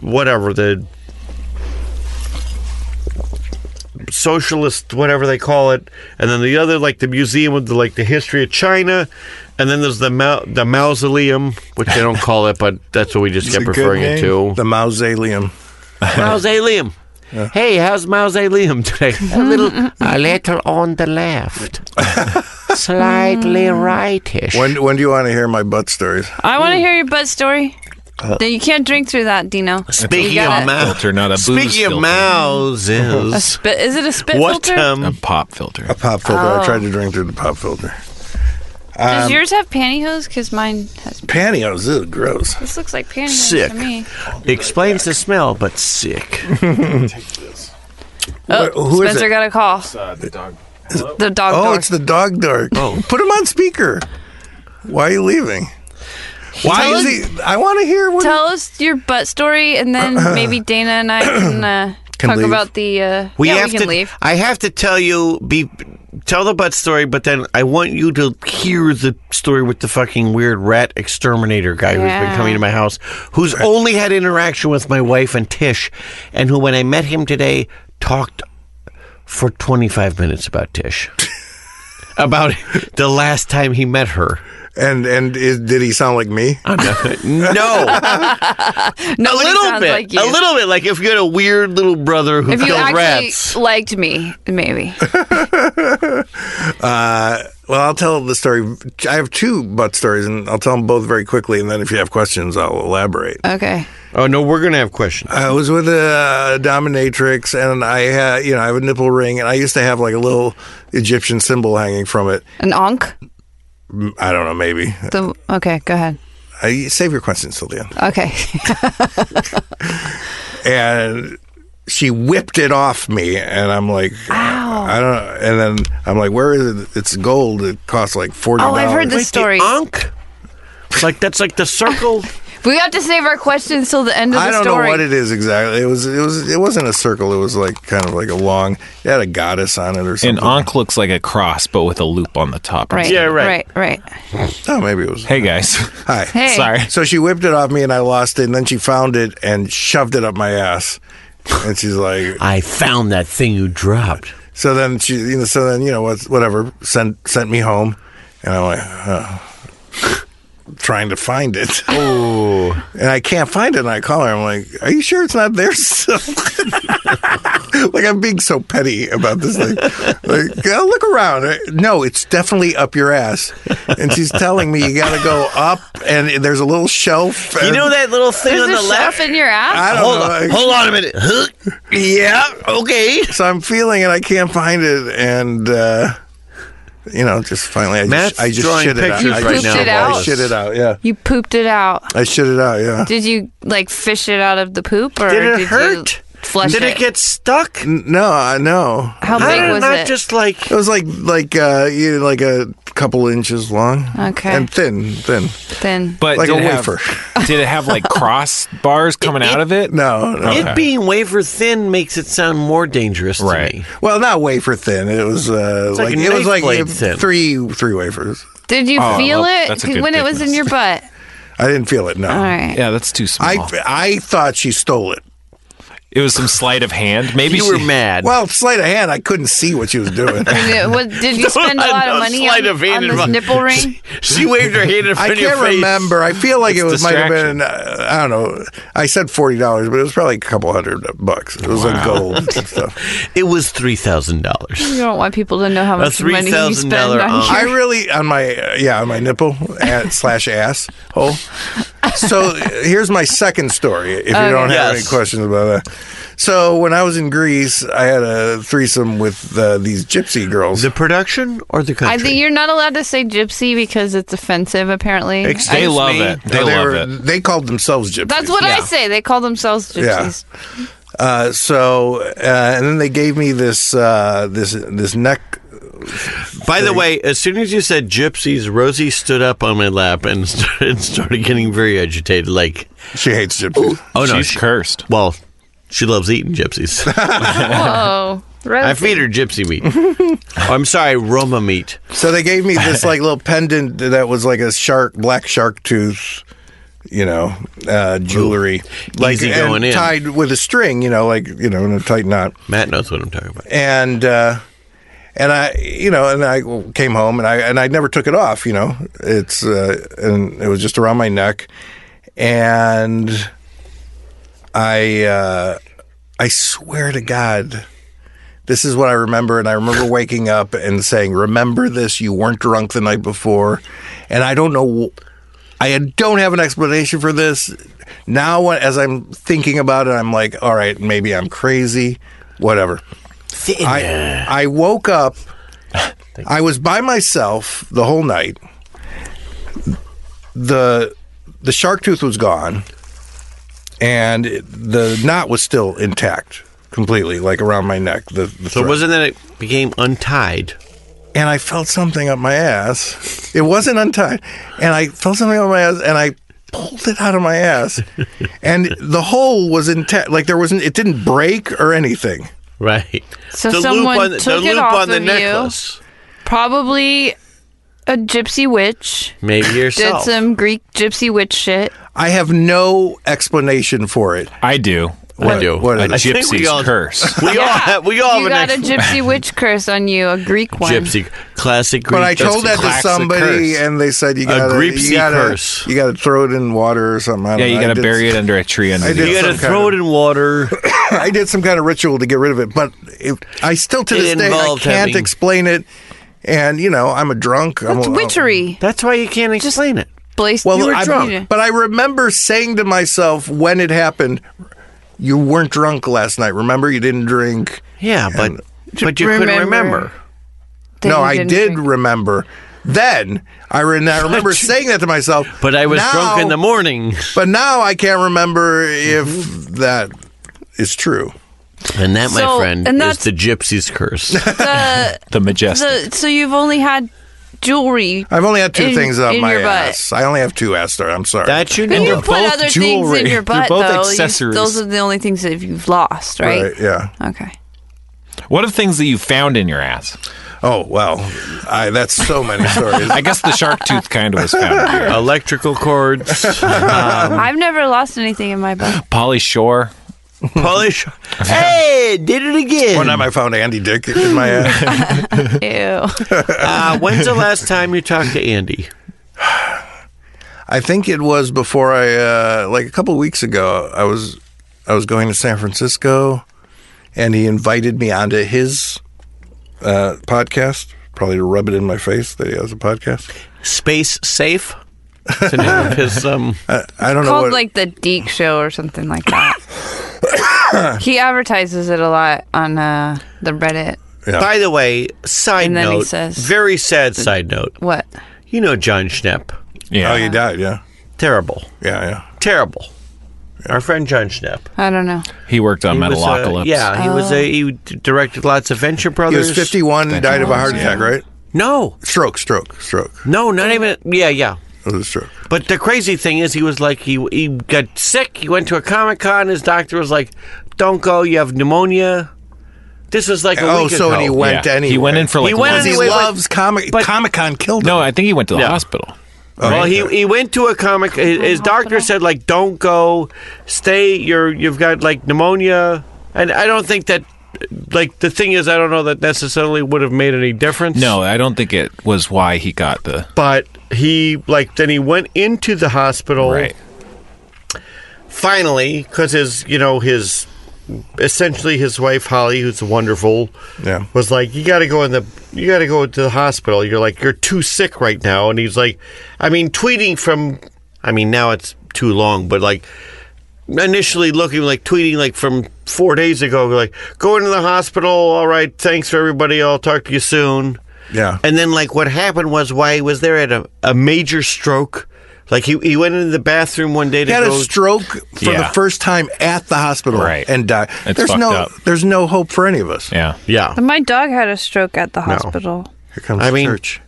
D: whatever the socialist whatever they call it, and then the other like the museum of the like the history of China, and then there's the ma- the mausoleum which they don't call it, but that's what we just kept
C: It's a good
D: referring it to.
C: name. The mausoleum.
D: How's A. Liam? Hey, how's Miles A. Liam today? A little, a little on the left, slightly rightish.
C: When when do you want to hear my butt stories?
F: I want to hear your butt story. No, you can't drink through that, Dino.
D: speaking
F: You got
D: of
F: it.
D: Miles,
E: Filter, not a booze
D: Ah. speaking
E: filter.
D: of Miles,
F: A
D: is
F: spit? Is it a spit
D: what
F: filter?
E: A
D: um,
E: pop filter.
C: A pop filter.
F: Oh.
C: I tried to drink through the pop filter.
F: Does yours have pantyhose? Because mine has.
C: Pantyhose, ew, gross.
F: This looks like pantyhose
D: Sick.
F: to me.
D: explains the smell, but sick.
F: Oh,
C: Wh- who is
F: Spencer
C: it?
F: got a call.
D: uh,
F: the dog.
C: Oh,
F: door.
C: it's the dog dark. Oh. Put him on speaker. Why are you leaving? Why is he? I want to hear what.
F: Tell us your butt story, and then maybe Dana and I can, uh,
C: Can
F: talk
C: leave.
F: about the. Uh,
D: We
F: yeah,
D: have
F: we can
D: to.
F: leave.
D: I have to tell you, be tell the butt story, but then I want you to hear the story with the fucking weird rat exterminator guy who's
F: Yeah.
D: been coming to my house, who's only had interaction with my wife and Tish, and who, when I met him today, talked for twenty five minutes about Tish. About the last time he met her.
C: and and is, did he sound like me?
D: No, a
F: Nobody
D: little
F: sounds
D: bit,
F: Like you.
D: a little bit. Like if you had a weird little brother who
F: If you
D: killed
F: actually
D: rats.
F: liked me, maybe.
C: Uh, Well, I'll tell the story. I have two butt stories, and I'll tell them both very quickly. And then if you have questions, I'll elaborate.
F: Okay.
D: Oh no, we're gonna have questions.
C: I was with a dominatrix, and I had, you know, I have a nipple ring, and I used to have like a little Egyptian symbol hanging from it.
F: An onk?
C: I don't know, maybe.
F: The, okay, go ahead.
C: I save your questions till the end.
F: Okay.
C: and she whipped it off me and i'm like i don't and then i'm like where is it it's gold it costs like 40
F: Oh, I've heard this story.
D: Onk? Like that's like the circle.
F: We have to save our questions till the end of the
C: i don't
F: story.
C: know what it is exactly it was it was it wasn't a circle it was like kind of like a long it had a goddess on it or
E: An
C: something
E: onk looks like a cross, but with a loop on the top.
F: Right.
D: Yeah, right.
F: Right. Right.
C: oh maybe it was
E: Hey guys.
C: hi
F: Hey.
E: Sorry.
C: so she whipped it off me and i lost it and then she found it and shoved it up my ass and she's like
D: I found that thing you dropped.
C: So then she, you know, so then you know, what's whatever sent sent me home, and I'm like, oh. trying to find it. Oh, and I can't find it. And I call her. I'm like, are you sure it's not there? still?" like I'm being so petty about this thing. Like, "Oh, look around. Uh, No, it's definitely up your ass. And she's telling me you got to go up, and there's a little shelf.
D: You
C: and-
D: know that little thing
F: There's
D: on the
F: a Oh, shelf
D: left?
F: in your ass.
C: I don't
D: Hold
C: know.
D: on,
C: like-
D: hold on a minute. Huh? Yeah, okay.
C: so I'm feeling it. I can't find it, and uh, you know, just finally, I
D: Matt's
C: just, I just
D: drawing
C: shit it out.
D: pictures
C: I
F: right
C: just-
F: now of all
C: I
F: this.
C: shit it out. Yeah,
F: you pooped it out.
C: I shit it out. Yeah.
F: Did you like fish it out of the poop, or
D: Did it
F: you
D: hurt?
F: Flush
D: Did it get stuck?
C: N- no, I know.
D: How
F: How
D: did
F: big was
D: not
F: it?
D: just like
C: It was like like uh, you know, like a couple inches long.
F: Okay.
C: And thin, thin,
F: Then
E: But
C: like a
E: did it
C: wafer.
E: Have, did it have like cross bars coming out of it?
C: No, no.
D: it being wafer thin makes it sound more dangerous to
E: Right.
D: me.
C: well, not wafer thin. It was uh,
D: like
C: like,
D: a
C: it
D: knife
C: was like
D: blade
C: uh,
D: thin.
C: three three wafers.
F: did you
E: Oh,
F: feel
E: well,
F: it
E: that's a good
F: when it was in
E: thickness.
F: your butt?
C: I didn't feel it. No,
F: All right.
E: Yeah, that's too small.
C: I I thought she stole it.
E: it was some sleight of hand. Maybe
D: You
E: she,
D: were mad.
C: Well, slight of hand, I couldn't see what she was doing.
F: And it was- did you spend a lot of
D: No
F: money
D: sleight
F: on,
D: of hand
F: on
D: in my-
F: this nipple ring?
D: She waved her hand in front
C: I
D: of your
C: can't
D: face.
C: remember. I feel like
E: It's
C: it was might have
E: distraction.
C: been. Uh, I don't know. I said forty dollars, but it was probably a couple hundred bucks. It was like gold and stuff.
D: It was three thousand dollars.
F: You don't want people to know how much money you spend
D: $3,000
F: on your-
C: I really on my uh, yeah on my nipple at, slash ass hole. So uh, here's my second story. If you don't have any
D: Yes.
C: questions about that, so when I was in Greece, I had a threesome with uh, these gypsy girls.
D: The production or the country?
F: I think you're not allowed to say gypsy because it's offensive, apparently.
E: they love it. They
C: No,
E: love
C: were-
E: it.
C: They called themselves gypsies.
F: That's what I say. They call themselves
C: Yeah.
F: gypsies.
C: Uh, so uh, and then they gave me this uh, this this neck
D: By the way, as soon as you said gypsies, Rosie stood up on my lap and started, started getting very agitated. Like,
C: She hates gypsies.
D: oh no,
E: she's
D: she,
E: cursed.
D: well, she loves eating gypsies.
F: Whoa.
D: I
F: Rosie.
D: feed her gypsy meat. oh, I'm sorry, Roma meat.
C: So they gave me this like little pendant that was like a shark, black shark tooth, you know, uh, jewelry, like
D: Easy
C: and
D: going in.
C: tied with a string, you know, like you know, in a tight knot,
D: Matt knows what I'm talking about.
C: and uh, and I, you know, and I came home and I and I never took it off, you know, it's uh, and it was just around my neck, and I uh, I swear to God. This is what I remember, and I remember waking up and saying, "Remember this? You weren't drunk the night before," and I don't know. I don't have an explanation for this. Now, when- as I'm thinking about it, I'm like, "All right, maybe I'm crazy, whatever." I I woke up. I was by myself the whole night. the The shark tooth was gone and it- the knot was still intact completely, like around my neck. The, the
D: So
C: thread.
D: wasn't that it became untied?
C: and I felt something up my ass. It wasn't untied, and I felt something up my ass, and I pulled it out of my ass, and the hole was intact. Like there wasn't, it didn't break or anything.
D: Right.
F: So someone
D: on the, the
F: took it
D: loop
F: off
D: on the
F: of you.
D: necklace.
F: Probably a gypsy witch
D: Maybe
F: did
D: yourself.
F: some Greek gypsy witch shit.
C: I have no explanation for it.
E: I do.
D: I do.
C: what
E: A
C: is it?
D: I think we
E: gypsy's
D: all-
E: curse.
D: We all have, we all
C: Oh,
F: you
D: have
F: got
D: an
F: a gypsy witch curse on you, a Greek one.
D: gypsy classic. Greek
C: But I told that to
D: gypsy.
E: classic
C: somebody,
E: curse.
C: and they said you got to
D: Greepsy
C: you got
D: curse.
C: to you got to throw it in water or something. I
E: yeah,
C: don't
E: you
C: know. I
E: got to
C: did-
E: bury it under a tree under
C: I
E: the
C: did
D: You got to
C: some kind
D: throw
C: of-
D: it in water.
C: I did some kind of ritual to get rid of it, but it, I still to
D: It
C: this day I
D: involved
C: can't
D: having-
C: explain it. And you know, I'm a drunk. I'm
F: That's
C: a-
F: witchery.
D: That's why you can't explain it.
F: Blaze,
C: uh, Well,
F: you were
C: I,
F: drunk.
C: but I remember saying to myself when it happened, "You weren't drunk last night. Remember, you didn't drink."
D: Yeah, but but you couldn't
F: remember.
D: remember.
F: Then
C: no,
F: you
C: I
F: didn't
C: did
F: drink.
C: remember. Then I, re- I remember saying that to myself.
D: But I was
C: Now-
D: drunk in the morning,
C: But now I can't remember if that is true.
D: and that,
F: So-
D: my friend,
F: and
D: is
F: that's-
D: the gypsy's curse.
F: the,
E: the majestic.
F: the, so you've only had jewelry.
C: I've only had two
F: In-
C: things up
F: in
C: my
F: your butt.
C: ass. I only have two ass stories. I'm sorry.
D: that you
F: But
D: know.
F: you
E: they're
F: put
E: both
F: other
E: jewelry.
F: things in your
E: They're
F: butt,
E: both
F: though. You-
E: accessories.
F: those are the only things that you've lost, right?
C: Yeah.
F: Okay.
E: what of things that you found in your ass?
C: Oh well, I, that's so many stories.
E: I guess the shark tooth kind of was found. in your ass.
D: Electrical cords,
C: Um,
F: I've never lost anything in my butt.
E: Polly Shore.
D: Polish. Hey, did it
C: One
D: again.
C: time I found Andy Dick in my ass.
F: Ew.
D: Uh, when's the last time you talked to Andy?
C: I think it was before I uh, like a couple weeks ago. I was I was going to San Francisco, and he invited me onto his uh, podcast, probably to rub it in my face that he has a podcast.
D: Space Safe? It's the name of his, um,
C: I, I don't know
F: Called
C: what.
F: like the Deke Show or something like that. he advertises it a lot on uh, the Reddit.
C: yeah.
D: Oh. by the way, side
F: And then he
D: note,
F: says-
D: very sad side note.
F: What?
D: You know John Schnepp.
E: Yeah.
C: Oh, he died. Yeah,
D: Terrible.
C: yeah, yeah.
D: Terrible. Our friend John Schnepp.
F: I don't know.
E: He worked on
D: He was, uh,
E: Metalocalypse.
D: yeah, he was a, he d- directed lots of Venture
C: He
D: Brothers.
C: was 51 and died of a heart attack, right?
D: No,
C: Stroke, stroke, stroke.
D: no, not even. Yeah, yeah.
C: It was a stroke.
D: But the crazy thing is, he was like, he he got sick. He went to a comic con. His doctor was like, "Don't go. You have pneumonia." This was like a
C: Oh,
D: week
C: so
D: ago.
C: and he went
E: Yeah.
C: anyway.
E: He went in for like
D: He went
E: one-
C: because he
D: Anyway, but-
C: loves comic.
D: but-
C: Comic Con killed him.
E: No, I think he went to the hospital.
D: well, he, he went to a comic. His, his doctor said like, "Don't go, stay. You're you've got like pneumonia." And I don't think that, like the thing is, I don't know that necessarily would have made any difference.
E: No, I don't think it was why he got the
D: but he like then he went into the hospital
E: right.
D: finally because his you know his essentially his wife Holly, who's wonderful,
C: Yeah.
D: was like, "You got to go in the, you got to go to the hospital." You're like, "You're too sick right now," and he's like, "I mean, tweeting from, I mean, now it's too long, but like." Initially looking like tweeting like from four days ago, like going to the hospital. All right, thanks for everybody. I'll talk to you soon.
C: Yeah.
D: And then like what happened was why he was there at a, a major stroke. Like he, he went into the bathroom one day to
C: He had a
D: go
C: stroke for
E: Yeah.
C: the first time at the hospital
E: Right.
C: and died.
E: It's
C: there's
E: fucked
C: no
E: up.
C: there's no hope for any of us.
E: Yeah.
D: yeah.
F: My dog had a stroke at the hospital.
C: Here comes
D: I
C: the
D: mean-
C: church.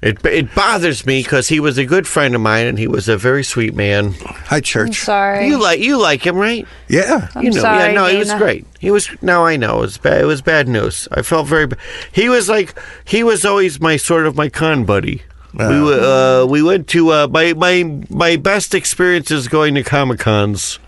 D: It it bothers me because he was a good friend of mine and he was a very sweet man.
C: Hi
F: I'm
C: church.
F: sorry.
D: You like you like him, right?
C: Yeah.
F: I'm
D: you know,
F: sorry,
D: yeah, no, he was
F: Dana.
D: great. He was no, I know it was bad. It was bad news. I felt very. ba- He was like he was always my sort of my con buddy. We we uh, we went to uh, my my my best experiences going to comic cons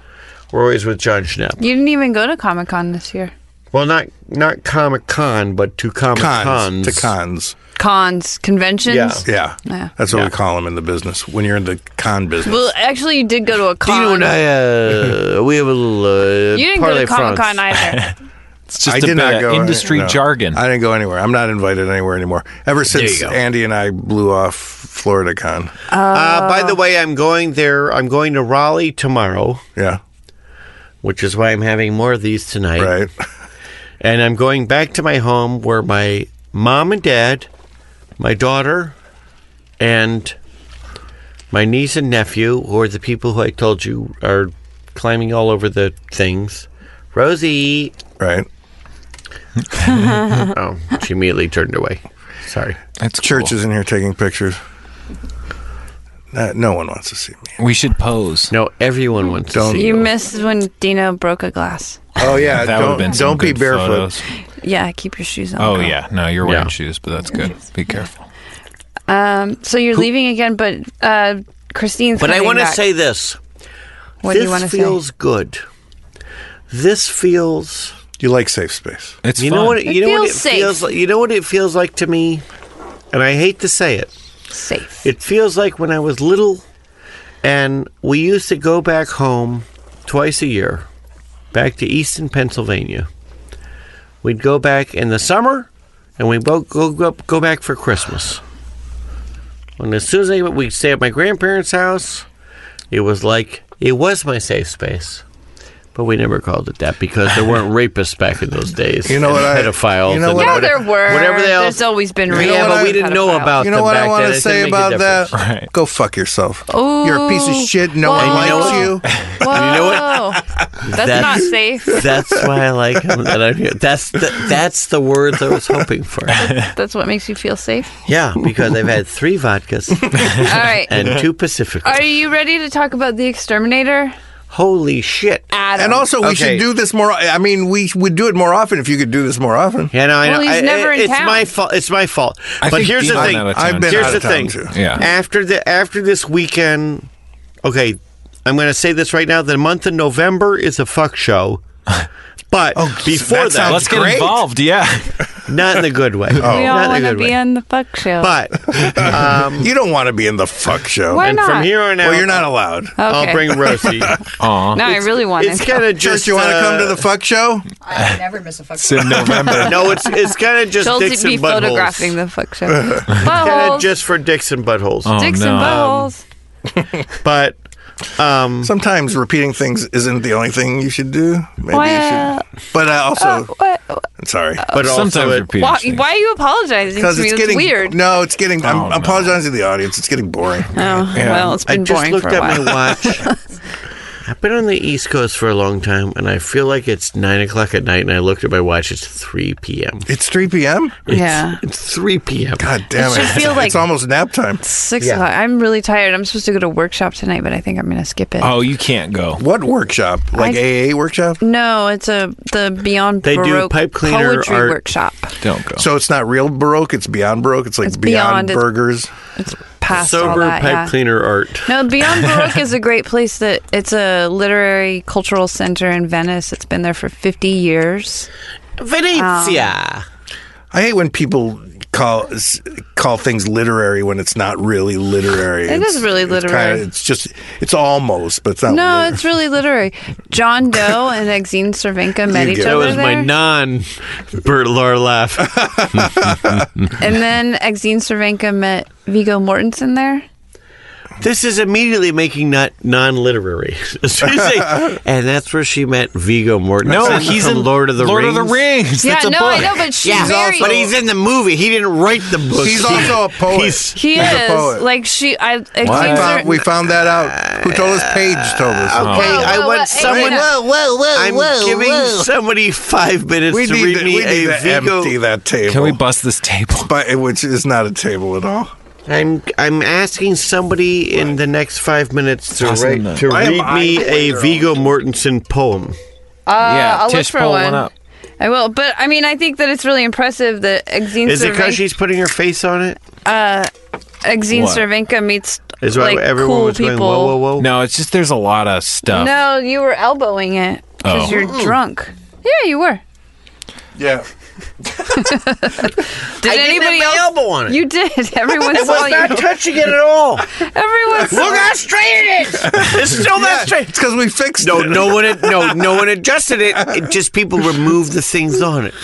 D: were always with John Schnapp.
F: You didn't even go to Comic Con this year.
D: Well, not not Comic Con, but to comic
C: Cons,
D: cons.
C: to cons.
F: Cons, conventions.
D: Yeah.
C: Yeah.
F: Yeah.
C: That's what we call them in the business when you're in the con business.
F: Well, actually, you did go to a con.
D: Dino and I, uh, we have a little. Uh,
F: You didn't go
D: parlay
F: to Comic Con
D: France.
F: either.
E: It's just
C: I
E: a
C: did
E: bit
C: not
E: of
C: go uh,
E: industry
C: no.
E: jargon.
C: I didn't go anywhere. I'm not invited anywhere anymore. Ever since
D: you go.
C: Andy and I blew off Florida Con.
D: Uh, by the way, I'm going there. I'm going to Raleigh tomorrow,
C: Yeah.
D: which is why I'm having more of these tonight.
C: Right.
D: And I'm going back to my home where my mom and dad, my daughter, and my niece and nephew, who are the people who I told you are climbing all over the things. Rosie.
C: Right.
D: Oh, she immediately turned away. Sorry.
E: That's
C: Church is in here taking pictures. Uh, no one wants to see me.
E: We should pose.
D: No, everyone wants
C: Don't-
D: to see
F: You
D: you.
F: missed when Dino broke a glass.
C: Oh yeah,
E: That would have been
C: don't
E: some
C: don't be
E: good
C: barefoot.
E: photos.
F: Yeah, keep your shoes on.
E: Oh
F: Carl.
E: yeah, no, you're wearing
D: Yeah.
E: shoes, but that's good. Be careful.
F: Um, so you're leaving again, but uh, Christine's.
D: But I
F: coming
D: want to
F: back.
D: say this.
F: What
D: this
F: do you want to
D: feels
F: say?
D: good. This feels.
C: You like safe space.
E: It's
D: You
E: fun.
D: know what?
F: It
D: you know what it
F: feels safe.
D: feels like. You know what it feels like to me, and I hate to say it.
F: Safe.
D: It feels like when I was little, and we used to go back home twice a year, back to Easton, Pennsylvania. We'd go back in the summer, and we both go, go go back for Christmas. And as soon as I, we stay at my grandparents' house, it was like it was my safe space. But we never called it that because there weren't rapists back in those days.
C: You know
D: and
C: what I-
D: Pedophiles.
C: you know
D: and
C: what
F: yeah,
C: I-
D: whatever-
F: there were.
D: Whatever the
F: There's always been.
C: know
D: yeah,
C: what
D: but
C: I-
D: we didn't know
F: pedophiles.
D: about.
C: You know
D: them
C: what I
D: back
C: want
D: then. It
C: to
D: didn't
C: say
D: make a
C: about that?
D: difference.
E: Right.
C: Go fuck yourself.
F: Ooh.
C: You're a piece of shit. No one
F: Whoa.
C: likes
D: And you
C: you.
F: Whoa. That's, not
D: That's-
F: safe.
D: That's why I like him. That I'm here. That's the, that's the words I was hoping for.
F: That's what makes you feel safe.
D: Yeah, because I've had three vodkas
F: All right.
D: and two Pacific.
F: Are you ready to talk about the exterminator?
D: Holy shit!
F: Adam.
C: And also, we
D: Okay.
C: should do this more. I mean, we would do it more often if you could do this more often.
D: Yeah, no, I know.
F: Well, he's
D: I-
F: never in
D: it's
F: town.
D: my fault. It's my fault.
E: I
D: but
E: think
D: here's the
E: Dino's
D: thing.
E: out of town.
C: I've been
D: Here's
C: out
D: the
C: of
D: thing.
C: town too.
E: Yeah.
D: After the after this weekend, okay, I'm going to say this right now. The month of November is a fuck show. But before
C: that
D: that,
C: sounds
E: Let's get
C: Great.
E: involved. Yeah.
D: not in a good way. Oh,
F: we all
D: not
F: want
D: in a
F: to
D: good
F: be
D: way.
F: on the fuck show.
D: but um,
C: You don't want to be in the fuck show.
F: Why
D: and
F: not?
D: from here on out,
C: Well, you're not allowed.
F: okay.
D: I'll bring Rosie.
E: Aw.
F: No, I really want
D: it's
F: to.
D: kind of just.
C: Church, you want to
D: uh,
C: come to the fuck show?
L: I never miss a fuck.
E: It's in November.
D: uh, No, it's it's kind of just
F: She'll
D: dicks
F: be
D: and buttholes.
F: photographing the fuck show.
D: Kind of
F: buttholes.
D: just for dicks and buttholes.
E: Oh,
F: Dicks
E: no.
F: and buttholes.
D: But um,
C: Sometimes repeating things isn't the only thing you should do. Maybe
F: Well, uh,
C: you should. But I also,
D: Oh.
F: What? what-
C: sorry.
D: but
E: Sometimes
D: also, it,
E: repeating
F: Why,
E: things.
F: why are you apologizing to
C: Because
F: me?
C: it's
F: That's
C: getting
F: weird.
C: No, it's getting. I'm
E: Oh, no.
C: apologizing to the audience. It's getting boring.
F: Oh, well, it's
D: I
F: been
D: just
F: boring
D: looked
F: for a
D: at my
F: while.
D: watch. I've been on the East Coast for a long time, and I feel like it's nine o'clock at night. And I looked at my watch; it's three p.m.
C: It's 3 p.m.
F: Yeah.
D: It's three p.m.
C: God damn it!
F: should feel like-
C: it's almost nap time.
F: Six o'clock. I'm really tired. I'm supposed to go to workshop tonight, but I think I'm going to skip it.
E: Oh, you can't go.
C: What workshop? Like AA workshop?
F: No, it's a the Beyond
D: They do
F: Baroque
D: pipe cleaner
F: poetry
D: art.
F: workshop.
E: Don't go.
C: So it's not real baroque. It's beyond baroque. It's like
F: It's
C: beyond,
F: beyond- it's-
C: burgers.
F: It's past all
D: Sober
F: that,
D: pipe
F: yeah.
D: cleaner art.
F: No, Beyond Baroque is a great place that it's a literary cultural center in Venice. It's been there for 50 years. Oh.
D: Venezia.
C: I hate when people call s- call things literary when it's not really literary.
F: It
C: it's,
F: is really
C: it's kinda-
F: literary.
C: it's just it's almost, but it's
D: Oh,
C: not.
F: No,
C: lit-
F: it's really literary. John Doe and Exene Cervenka met
C: You
F: each
C: get it.
D: That
F: other
D: was my
F: there.
D: non Bertlar laugh.
F: and then Exene Cervenka met Vigo Mortensen there.
D: This is immediately making not non-literary. As soon as they- and that's where she met Vigo Mortensen.
E: No,
D: from
E: he's in
D: Lord of the
E: Lord
D: Rings.
E: of the Rings.
F: Yeah,
E: That's a
F: no,
E: book.
F: I know, but she's
D: Yeah,
F: very.
D: but he's in the movie. He didn't write the book.
C: He's also a poet.
D: He's-
F: he
C: He's a
F: is
C: poet.
F: like she. I. Exene
C: I
F: Cer-
C: found, we found that out. Who told us? Paige told us.
D: Okay,
F: Whoa,
D: I
F: whoa,
D: want
F: whoa,
D: someone.
F: Exene. Whoa,
D: whoa! I'm giving somebody five minutes
C: We
D: to
C: need,
D: read
C: to,
D: me
C: we need
D: a
C: to
D: Vigo.
C: empty that table.
E: Can we bust this table?
C: But which is not a table at all.
D: I'm I'm asking somebody in the next five minutes to
E: Toss
D: write
E: them
D: to
C: I am
D: read me
C: eyeing
D: a Vigo Mortensen poem.
F: Uh,
E: yeah,
F: I'll
E: Tish,
F: look for
E: pull
F: one.
E: one up.
F: I will, but I mean, I think that it's really impressive that Exene
D: Is it because
F: Cervenka,
D: she's putting her face on it?
F: Exene
E: What?
F: Cervenka meets
D: Is why
F: like
D: everyone
F: cool
D: was
F: people.
D: going whoa whoa whoa?
E: No, it's just there's a lot of stuff.
F: No, you were elbowing it because
E: Uh. Oh.
F: you're
D: Mm.
F: drunk. Yeah, you were.
C: Yeah.
F: Did
D: I didn't have
F: anybody
D: my
F: else?
D: elbow on it.
F: You did. Everyone saw
D: was not
F: you.
D: touching it at all.
F: Everyone saw.
D: Look how straight it is. It's still not straight.
C: It's because we fixed
D: No,
C: it.
D: no one, ad- no, no one adjusted it. it. Just people removed the things on it.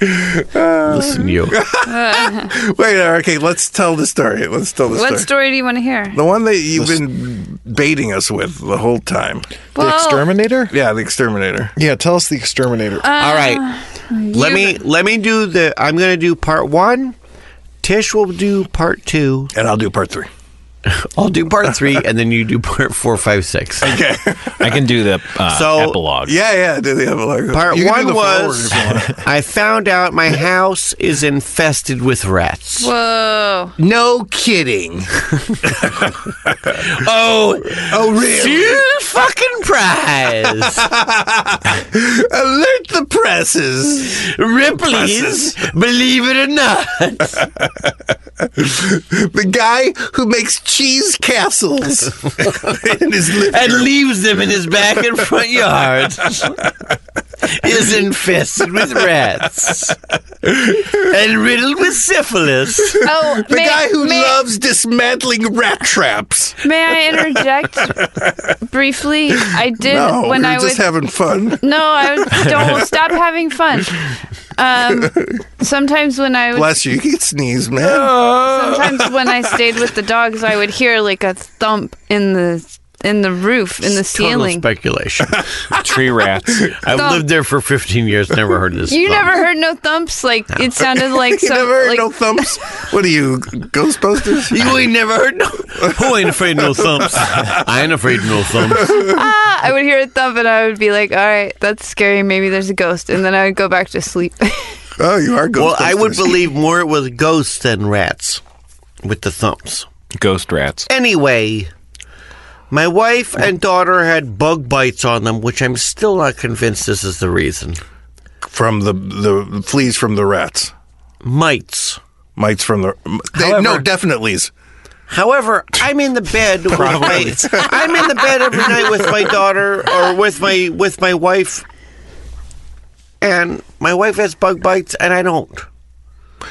D: Listen, you.
C: Wait, okay, let's tell the story. Let's tell the
F: What
C: story.
F: story do you want to hear?
C: The one that you've been baiting us with the whole time.
F: Well,
M: Exterminator?
C: Yeah, the exterminator.
M: Yeah, tell us the exterminator.
D: All right, let me let me do the. I'm gonna do part one. Tish will do part two.
C: And I'll do part three.
D: I'll do part three, and then you do part four, five, six.
C: Okay.
E: I can do the uh,
D: So-
E: epilogue.
C: yeah, yeah. Do the epilogue.
D: Part
C: You can do the
D: one was
C: forward if you want.
D: I found out my house is infested with rats.
F: Whoa.
D: No kidding. oh,
C: oh, really?
D: dear fucking prize.
C: Alert the presses.
D: Ripley's, believe it or not.
C: The guy who makes cheese castles in his living
D: and
C: room.
D: leaves them in his back and front yard is infested with rats and riddled with syphilis.
F: Oh,
C: the
F: may,
C: guy who
F: may,
C: loves dismantling rat traps.
F: May I interject briefly? I did
C: No,
F: when
C: we Oh, were
F: I
C: just
F: was.
C: having fun.
F: no, I was, don't stop having fun. Um, sometimes when I was
C: Bless you. You can sneeze, man.
F: sometimes when I stayed with the dogs, I would hear like a thump in the in the roof in
D: Total
F: the ceiling.
D: speculation.
E: Tree rats.
D: I've
F: Thump.
D: lived there for 15 years, never heard this.
F: You
D: thump.
F: never heard no thumps. Like it sounded like
C: You
F: some
C: never heard
F: like
C: no thumbs? What are you, Ghostbusters?
D: You ain't never heard no. Who ain't afraid of no thumps? I ain't afraid of no thumps.
F: ah. I would hear a thump and I would be like, all right, that's scary. Maybe there's a ghost, and then I would go back to sleep.
C: Oh, you are Ghostbusters.
D: Well, I would believe more it was ghosts than rats with the thumps.
E: Ghost rats.
D: Anyway, my wife and daughter had bug bites on them, which I'm still not convinced this is the reason.
C: from the the fleas from the rats,
D: Mites.
C: mites from the they, no definitelys.
D: However, I'm in the bed with my, I'm in the bed every night with my daughter or with my with my wife and my wife has bug bites and I don't.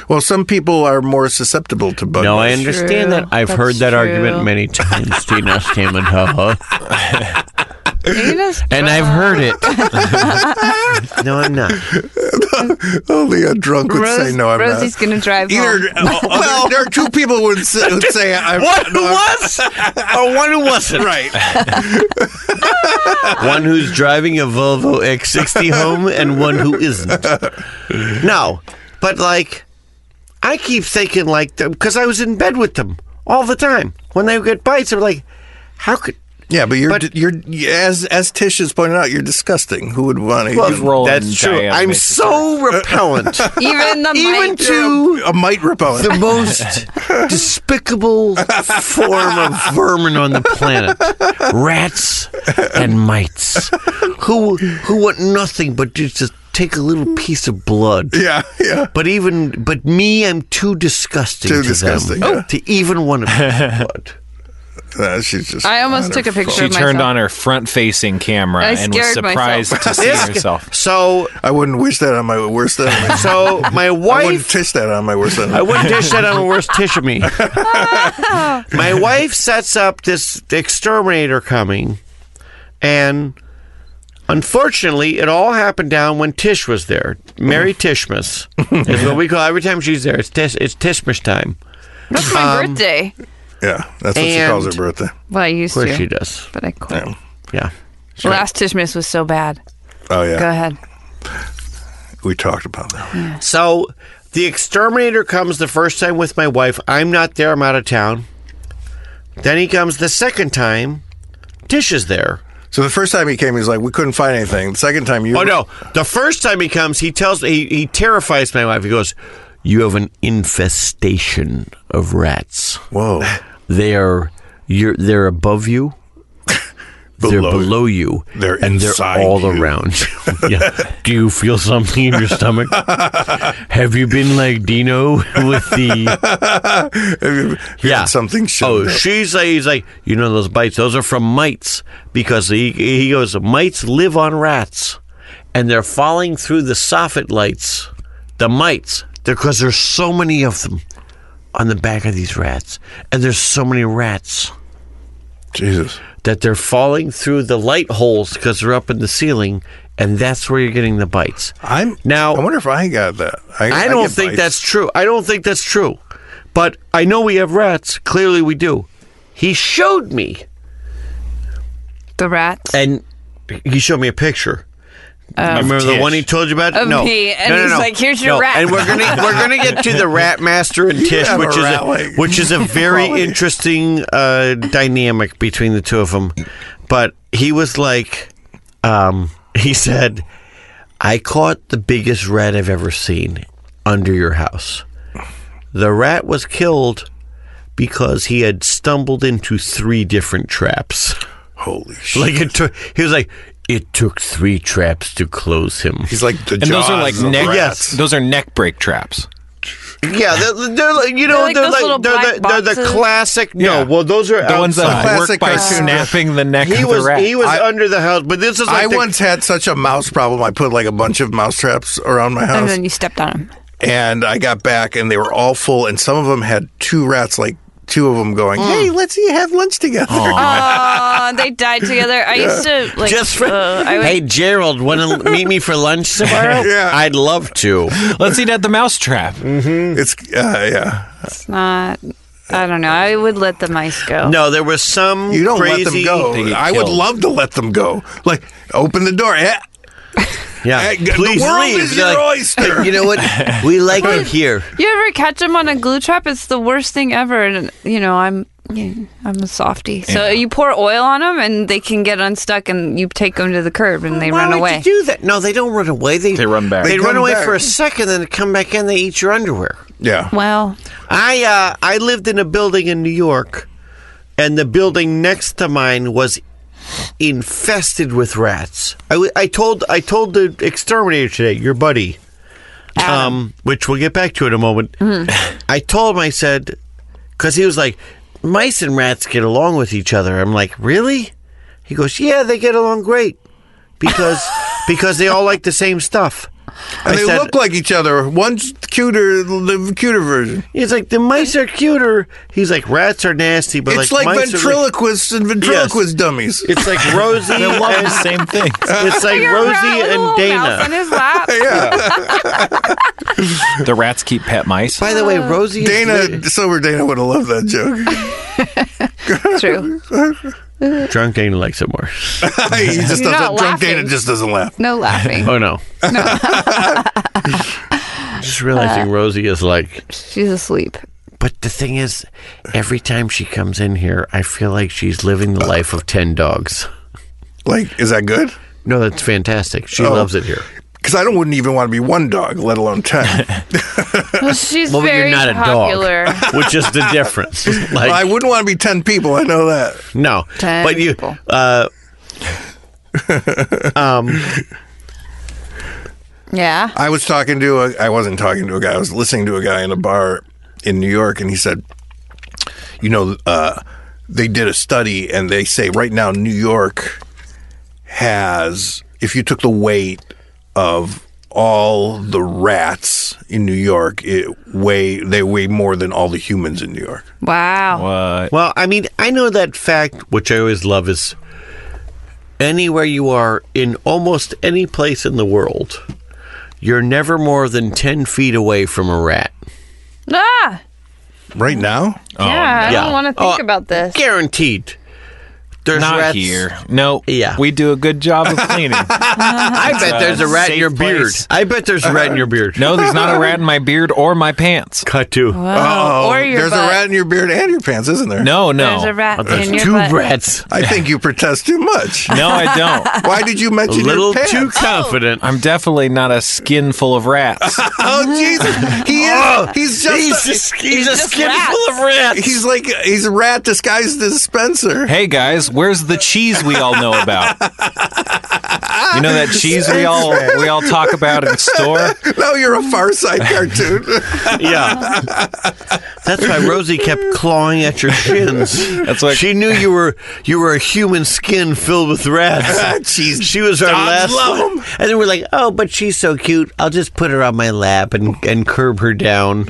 C: Well, some people are more susceptible to bugs.
D: No, I
F: True.
D: understand that. I've
F: That's
D: heard that
F: true.
D: argument many times, Tina Stammen.
F: You just-
D: And I've heard it. no, I'm not.
C: Only a drunk would
F: Rose,
C: say no. I'm
F: Rosie's
C: not.
F: gonna drive home.
C: Either oh, oh, there- there are two people who would say, would say I'm
D: One who was or one who wasn't.
C: right.
D: one who's driving a Volvo X60 home and one who isn't. No, but like, I keep thinking like them because I was in bed with them all the time when they would get bites. I'm like, how could?
C: Yeah, but you're
D: But-
C: you're as as Tish has pointed out, you're disgusting. Who would want to?
E: roll
D: that's
E: and
D: true.
E: die of
D: I'm
E: makes it
D: so repellent,
F: Even the
D: even
F: mic.
D: to
C: a mite repellent.
D: the most despicable form of vermin on the planet rats and mites who who want nothing but to just take a little piece of blood.
C: Yeah, yeah.
D: But even, but me, I'm too disgusting.
C: Too
D: to
C: disgusting,
D: Them,
C: yeah.
D: To even want to blood.
C: Uh, she's just.
F: I almost took a picture
E: She
F: of
E: turned
F: myself.
E: on her front-facing camera
F: I
E: and was
F: scared
E: surprised
F: myself.
E: to see
F: Yeah.
E: herself.
D: So
C: I wouldn't wish that on my worst enemy.
D: So my
C: I wouldn't
D: wife,
C: dish that on my worst enemy.
D: I wouldn't dish that on the worst tish of me. my wife sets up this exterminator coming, and unfortunately, it all happened down when Tish was there. Merry Tishmas is what we call every time she's there. It's Tish, it's Tishmas time.
F: That's my
C: um,
F: birthday.
C: Yeah, that's what she
D: And-
C: calls her birthday.
F: Well, I used
D: Of course
F: to,
D: she does.
F: but I quit.
C: Yeah.
D: Yeah.
F: Last Tishmas was so bad.
C: Oh yeah,
F: Go ahead.
C: we talked about that.
D: So the exterminator comes the first time with my wife. I'm not there. I'm out of town. Then he comes the second time. Tish is there.
C: So the first time he came, he was like, "We couldn't find anything." The second time, you.
D: Oh no! The first time he comes, he tells he, he terrifies my wife. He goes, "You have an infestation of rats.
C: Whoa.
D: They are you're they're above you."
C: Below-
D: they're below you.
C: they're
D: and they're
C: inside
D: all
C: you."
D: around. you. yeah. Do you feel something in your stomach? Have you been like Dino with the?
C: Have you- have you
D: Yeah.
C: had Something.
D: Oh,
C: shoved up?
D: she's like, he's like, you know those bites? Those are from mites because he he goes, mites live on rats, and they're falling through the soffit lights, the mites, because there's so many of them on the back of these rats, and there's so many rats
C: Jesus.
D: that they're falling through the light holes because they're up in the ceiling, and that's where you're getting the bites.
C: I'm
D: Now-
C: I wonder if I got that.
D: I don't
C: get
D: think
C: bites.
D: that's true. I don't think that's true. But I know we have rats. Clearly, we do. He showed me.
F: The rats.
D: and he showed me a picture.
F: Oh.
D: Remember the
E: Tish.
D: one he told you about?
F: Of
D: no.
F: me, and
D: No, no,
F: he's
D: no.
F: like, "Here's your
D: No,
F: rat."
D: And we're gonna we're gonna get to the rat master and Tish,
C: have a
D: which is
C: rat
D: a,
C: leg.
D: which is a very interesting uh, dynamic between the two of them. But he was like, um, he said, "I caught the biggest rat I've ever seen under your house. The rat was killed." Because he had stumbled into three different traps.
C: holy shit.
D: Like it took. He was like, it took three traps to close him.
C: He's like the
E: And those are like
C: jaws of
E: neck.
D: rats.
E: Those are neck break traps.
D: Yeah, they're, they're like- you know
F: like
D: they're
F: those
D: like
F: little
D: they're the,
F: black
D: they're the
F: boxes.
D: classic. No,
E: Yeah.
D: well those are
E: The ones
D: outside.
E: that
C: Classic
E: work by
C: cartoon.
E: snapping the neck
D: he
E: of
D: was
E: the rat.
D: he was
C: I-
D: under the house, but this is like
C: I
D: the-
C: once had such a mouse problem. I put like a bunch of mouse traps around my
F: and
C: house,
F: then you stepped on him.
C: and I got back, and they were all full, and some of them had two rats, like two of them
F: Mm.
C: going, "Hey, let's eat- have lunch together."
F: Oh, they died together. I used to like.
D: Just for,
F: uh, I would,
D: hey Gerald, want to meet me for lunch tomorrow?
C: Yeah.
D: I'd love to.
E: Let's eat at the mouse trap.
D: Mm.
C: It's uh, yeah.
F: it's not. I don't know. I would let the mice go.
D: No, there was some
C: You don't
D: crazy,
C: let them go.
E: They get
C: I would
E: killed.
C: love to let them go. Like open the door. Eh,
D: Yeah,
C: eh, the
D: please
C: world
D: leave.
C: is
D: They're
C: your
D: like,
C: oyster.
D: You know what? We like you here.
F: You ever catch them on a glue trap? It's the worst thing ever. And you know, I'm yeah, I'm a softie. So you pour oil on them, and they can get unstuck, and you take them to the curb, and they
D: Why
F: run
D: would
F: away.
D: you do that? No, they don't run away. They
E: They run back.
D: They,
C: They
D: run
C: come
D: away
C: back.
D: for a second, then come back in. They eat your underwear.
C: yeah.
F: well,
D: I uh, I lived in a building in New York, and the building next to mine was infested with rats. I, w- I told I told the exterminator today, your buddy, um, which we'll get back to in a moment. I told him I said because he was like, mice and rats get along with each other. I'm like, really? He goes, yeah, they get along great because because they all like the same stuff.
C: And
D: I
C: they
D: said-
C: look like each other. One's cuter, the cuter version.
D: He's like, the mice are cuter. He's like, rats are nasty, but
C: it's like,
D: mice are like-
C: ventriloquists and ventriloquist dummies.
D: it's like Rosie.
E: Love the
D: and,
E: same thing.
D: it's like
F: You're
D: Rosie
F: right, with a
D: and
F: little mouse on
D: Dana.
F: his lap.
C: yeah,
E: The rats keep pet mice.
D: By the way, Rosie
C: Dana Silver Dana would have loved that joke.
F: True.
D: is drunk. Dana likes it more.
C: he just doesn't.
F: You're not
C: Drunk Dana
F: laughing.
C: just doesn't laugh.
F: No laughing.
D: Oh no. Just
F: Uh,
D: realizing Rosie is like.
F: She's asleep.
D: But the thing is, every time she comes in here, I feel like she's living the life of ten dogs.
C: Like, is that good?
D: No, that's fantastic. She
C: Oh.
D: loves it here.
C: Because I don't wouldn't even want to be one dog, let alone ten.
F: Well, she's
D: Well, but you're
F: very
D: not a dog.
F: popular.
D: Which is the difference.
C: Well, I
D: Like,
C: wouldn't want to be ten people. I know that.
D: no.
F: Ten
D: But you.
F: people.
D: Uh, um,
F: Yeah.
C: I was talking to a I wasn't talking to a guy. I was listening to a guy in a bar in New York and he said, you know, uh, they did a study and they say right now New York has if you took the weight of all the rats in New York, it weigh they weigh more than all the humans in New York.
F: Wow.
E: Uh,
D: Well, I mean, I know that fact, which I always love, is anywhere you are in almost any place in the world, you're never more than 10 feet away from a rat.
F: Ah.
C: Right now?
F: yeah. I
D: Yeah.
F: don't want to think
D: Oh,
F: about this.
D: Guaranteed. There's
E: Not
D: rats.
E: here. No.
D: Yeah.
E: We do a good job of cleaning.
D: I bet there's a
E: It's a
D: rat in your
E: safe
D: beard.
E: place.
D: I bet there's a rat in your beard.
E: no, there's not a rat in my beard or my pants.
D: Cut to.
F: Wow.
C: Oh,
F: Uh, or your
C: there's
F: butt.
C: a rat in your beard and your pants, isn't there?
E: No,
F: There's a
E: no.
F: rat in your
D: Two
F: butt.
D: rats.
C: I think you protest too much.
E: No, I don't.
C: Why did you mention
D: A
C: your
D: little
C: pants? Oh.
D: too confident.
E: I'm definitely not a skin full of rats.
C: Oh Jesus! He is. he's just. He's,
D: he's a
F: just skin rats. full
D: of rats.
C: like he's a rat disguised as Spencer.
E: hey guys, where's the cheese we all know about? You know that cheese we all we all talk about in the store?
C: No, you're a Far Side cartoon.
D: Yeah. That's why Rosie kept clawing at your shins. That's
E: why-
D: she knew you were you were a human skin filled with rats.
C: Jeez.
D: She was our last
C: love
D: one. And then we're like, oh, but she's so cute. I'll just put her on my lap and, and curb her down.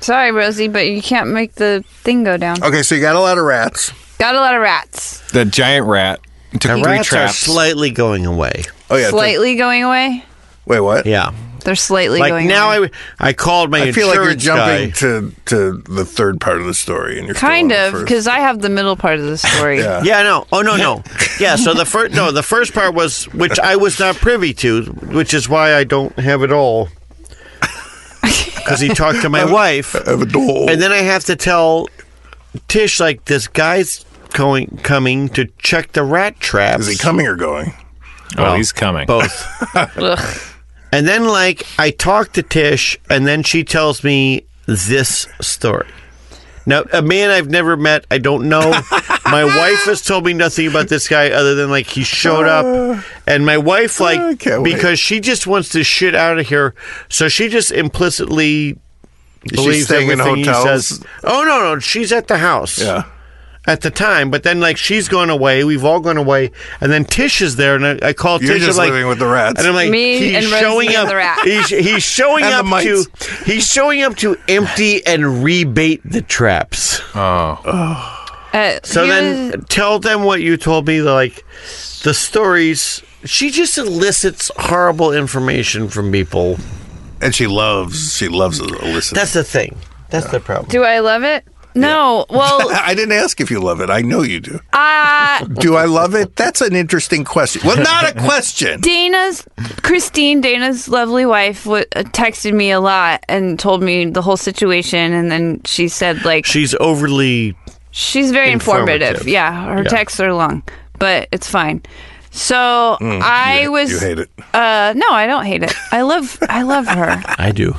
F: Sorry, Rosie, but you can't make the thing go down.
C: Okay, so you got a lot of rats.
F: Got a lot of rats.
E: The giant rat took
D: The
E: three
D: rats are
E: traps.
D: slightly going away.
C: Oh yeah.
F: slightly going away.
C: Wait, what?
D: Yeah.
F: They're slightly
D: Like
F: going
D: now
F: away.
D: I, I called my
C: I feel like you're
D: insurance
C: jumping
D: guy.
C: to to the third part of the story, and you're still
F: kind
C: on the
F: of
C: first.
F: because I have the middle part of the story.
C: Yeah.
D: Yeah, no. Oh no, no. Yeah, so the first no, the first part was which I was not privy to, which is why I don't have it all. Cuz he talked to my
C: Uh,
D: wife.
C: I have a doll.
D: And then I have to tell Tish like this guy's going coming to check the rat traps.
C: Is he coming or going?
E: oh, he's coming.
D: Both. and then like I talk to Tish and then she tells me this story. Now, a man I've never met, I don't know. my wife has told me nothing about this guy other than like he showed up and my wife
C: Uh, I
D: like
C: can't wait.
D: because she just wants this shit out of here. So she just implicitly believes
C: staying in
D: everything he
C: hotels?
D: says. Oh no, no, she's at the house
C: Yeah.
D: at the time, but then like she's gone away, we've all gone away, and then Tish is there, and I, I call
C: You're
D: Tish
C: just
D: I'm like,
C: living with the rats.
D: and I'm like,
F: Me
D: he's
F: and Rosie
D: showing
F: and
D: up,
F: the rat.
D: he's he's showing
C: And the
D: up to,
C: mites.
D: he's showing up to empty and rebait the traps.
F: Uh,
D: So
F: you-
D: then tell them what you told me, like the stories. She just elicits horrible information from people.
C: And she loves. She loves Alyssa.
D: That's the thing. That's the problem.
F: do I love it? No. Well,
C: I didn't ask if you love it. I know you do.
F: uh,
C: Do I love it? That's an interesting question. Well, not a question.
F: Dana's Christine, Dana's lovely wife, w- uh, texted me a lot and told me the whole situation, and then she said like
D: She's overly
F: She's very informative.
D: Informative.
F: Yeah, her texts are long, but it's fine. So I was.
C: Mm, You hate it.
F: Uh, no, I don't hate it. I love. I love her.
D: I do.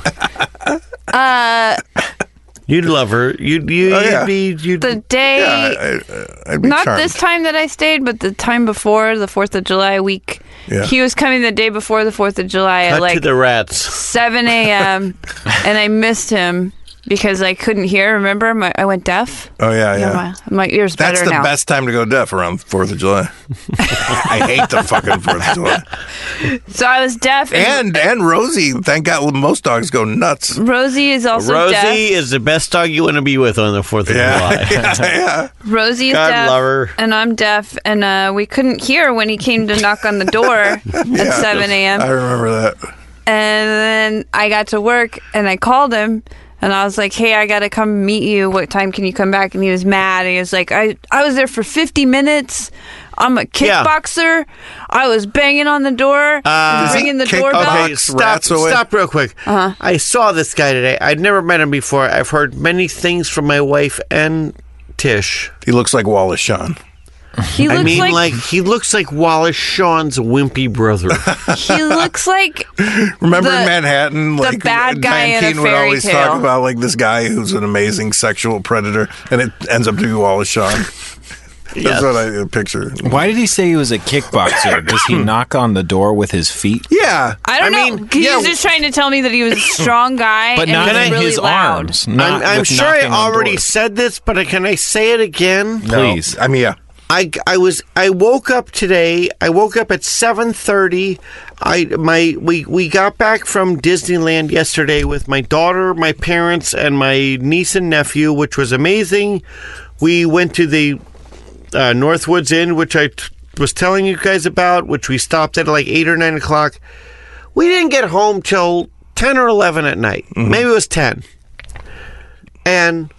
D: Uh, you'd love her. You'd you,
C: Oh,
D: would
C: yeah.
D: be you'd
F: The day,
C: Yeah, I, would be
F: not
C: charmed.
F: this time that I stayed, but the time before the Fourth of July week.
C: Yeah.
F: He was coming the day before the Fourth of July
D: cut
F: at
D: to
F: like
D: the rats.
F: seven a.m. and I missed him because I couldn't hear. Remember, my, I went deaf.
C: Oh yeah, yeah.
F: my, my ears
C: That's
F: better
C: the
F: now.
C: best time to go deaf around Fourth of July. I hate the fucking Fourth of July.
F: So I was deaf,
C: And
F: and,
C: and Rosie, thank God, most dogs go nuts.
F: Rosie is also
D: Rosie
F: deaf.
D: is the best dog you want to be with on the Fourth of
C: Yeah,
D: July.
C: yeah, yeah.
F: Rosie is
D: God
F: deaf,
D: love her.
F: and I'm deaf, and uh, we couldn't hear when he came to knock on the door at 7 a.m.
C: I remember that.
F: And then I got to work, and I called him, and I was like, "Hey, I gotta come meet you. What time can you come back?" And he was mad. He was like, "I I was there for 50 minutes." I'm a
D: Yeah.
F: kickboxer. I was banging on the door, and ringing the doorbell.
C: kickbox?
D: Stop!
C: Rats away.
D: Stop real quick. Uh-huh. I saw this guy today. I'd never met him before. I've heard many things from my wife and Tish.
C: He looks like Wallace Shawn.
F: He looks
D: I mean,
F: like,
D: like he looks like Wallace Shawn's wimpy brother.
F: he looks like
C: Remember
F: The-
C: in Manhattan,
F: the
C: like
F: bad guy
C: Dan
F: in a
C: Keaton would
F: fairy
C: always
F: tale.
C: talk about like this guy who's an amazing sexual predator, and it ends up to be Wallace Shawn. That's what I uh, picture.
E: Why did he say he was a kickboxer? Does
D: Hmm.
E: he knock on the door with his feet?
C: Yeah.
F: I don't know. He's just trying to tell me that he was a strong guy,
E: But
F: and
E: not
F: he was
E: in
F: really
E: his
F: loud.
E: arms.
D: I'm,
E: Not
D: I'm
E: with
D: sure I
E: knocking on
D: already
E: doors.
D: said this, but can I say it again?
E: Please.
C: I mean, yeah.
D: I, I was I woke up today. I woke up at seven thirty. I my we we got back from Disneyland yesterday with my daughter, my parents, and my niece and nephew, which was amazing. We went to the uh, Northwoods Inn, which I t- was telling you guys about, which we stopped at like eight or nine o'clock. We didn't get home till ten or eleven at night.
C: Mm-hmm.
D: Maybe it was ten. And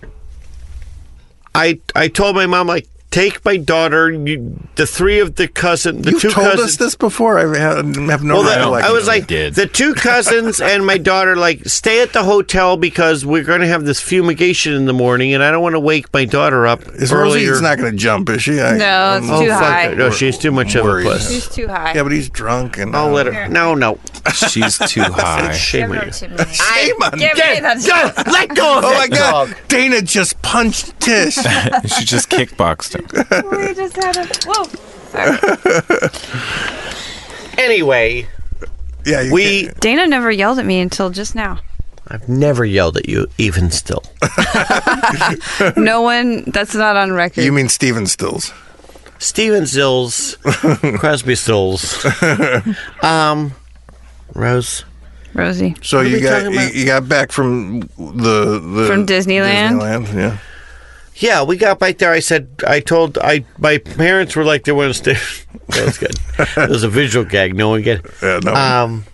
D: I I told my mom like take my daughter, you, the three of the cousin, the
C: You've
D: two
C: told
D: cousins.
C: us this before. I have, have no
D: Well, the-
C: recollection.
D: I was like
E: did.
D: the two cousins and my daughter like stay at the hotel because we're going to have this fumigation in the morning and I don't want to wake my daughter up
C: is
D: earlier.
C: Rosie's not going to jump, is she? I,
F: No, it's
D: oh
F: too
D: fuck!
F: high.
D: it. No, she's too much of a
C: Worries.
D: puss.
F: He's too high.
C: Yeah, but he's drunk and
D: I'll
C: uh,
D: let her. No, no.
E: She's too high.
D: Shame
F: Give
D: on
F: it
D: you.
F: to me.
C: Shame on
F: Give me that
D: God, let go of
C: Oh my
D: that
C: God!
D: dog.
C: Dana just punched Tish.
E: she just kickboxed him.
F: We just had a whoa.
D: Anyway,
C: yeah, you
D: we.
F: Dana never yelled at me until just now.
D: I've never yelled at you, even still.
F: No one. That's not on record.
C: can't- You mean Steven Stills?
D: Steven Zills, Crosby Stills, um, Rose.
F: Rosie.
C: So
D: are
C: you
D: we
C: got
D: talking
C: you,
D: about?
C: you got back from the, the
F: From Disneyland?
C: Disneyland, yeah.
D: Yeah, we got back there. I said, I told, I my parents were like they want to stay. that was good. It was a visual gag. No one get.
C: Yeah, no.
D: Um,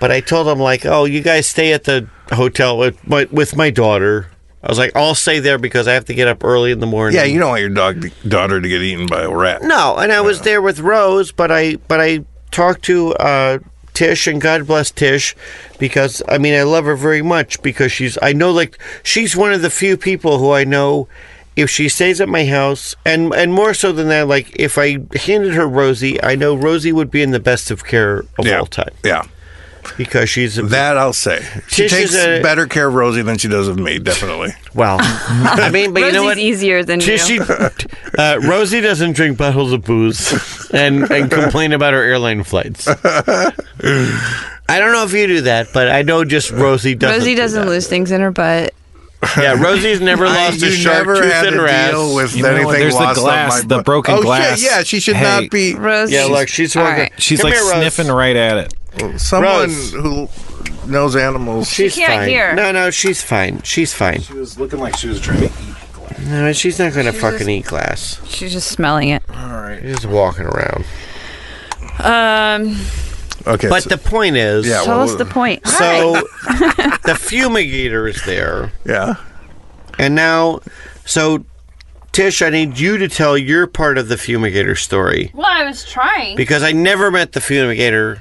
D: but I told them like, oh, you guys stay at the hotel with my with my daughter. I was like, I'll stay there because I have to get up early in the morning.
C: yeah, you don't want your dog daughter to get eaten by a rat.
D: No, and I was there with Rose, but I but I talked to uh, Tish, and God bless Tish, because I mean I love her very much because she's I know like she's one of the few people who I know. If she stays at my house, and and more so than that, like if I handed her Rosie, I know Rosie would be in the best of care of
C: yeah.
D: all time
C: Yeah,
D: because she's a,
C: that I'll say. She
D: Tish is
C: takes
D: a-
C: better care of Rosie than she does of me, definitely.
D: well. I mean, but you
F: Rosie's
D: know what?
F: easier than
D: She,
F: you.
D: she, uh, Rosie doesn't drink bottles of booze and, and complain about her airline flights. I don't know if you do that, but I know just Rosie doesn't.
F: Rosie
D: do
F: doesn't
D: that.
F: lose things in her butt.
D: Yeah, Rosie's never lost a
C: you
D: shark
C: never
D: tooth
C: had
D: in
C: to
D: her ass.
C: deal with
E: You know,
C: anything
E: there's the
C: lost on
E: glass,
C: my
E: the
C: butt.
E: broken
C: oh,
E: glass.
C: Shit, yeah, she should
E: Hey.
C: not be.
F: Rosie.
D: yeah, look, she's one.
F: All
D: of the-
F: right.
E: She's
D: Come
E: like
D: here, Rose.
E: sniffing right at it.
C: Someone
D: Rose.
C: who knows animals.
D: She's
F: can't
D: fine.
F: hear.
D: No, no, she's fine. She's fine.
N: She was looking like she was trying to eat.
D: No, she's not gonna fucking eat glass.
F: She's just smelling it.
D: She's just walking around.
F: Um.
C: okay,
D: But
C: so-
D: the point is,
C: Yeah,
F: Tell
C: well,
F: us the point.
D: so the fumigator is there.
C: yeah,
D: And now, so Tish, I need you to tell your part of the fumigator story
F: Well, I was trying.
D: because I never met the fumigator.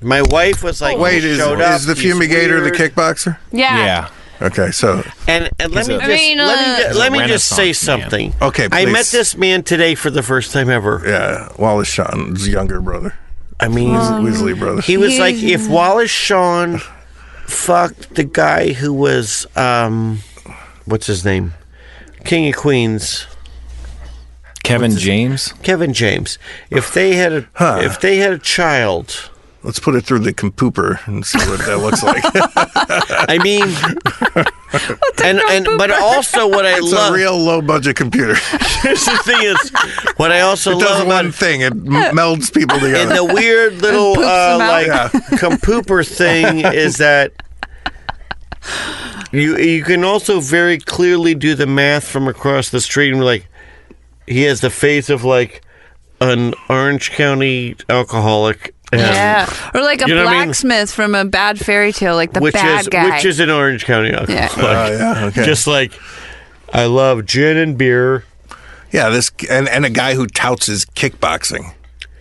D: My wife was like,
C: wait,
D: he
C: is,
D: showed up,
C: is the
D: he's
C: fumigator the
D: weird.
C: kickboxer?
F: yeah.
E: Yeah.
C: Okay, so
D: And, and let, me
E: a-
D: just,
F: I mean, uh,
D: let me ju-
F: He's
D: let
E: a
D: me just say
E: Renaissance man.
D: something.
C: Okay,
D: I met
C: please.
D: this man today for the first time ever.
C: yeah, Wallace Shawn's younger brother,
D: I mean,
C: Weasley brother.
D: he was like, if Wallace Shawn fucked the guy who was, um, what's his name? King of Queens.
E: Kevin James.
D: Kevin James. If they had a
C: Huh.
D: if they had a child,
C: Let's put it through the compooper and see what that looks like.
D: I mean, and and but also what I
C: it's
D: love.
C: a real low budget computer.
D: here's the thing is what I also
C: It does
D: love about
C: one thing. It m- melds people
D: in
C: together.
D: the weird little
F: poops
D: uh,
F: them out.
D: like
C: Yeah.
D: compooper thing is that. You, you can also very clearly do the math from across the street and like he has the face of like an Orange County alcoholic and
F: Yeah. Or like a
D: You know what I mean?
F: blacksmith from a bad fairy tale, like the
D: which
F: bad
D: is
F: guy.
D: which is an Orange County alcoholic.
C: Oh yeah, okay.
D: Just like I love gin and beer.
C: yeah, this and, and a guy who touts his kickboxing.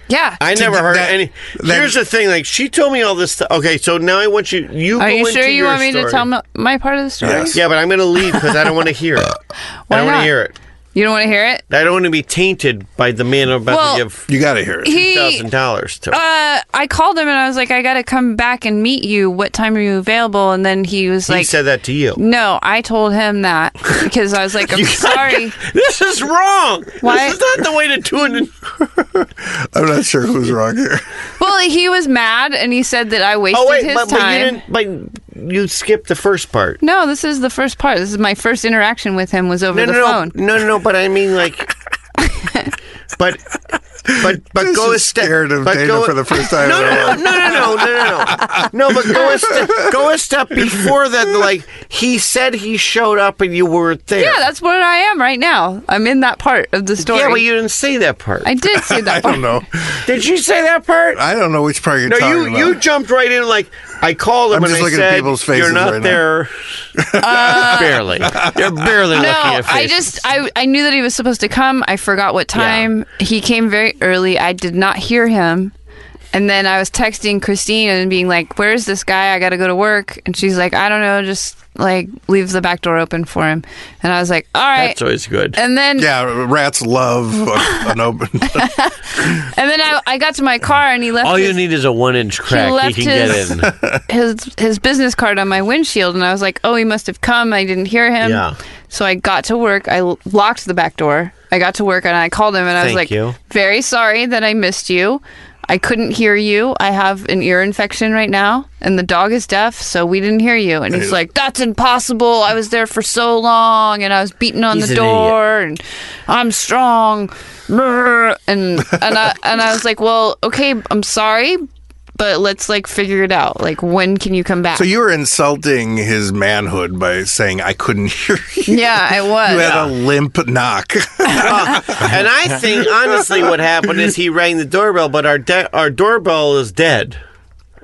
F: yeah.
D: I never
C: that-
D: heard
C: that-
D: any.
C: that-
D: here's the thing: like she told me all this stuff. Okay, so now I want you. You
F: Are
D: go
F: you
D: into
F: sure you
D: your
F: want me to
D: story.
F: tell my, my part of the story?
C: Yes.
D: Yeah, but I'm going to leave because I don't want to hear it. I
F: Why
D: don't want
F: not?
D: to hear it.
F: You don't want to hear it?
D: I don't want to be tainted by the man I'm about
F: Well,
D: to give.
C: You got to hear
F: it. he-
D: thousand dollars to.
F: Uh, I called him and I was like, I got to come back and meet you. What time are you available? And then he was
D: he
F: like,
D: said that to you.
F: No, I told him that because I was like, I'm sorry.
D: This is wrong.
F: Why-
D: This is not the way to do it.
C: I'm not sure who's wrong here.
F: Well, he was mad and he said that I wasted
D: Oh wait,
F: his
D: but, but
F: time.
D: you didn't. But you skipped the first part.
F: No, this is the first part. This is my first interaction with him was over
D: No,
F: the
D: no,
F: phone.
D: no, no, no, no. But I mean, like, but but but
C: This
D: go a
C: is
D: step.
C: scared of
D: but
C: Dana
D: go,
C: for the first time
D: No,
C: in a
D: no, no, no, no, no, no, no. No, but go a step. Go a step before that. Like he said, he showed up and you weren't there.
F: Yeah, that's what I am right now. I'm in that part of the story.
D: Yeah, but you didn't say that part.
F: I did see that
C: I
F: part.
C: don't know.
D: Did you say that part?
C: I don't know which part you're
D: No, you
C: talking
D: you
C: about.
D: jumped right in like I called him
C: I'm
D: and
C: just
D: I
C: looking at
D: said
C: people's
D: you're
C: faces
D: not
C: right now."
D: there. barely. You're barely
F: Uh, No,
D: looking at
F: I
D: faces.
F: just I I knew that he was supposed to come. I forgot what time. He came very early. I did not hear him. And then I was texting Christine and being like, "Where's this guy? I got to go to work." And she's like, "I don't know, just like leave the back door open for him." And I was like, "All right."
D: That's always good.
F: and then
C: yeah, rats love a- an open.
F: and then I, I got to my car and he left
D: All you
F: his,
D: need is a one inch crack.
F: left
D: You can
F: his-
D: get in.
F: his his business card on my windshield and I was like, "Oh, he must have come. I didn't hear him."
D: Yeah.
F: So I got to work. I l- locked the back door. I got to work and I called him and I was
D: Thank
F: like,
D: you.
F: "Very sorry that I missed you. I couldn't hear you. I have an ear infection right now and the dog is deaf, so we didn't hear you." And he's like, "That's impossible. I was there for so long and I was beating on
D: He's
F: the
D: an idiot.
F: door and I'm strong." Brr. And and I and I was like, "Well, okay, I'm sorry." But let's like figure it out. Like, when can you come back?
C: so you were insulting his manhood by saying I couldn't hear you.
F: Yeah, I was.
C: You had a limp knock.
D: and I think honestly, what happened is he rang the doorbell, but our de- our doorbell is dead.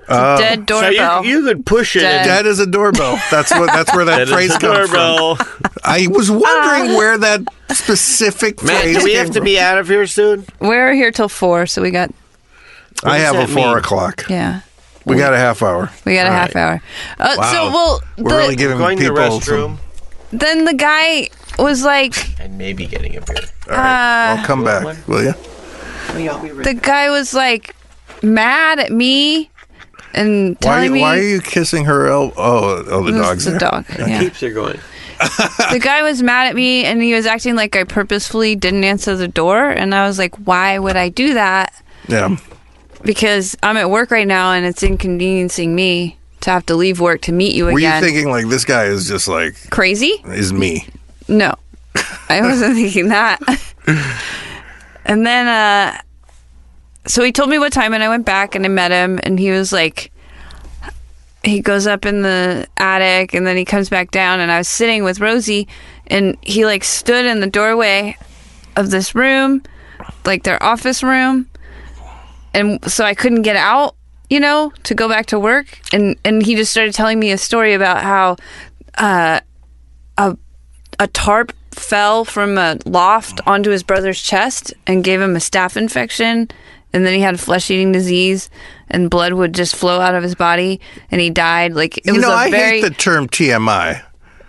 C: uh,
F: Dead
D: So
F: doorbell.
D: you, you could push it.
F: Dead.
C: Dead as a doorbell. That's what. That's where that
D: And dead is
C: phrase
D: the
C: comes from.
D: doorbell.
C: I was wondering where that specific
D: Matt,
C: phrase.
D: do we
C: came
D: have to
C: from.
D: be out of here soon?
F: We're here till four, so we got
C: I
D: does
C: have a
D: that
C: four
D: mean?
C: o'clock.
F: yeah,
C: We got a half hour.
F: we got a half hour. Uh, So well,
C: We're
F: the,
C: really giving
D: Going to the
C: people
D: restroom.
C: some.
F: then the guy was like,
D: And maybe getting a beer.
C: All right, I'll come back, will you?
F: the guy was like mad at me and telling
C: Why,
F: me
C: why are you kissing her elbow? Oh, oh, the
F: This is
C: dog's
F: the
C: there.
F: dog. Yeah.
D: Keeps it going.
F: the guy was mad at me and he was acting like I purposefully didn't answer the door, and I was like, why would I do that?
C: Yeah.
F: Because I'm at work right now and it's inconveniencing me to have to leave work to meet you
C: Were you
F: again.
C: thinking like this guy is just like
F: Crazy?
C: is me?
F: No, I wasn't thinking that. and then, uh, so he told me what time, and I went back and I met him, and he was like, he goes up in the attic, and then he comes back down, and I was sitting with Rosie, and he like stood in the doorway of this room, like their office room, and so I couldn't get out, you know, to go back to work, and and he just started telling me a story about how uh, a tarp fell from a loft onto his brother's chest and gave him a staph infection and then he had flesh eating disease and blood would just flow out of his body and he died like it
C: you
F: was
C: know,
F: a
C: I
F: very
C: hate the term TMI,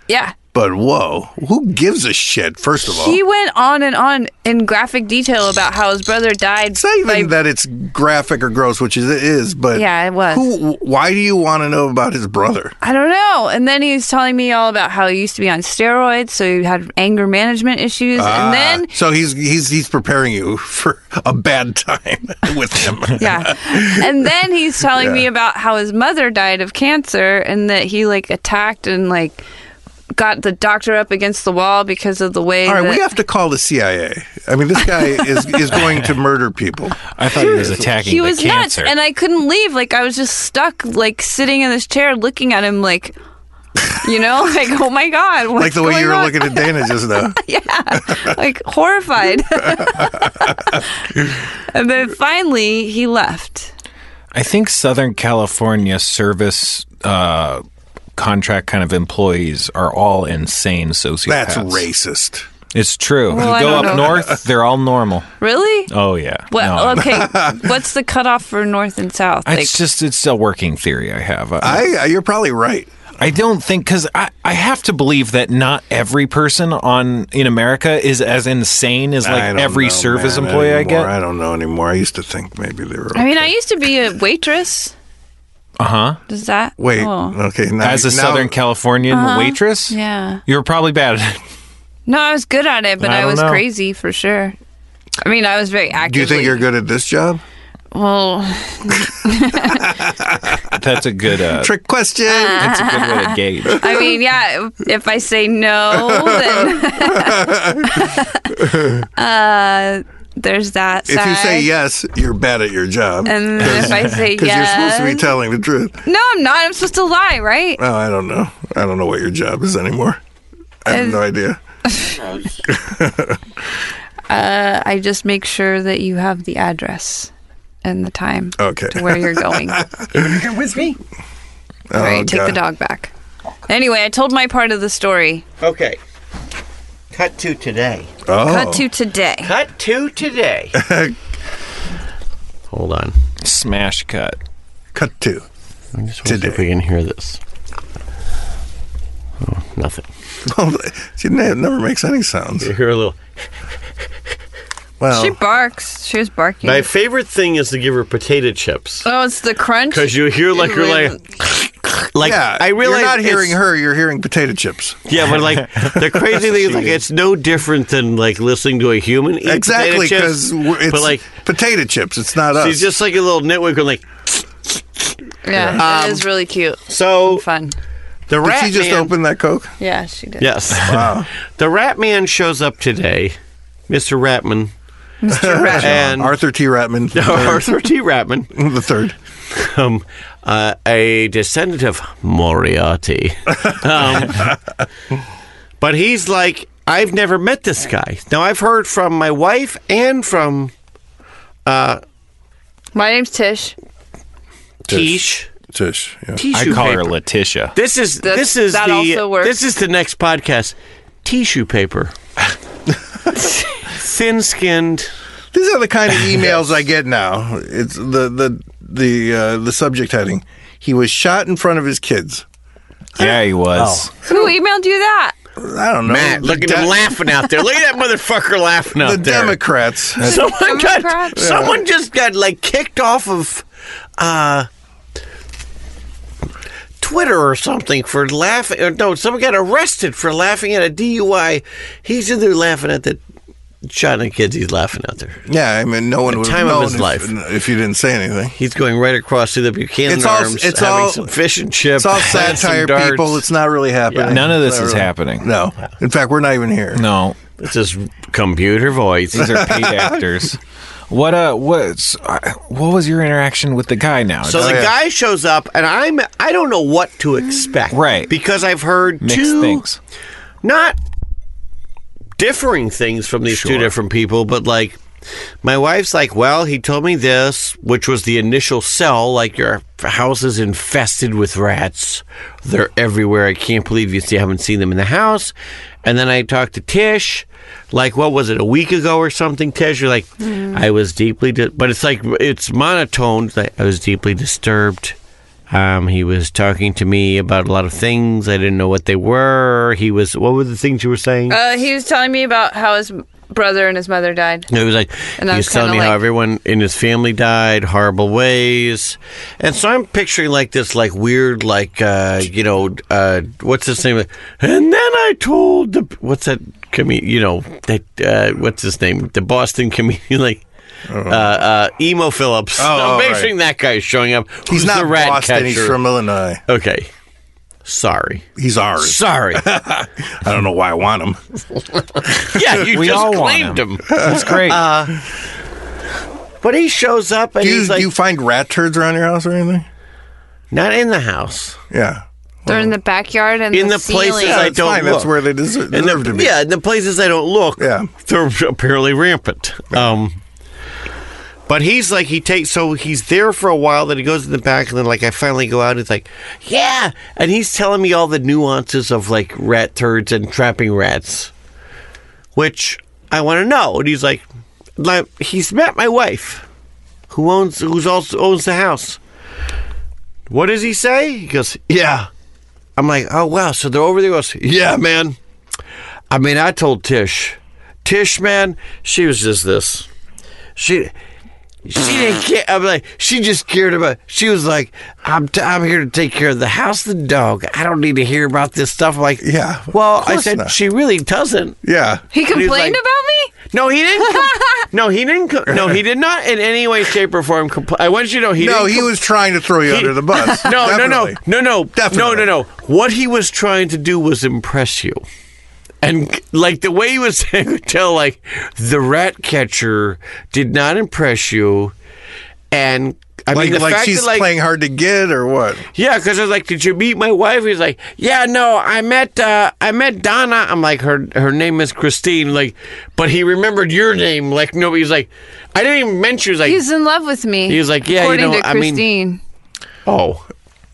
F: yeah
C: but whoa, who gives a shit? First of all,
F: he went on and on in graphic detail about how his brother died
C: it's not even
F: by-
C: that it's graphic or gross, which is, it is, but
F: Yeah, it was.
C: Who? Why do you want to know about his brother?
F: I don't know. And then he was telling me all about how he used to be on steroids, so he had anger management issues.
C: Ah,
F: and then
C: so he's he's he's preparing you for a bad time with him.
F: yeah. And then he's telling me about how his mother died of cancer and that he like attacked and like got the doctor up against the wall because of the way
C: All right,
F: that,
C: we have to call the CIA. I mean, this guy is is going to murder people.
E: I thought he was attacking
F: he
E: the
F: was
E: cancer.
F: nuts and I couldn't leave. Like I was just stuck like sitting in this chair looking at him like you know, like oh my god, what's
C: Like the way
F: going
C: you were
F: on?
C: looking at Dana just now.
F: yeah, like horrified. and then finally he left.
E: I think Southern California service uh, contract kind of employees are all insane sociopaths.
C: That's racist.
E: It's true.
F: Well, I
E: you go
F: don't
E: up
F: know.
E: north, they're all normal.
F: Really?
E: Oh yeah. No,
F: Well, okay. What's the cutoff for north and south?
E: it's just it's a working theory I have. I,
C: I, I you're probably right.
E: I don't think because I, I have to believe that not every person on in America is as insane as like
C: I don't
E: every
C: know,
E: service
C: man,
E: employee I
C: anymore.
E: get.
C: I don't know anymore. I used to think maybe they were.
F: I mean, I used to be a waitress.
E: Uh huh.
F: Does that?
C: Uh-huh. Wait,
F: Oh.
C: okay. Now,
E: As a
C: now-
E: Southern Californian
F: Uh-huh.
E: waitress,
F: Yeah.
E: you were probably bad at it.
F: No, I was good at it, but
E: I
F: I,
E: don't
F: was
E: know.
F: crazy for sure. I mean, I was very active.
C: do you think you're good at this job?
F: Well,
E: That's a good uh,
C: Trick question.
E: That's a good way to gauge.
F: I mean, yeah. If I say no, then uh, there's that
C: If
F: side.
C: you say yes, you're bad at your job.
F: And if I say
C: Because you're supposed to be
F: Uh, yes.
C: telling the truth.
F: no, I'm not. I'm supposed to lie, right?
C: Oh, I don't know. I don't know what your job is anymore. I have
F: Is-
C: no idea.
F: Uh, I just make sure that you have the address and the time
C: Okay.
F: to where you're going.
O: You're with me.
C: Oh,
F: All right, take the
C: God.
F: dog back. Anyway, I told my part of the story.
D: Okay. Cut to today.
C: Oh.
F: Cut to today.
D: Cut to today.
P: Hold on.
E: Smash cut.
C: Cut to.
P: I just want to see if we can hear this. Oh, nothing.
C: she ne- never makes any sounds. You
P: hear a little.
C: Well,
F: She barks. She was barking.
D: My favorite thing is to give her potato chips
F: oh, it's the crunch.
D: because you hear like you're like, like
C: yeah,
D: I realize
C: you're not
D: it's-
C: hearing her. You're hearing potato chips.
D: Yeah, but like the crazy thing is like it's no different than like listening to a human eat potato
C: Exactly, because
D: chips,
C: it's
D: but like
C: potato chips. It's not us.
D: she's just like a little nitwit going like
F: yeah,
D: Um,
F: it is really cute.
D: so
F: Fun.
D: the
C: Did
D: rat
C: she just
D: man,
C: open that Coke?
F: Yeah, she did.
D: Yes,
C: Wow.
D: the rat man shows up today, Mister Ratman
F: Mr. Rat.
D: and
C: Uh, Arthur T. Ratman, the third.
D: Arthur T. Ratman,
C: the third.
D: um, uh, a descendant of Moriarty. Um, but he's like, I've never met this guy. Now, I've heard from my wife and from
F: My name's Tish.
D: Tish.
C: Tish. Yeah.
E: I
D: Tissue
E: call her
D: paper.
E: Letitia.
D: This is
F: That's-
D: this is
F: that
D: the
F: also works.
D: this is the next podcast. Tissue paper, thin-skinned.
C: These are the kind of emails I get now. It's the the the uh, the subject heading. He was shot in front of his kids.
E: Yeah, he was.
F: Who emailed you that?
C: I don't know.
D: Matt,
C: The
D: look at
C: de-
D: him laughing out there. Look at that motherfucker laughing out
C: The
D: there.
C: Democrats. Uh,
D: someone
F: Democrat?
D: got someone just got like kicked off of uh Twitter or something for laughing or no, someone got arrested for laughing at a DUI. He's in there laughing at the shot at kids he's laughing out there.
C: Yeah, I mean, no one
D: The
C: would
D: time
C: have
D: of
C: known
D: his
C: if,
D: life.
C: if you didn't say anything.
D: He's going right across to the Buchanan
C: It's all-
D: arms
C: it's
D: having
C: all-
D: some fish and chips.
C: It's all satire, people. It's not really happening.
E: None of
C: It's
E: this
C: not
E: is
C: really-
E: happening.
C: No. In fact, we're not even here.
E: No,
D: It's his computer voice.
E: these are paid actors. What uh, what's uh, what was your interaction with the guy now?
D: So the
C: Oh, yeah.
D: guy shows up, and I'm I don't know what to expect,
E: Right.
D: Because I've heard
E: Mixed
D: two
E: things.
D: not differing things from these two
E: Sure.
D: different people, but like my wife's like, well, he told me this, which was the initial sell. Like your house is infested with rats; they're everywhere. I can't believe you still haven't seen them in the house. And then I talked to Tish, like what was it a week ago or something? Tish, you're like, I was deeply, di-, but it's like it's monotone. Like I was deeply disturbed. Um, he was talking to me about a lot of things. I didn't know what they were. He was, what were the things you were saying?
F: Uh, he was telling me about how his brother and his mother died.
D: It was like
F: And I
D: he
F: was
D: was telling me
F: kinda
D: how
F: like-
D: everyone in his family died horrible ways, and so I'm picturing like this like weird like uh, you know uh, what's his name? And then I told the what's that com- you know that uh, what's his name? The Boston comedian like. Uh, uh, Emo Phillips.
C: Oh,
D: I'm
C: oh,
D: picturing that guy showing up.
C: He's
D: Who's
C: not
D: the rat
C: Boston.
D: catcher?
C: He's from Illinois.
D: Okay, sorry,
C: He's ours.
D: sorry.
C: I don't know why I want him.
D: yeah, you
E: We
D: just
E: all want
D: claimed him. Uh,
E: That's great.
D: But he shows up and
C: Do you,
D: he's like,
C: do you find rat turds around your house or anything?
D: not in the house.
C: Yeah.
F: They're in the backyard and
D: In
F: the,
D: the places
F: ceiling.
C: Yeah,
D: I
C: it's
D: don't
C: fine. That's
D: look.
C: where they deserve,
D: And
C: deserve
D: the,
C: to be.
D: Yeah, the places I don't look,
C: Yeah.
D: they're apparently rampant. Um, but he's like, he takes, so he's there for a while, then he goes in the back, and then like I finally go out, and it's like, yeah. And he's telling me all the nuances of like rat turds and trapping rats, which I want to know. And he's like, like, he's met my wife, who owns, who's also owns the house. What does he say? He goes, yeah. I'm like, oh wow, so they're over there. He Goes, yeah, man. I mean, I told Tish, Tish, man, she was just this. She, she didn't care. I'm like, she just cared about. She was like, I'm, t- I'm here to take care of the house, the dog. I don't need to hear about this stuff. I'm like,
C: yeah.
D: Well, I
C: course
D: said
C: not.
D: she really doesn't.
C: Yeah.
F: He
D: And was
F: complained
D: like-
F: about me?
D: No, he didn't. com- no, he didn't. Com- no, he did not in any way, shape, or form. Compl- I want you to know he.
C: no,
D: didn't
C: he
D: com-
C: was trying to throw you
D: He-
C: under the bus.
D: No, no, no,
C: Definitely.
D: no, no, no,
C: Definitely.
D: no, no. What he was trying to do was impress you, and like the way he was saying, could tell like the rat catcher did not impress you, and I
C: Like,
D: mean the
C: like
D: fact
C: she's
D: that like
C: playing hard to get or what?
D: yeah, because I was like, "Did you meet my wife?" He's like, "Yeah, no, I met uh, I met Donna." I'm like, "Her her name is Christine." Like, but he remembered your name. Like, no, he's like, "I didn't even mention." He's like,
F: He's in love with me.
D: He was like, yeah, you
F: according
D: know,
F: to
D: I mean-
F: Christine.
D: "Oh,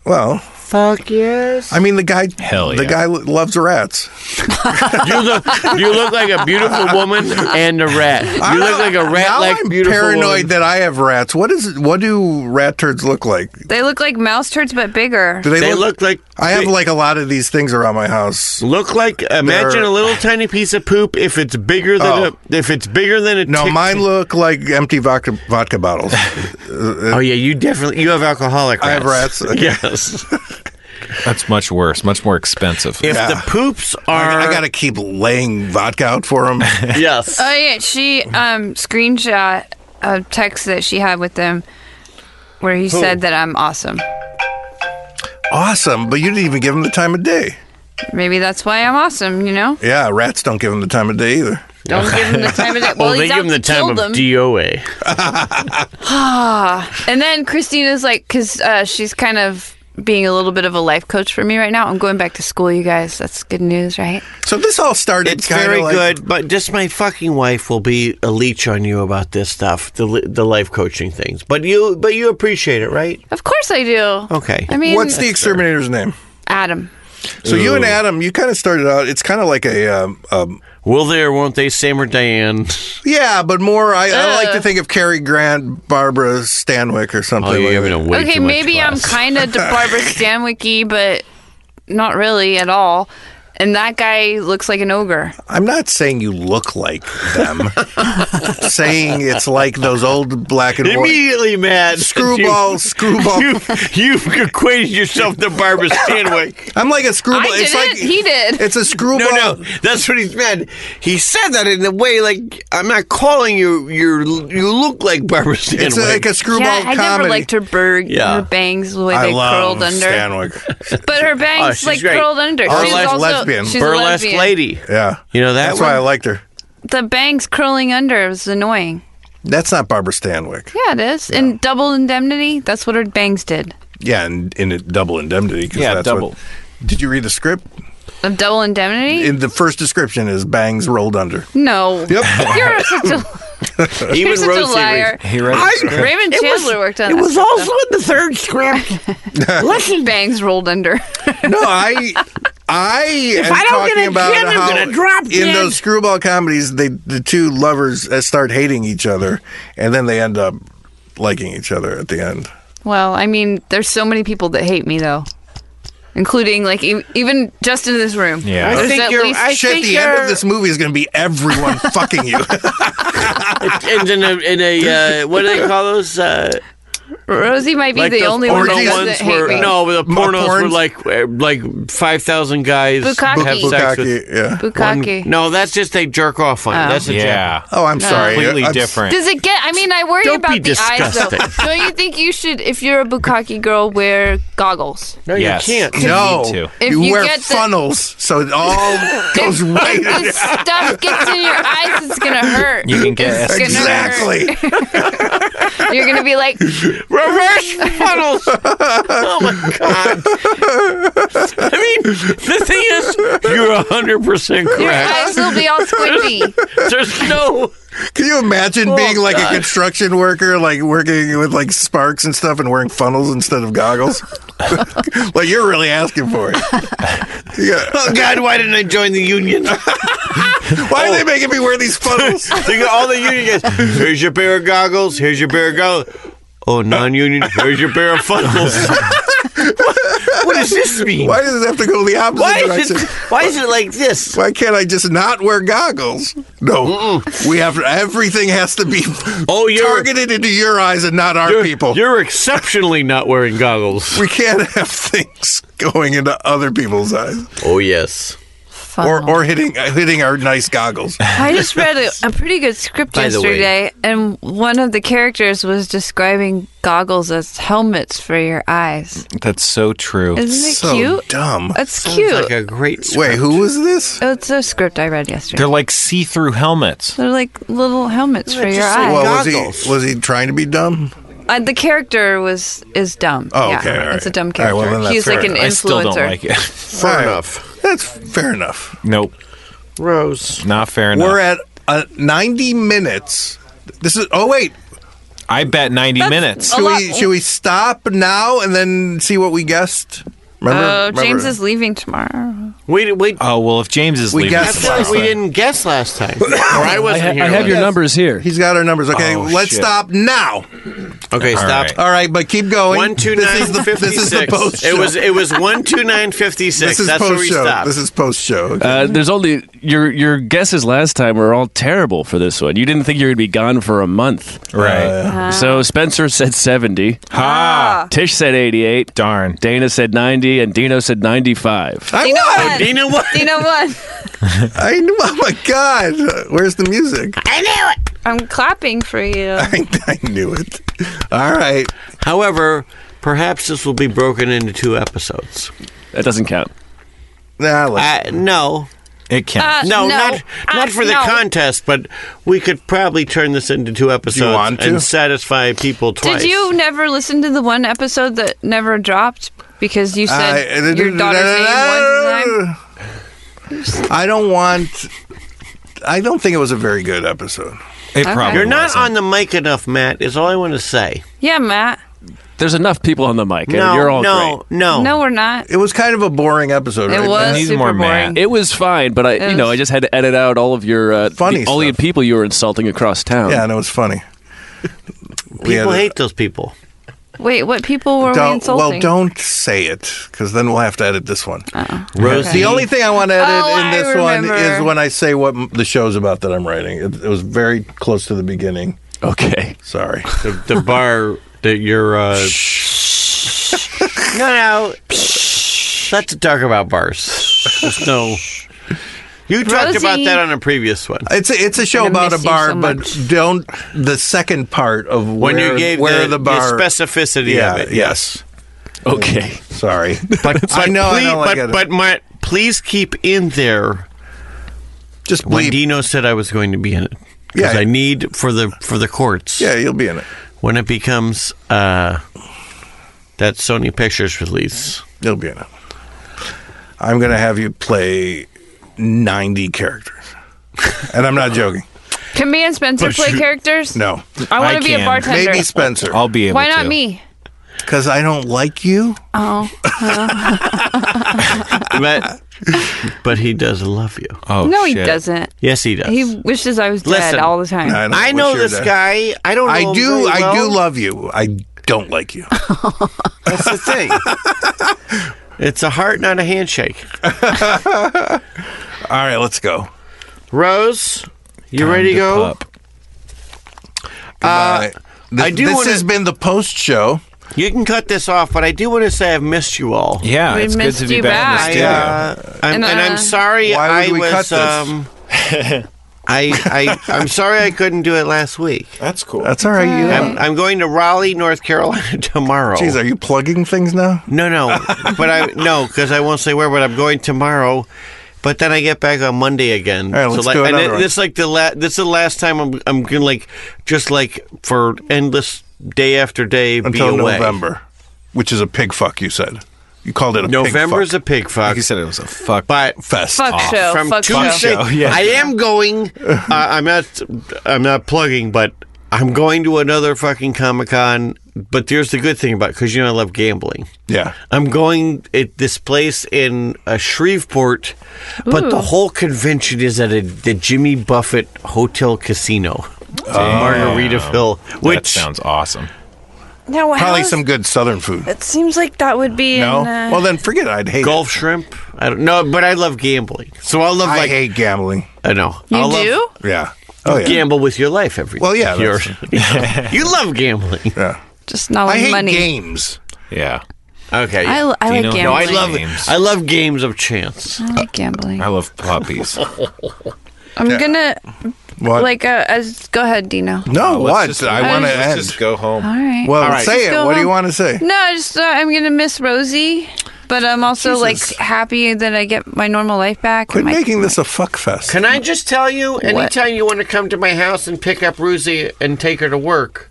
C: Well,
D: fuck yes."
C: I mean, the guy,
E: Hell
C: the
E: yeah.
C: guy lo- loves rats.
D: You look, you look like a beautiful woman and a rat. You look like a rat,
C: now
D: like
C: I'm
D: beautiful.
C: paranoid
D: woman.
C: that I have rats. What is? What do rat turds look like?
F: They look like mouse turds, but bigger.
C: Do
D: they look, like
C: I have
D: they
C: like a lot of these things around my house.
D: look like imagine
C: They're-
D: a little tiny piece of poop if it's bigger than
C: Oh.
D: a, if it's bigger than a
C: No,
D: tick-
C: mine look like empty vodka, vodka bottles.
D: Oh yeah, you definitely you have alcoholic. Rats.
C: I have rats.
D: Yes.
E: That's much worse, much more expensive.
D: If
C: Yeah.
D: the poops are
C: I, I gotta keep laying vodka out for them.
D: yes.
F: Oh yeah, she um screenshot a text that she had with him where he said that I'm awesome.
C: awesome, but you didn't even give them the time of day.
F: Maybe that's why I'm awesome, you know?
C: Yeah, rats don't give them the time of day either.
F: Don't give him the time of day. Well,
D: well, they
F: he's
D: give
F: out
D: him the
F: to
D: time
F: kill
D: of
F: them.
D: DOA.
F: Ah. and then Christina's like, because uh, she's kind of being a little bit of a life coach for me right now. I'm going back to school, you guys. That's good news, right?
C: So this all started.
D: It's
C: kinda
D: very
C: like-
D: good, but just my fucking wife will be a leech on you about this stuff, the li- the life coaching things. But you but you appreciate it, right?
F: Of course I do.
D: Okay.
F: I mean,
C: What's the exterminator's name?
F: Adam?
C: So you and Adam, you kind of started out. It's kind of like a, um, um,
D: Will they or won't they, Sam or Diane?
C: yeah, but more. I, I like
F: Uh.
C: to think of Cary Grant, Barbara Stanwyck, or something.
D: you're
C: like
D: giving
C: that.
D: a way
F: okay,
D: too much
F: maybe I'm
D: class.
F: kind of Barbara Stanwycky, but not really at all. And that guy looks like an ogre.
C: I'm not saying you look like them. saying it's like those old black and white
D: immediately mad.
C: screwball, screwball.
D: You, you've equated yourself to Barbara Stanwyck.
C: I'm like a screwball.
F: I
C: it's
F: didn't.
C: like
F: he did.
C: It's a screwball.
D: No, no, that's what he's meant. He said that in a way like I'm not calling you. You you look like Barbara Stanwyck.
C: It's like a screwball
F: yeah, I
C: comedy.
F: never liked her berg,
D: Yeah.
F: her bangs the way
C: I
F: they
C: love
F: curled under.
C: Stanwyck.
F: But her
D: Oh,
F: bangs
D: she's
F: like
D: great.
F: curled under.
C: Burlesque
F: she's also
C: lesbian.
F: She's a
D: burlesque
F: lesbian.
D: lady.
C: Yeah,
D: You know that
C: That's why I
D: one?
C: liked her.
F: The bangs curling under was annoying.
C: That's not Barbara Stanwyck.
F: Yeah, it is. And double indemnity, that's what her bangs did.
C: Yeah, and in a double indemnity. 'cause
E: Yeah,
C: that's
E: double.
C: what- did you read the script?
F: Of double indemnity?
C: In the first description is bangs rolled under.
F: no.
C: Yep.
F: You're such a, you're
D: Even
F: such a
D: Rosie
F: liar.
E: He read it.
F: Raymond
D: It
F: Chandler
D: was-
F: worked on
D: It
F: that
D: was
F: stuff.
D: also in the third script. Listen,
F: bangs rolled under.
C: No, I. I am
D: I don't
C: talking
D: get a
C: about
D: kid, I'm
C: how
D: gonna drop
C: in
D: dead.
C: those screwball comedies, they the two lovers uh, start hating each other, and then they end up liking each other at the end.
F: well, I mean, there's so many people that hate me, though. Including, like, e- even just in this room.
E: Yeah. I
F: There's
D: think
F: at
D: you're-
F: least-
D: I
C: Shit,
D: think
C: the end
D: you're-
C: of this movie is going to be everyone fucking you.
D: and in a, in a uh, what do they call those? Uh,
F: Rosie might be
D: like
F: the
D: those
F: only one
D: porno
F: that
C: orgies
F: doesn't
D: ones
F: hate
D: where
F: me.
D: no, the
C: My
D: pornos were
C: porns?
D: like uh, like five thousand guys
F: Bukkake.
D: have sex with.
C: Bukkake, yeah.
D: one-
F: Bukkake.
D: No, that's just they jerk off on. it.
F: Oh.
D: That's a joke.
E: yeah.
C: Oh, I'm sorry.
E: Completely
C: I'm-
E: different.
F: Does it get? I mean, I worry
D: Don't
F: about
D: be
F: the eyes, though.
D: disgusting.
F: Don't you think you should, if you're a bukkake girl, wear goggles?
D: No,
E: Yes.
D: you can't.
E: Need
C: No,
E: to.
F: If
C: you,
F: you
C: wear
F: get the-
C: funnels, so it all goes right. in
F: This stuff gets in your eyes. It's gonna hurt.
E: You can get
F: It's gonna
C: Exactly.
F: hurt. You're gonna be like,
D: Reverse funnels. oh my god. I mean, the thing is, you're hundred percent
F: your
D: correct.
F: eyes will be all squinty.
D: There's no.
C: Can you imagine
F: Oh,
C: being like
D: God.
C: a construction worker, like working with like sparks and stuff, and wearing funnels instead of goggles? like you're really asking for it. Yeah.
D: Oh God, why didn't I join the union? Oh.
C: Why are they making me wear these funnels?
D: They got all the union guys. Here's your pair of goggles. Here's your pair of goggles. Oh, non-union. Here's your pair of funnels. what does this mean?
C: Why does it have to go the opposite
D: Why is
C: direction?
D: it, why is it like this?
C: Why can't I just not wear goggles? No, we have to, everything has to be
D: Oh, you're-
C: targeted into your eyes and not our people.
D: You're exceptionally not wearing goggles.
C: we can't have things going into other people's eyes
D: Oh, yes.
F: Uh-huh.
C: or or hitting uh, hitting our nice goggles.
F: I just read a, a pretty good script
D: By the way-
F: yesterday, and one of the characters was describing goggles as helmets for your eyes.
E: That's so true.
F: Isn't it
C: so
F: cute?
C: dumb.
F: That's cute.
D: Like a great
C: Wait, who was this?
F: it's a script I read yesterday.
E: They're like see-through helmets.
F: They're like little helmets for
D: just
F: your
D: like
F: eyes.
C: Well, was
D: Goggles.
C: he was he trying to be dumb?
F: Uh, the character was is dumb.
C: Oh,
F: yeah,
C: okay, all right.
F: it's a
C: All
F: dumb
C: right,
F: character.
C: well, then that's
F: He's like
C: fair
F: an influencer.
E: I still don't like it.
C: Fair
D: enough.
C: That's fair enough.
E: nope,
D: Rose.
E: not fair enough.
C: We're at uh, ninety minutes. This is oh wait.
E: I bet 90
F: That's- Oh.
E: minutes.
F: A
C: Should
F: lot-
C: we should we stop now and then see what we guessed? Remember,
F: Oh, James
C: remember-
F: is leaving tomorrow.
D: We, we,
E: Oh well, if James is
C: We
E: leaving,
C: got-
D: I feel like we didn't guess last time. or I
K: I,
D: wasn't
K: ha-
D: here.
K: I have your numbers here.
C: He's got our numbers. Okay,
E: Oh,
C: let's
E: shit.
C: stop now.
D: Okay, stop.
E: right.
C: All right, but keep going.
D: One two
C: This
D: nine
C: is the- This is the post show.
D: It was it was one two nine fifty
C: This
D: six.
C: is
D: That's where
C: post
D: we
C: show.
D: stopped.
C: This is post show. Okay.
K: Uh, there's only your your guesses last time were all terrible for this one. You didn't think you were going to be gone for a month.
E: right.
F: Ah.
K: So Spencer said 70,
E: ha!
K: Tish said 88,
E: Darn.
K: Dana said 90, and Dino said 95.
C: I
F: Dino
C: won.
F: won.
D: Dina won.
F: Dino won.
C: I knew. Oh my god! Where's the music? I,
F: I'm clapping for you. Uh,
C: I knew it. All right.
D: However, perhaps this will be broken into two episodes.
K: That doesn't count.
C: Now let's
D: Uh, no.
E: It
F: Uh,
E: counts.
D: No, not
F: Uh,
D: not for the
F: no.
D: contest, but we could probably turn this into two episodes
C: want to?
D: and satisfy people twice.
F: Did you never listen to the one episode that never dropped because you said
C: I-
F: your daughter's name one time?
C: I don't want. I don't think it was a very good episode.
E: It probably
D: You're not
E: wasn't.
D: on the mic enough, Matt. Is all I want to say.
F: Yeah, Matt.
K: There's enough people on the mic, and
D: no,
K: you're all
D: no, no,
F: No, we're not.
C: It was kind of a boring episode.
F: It
C: right?
F: was
E: need
F: super
E: more
F: boring.
E: Matt.
K: great. It was fine, but I, you know, I just had to edit out all of your uh,
C: Funny
K: the- all the
C: stuff.
K: people you were insulting across town.
C: Yeah, and it was funny. We had
D: People
C: a-
D: hate those people.
F: Wait, what people were we
C: Don't,
F: insulting?
C: well, don't say it because then we'll have to edit this one.
D: Rosie,
C: The only thing I want to edit
F: Oh,
C: in
F: I
C: this one
F: remember.
C: is when I say what m- the show's about that I'm writing. It, it was very close to the beginning.
K: Okay.
C: Sorry.
D: the, the bar that you're. Uh... no, no. Let's talk about bars. There's no. You talked
F: Rosie.
D: about that on a previous one.
C: It's a, it's a show
F: I'm
C: about
F: gonna
C: a
F: miss you
C: bar,
F: so
C: but
F: much.
C: don't the second part of
D: When
C: where,
D: you gave
C: where the,
D: the,
C: bar
D: the specificity
C: Yeah,
D: of it.
C: yes.
K: Okay.
C: Sorry, but, I know I
D: please,
C: don't like
D: but,
C: it.
D: but my, please keep in there
C: just
D: when
C: bleep.
D: Dino said I was going to be in it. Because
C: Yeah.
D: I need for the for the courts.
C: yeah, you'll be in it.
D: When it becomes uh, that Sony Pictures release.
C: You'll be in it. I'm gonna have you play 90 characters, and I'm not joking.
F: Can me and Spencer play characters?
C: No,
F: I want
E: I
F: to be a
E: can.
F: bartender.
C: maybe Spencer,
E: I'll be able
F: Why
E: to.
F: not me?
C: because I don't like you.
F: Oh,
D: But but he does love you.
E: Oh,
F: no, he
E: shit.
F: doesn't.
D: Yes, he does.
F: He wishes I was dead
D: Listen.
F: all the time.
C: don't
D: I
C: wish
D: know
C: you're
D: this
C: dead.
D: guy. I don't. Know
C: I
D: him
C: do.
D: very
C: I do
D: well.
C: love you. I don't like you.
D: That's the thing. it's a heart, not a handshake.
C: All right, let's go.
D: Rose, you
E: Time
D: ready to go?
E: pup.
C: Goodbye. this
D: Uh, I do
C: this
D: wanna-
C: has been the post show.
D: You can cut this off, but I do want to say I've missed you all.
E: Yeah,
F: We
E: it's good
F: missed
E: to be
F: you
E: back, in
F: back.
E: the
D: I,
E: studio.
D: uh, I'm, and,
F: And, uh,
D: I'm sorry.
C: Why would
D: I
C: we
D: was.
C: cut this?
D: Um, I, I I'm sorry I couldn't do it last week.
Q: That's cool.
C: That's all right. You.
D: I'm, I'm going to Raleigh, North Carolina tomorrow.
C: Jeez, are you plugging things now?
D: No, no, but I no because I won't say where. But I'm going tomorrow. But then I get back on Monday again.
C: All right, let's
D: like,
C: do
D: and
C: another one.
D: this is like the la- this is the last time I'm I'm gonna like just like for endless day after day
C: Until
D: be away.
C: November, which is a pig fuck. You said you called it a
D: November
C: pig
D: is a
C: fuck
D: pig fuck.
E: He said it was a fuck.
D: But
C: fest.
F: Fuck show.
D: from
F: fuck
D: Tuesday,
F: show.
E: show, yeah.
D: I am going. Uh, I'm not. I'm not plugging, but I'm going to another fucking Comic Con. But there's the good thing about because you know I love gambling.
C: Yeah.
D: I'm going at this place in uh, Shreveport, but the whole convention is at a, the Jimmy Buffett Hotel Casino, in Margaritaville,
E: Which that
D: which
E: sounds awesome.
F: Now, how
C: Probably
F: is-
C: some good Southern food.
F: It seems like that would be. In, uh,
C: then forget. It. I'd hate
D: Gulf shrimp. I don't know, but I love gambling. So I'll love.
C: I
D: Like,
C: hate gambling.
D: I know.
F: you
D: I'll love-
F: do?
C: Yeah.
D: You gamble with your life every.
C: Well, yeah,
D: you're-
C: that's-
D: you love gambling.
C: Yeah.
F: Just not
C: I
F: with
C: hate
F: money.
C: games.
E: Yeah.
D: Okay.
F: I, l- I like gambling.
D: no, I love
E: Games.
D: I love games of chance.
F: I like gambling.
E: I love puppies.
F: I'm
C: Yeah.
F: gonna
C: What?
F: like uh, as, go ahead, Dino.
C: no, what?
E: Let's just-
C: I want to
E: let's
C: end.
E: Just go home.
F: All right.
C: well,
D: right.
C: say
F: Just
C: it.
F: go
C: What do you
F: home.
C: want to say?
F: No, I just uh, I'm gonna miss Rosie, but I'm also like happy that I get my normal life back.
C: Quit
F: and my-
C: making this a fuck fest.
D: Can I just tell you, anytime you want to come to my house and pick up Rosie and take her to work,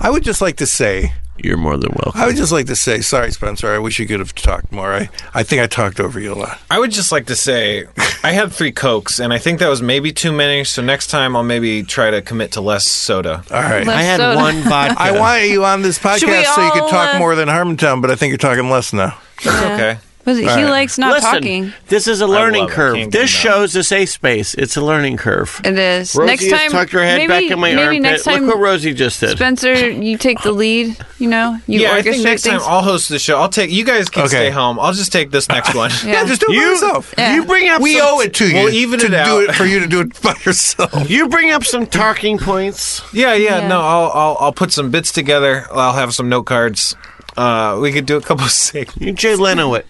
C: I would just like to say.
D: you're more than welcome.
C: I would just like to say, sorry, Spencer. I wish you could have talked more. I, I think I talked over you a lot.
E: I would just like to say I had three Cokes, and I think that was maybe too many. So next time I'll maybe try to commit to less soda.
C: All right.
F: Less
D: I had
F: soda.
D: one vodka.
C: I wanted you on this podcast
F: Should we
C: so you could
F: all,
C: talk
F: uh,
C: more than Harmontown, but I think you're talking less now.
E: That's okay.
F: Was it, he likes not
D: Listen,
F: talking.
D: this is a learning
E: love it.
D: curve.
E: Can't
D: This
E: get enough.
D: show's a safe space. It's a learning curve.
F: It is
D: Rosie
F: next
D: just
F: time.
D: tucked her head
F: maybe,
D: back in my
F: maybe
D: armpit.
F: next time,
D: Look what Rosie just did.
F: Spencer, you take the lead. You know, you
E: yeah, I
F: orchestrate
E: think next
F: things.
E: time I'll host the show. I'll take you guys can
C: Okay.
E: stay home. I'll just take this next one.
C: Yeah, just do it by yourself.
F: Yeah.
D: You bring up
C: We
D: some,
C: owe it to you.
E: We'll even
C: to
E: it
C: do
E: out.
C: it for you to do it by yourself.
D: You bring up some talking points.
E: Yeah, yeah,
F: Yeah.
E: No, I'll, I'll I'll put some bits together. I'll have some note cards. Uh, we could do a couple of sig.
D: You Jay Leno it.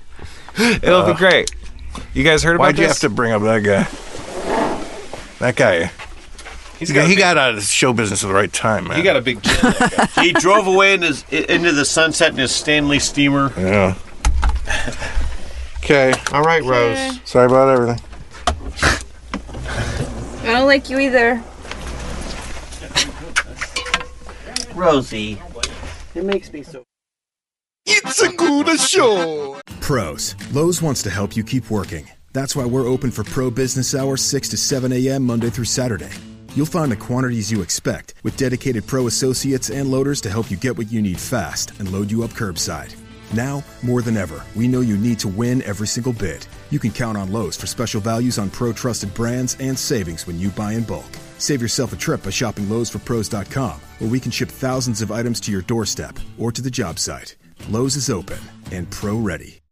E: It'll be great. You guys heard about
C: Uh, Why'd you have
E: this?
C: to bring up that guy? That guy. He's got, he got out of the show business at the right time, man.
E: he got a big. Gin.
D: he drove away in his, into the sunset in his Stanley steamer.
C: Yeah. Okay.
D: All right, Rose.
C: Sorry about everything.
F: I don't like you either.
D: Rosie. It makes me so.
R: It's a good show.
S: Pros. Lowe's wants to help you keep working. That's why we're open for pro business hours 6 to 7 a.m. Monday through Saturday. You'll find the quantities you expect with dedicated pro associates and loaders to help you get what you need fast and load you up curbside. Now, more than ever, we know you need to win every single bid. You can count on Lowe's for special values on pro trusted brands and savings when you buy in bulk. Save yourself a trip by shopping Lowe'sForPros.com, where we can ship thousands of items to your doorstep or to the job site. Lowe's is open and pro ready.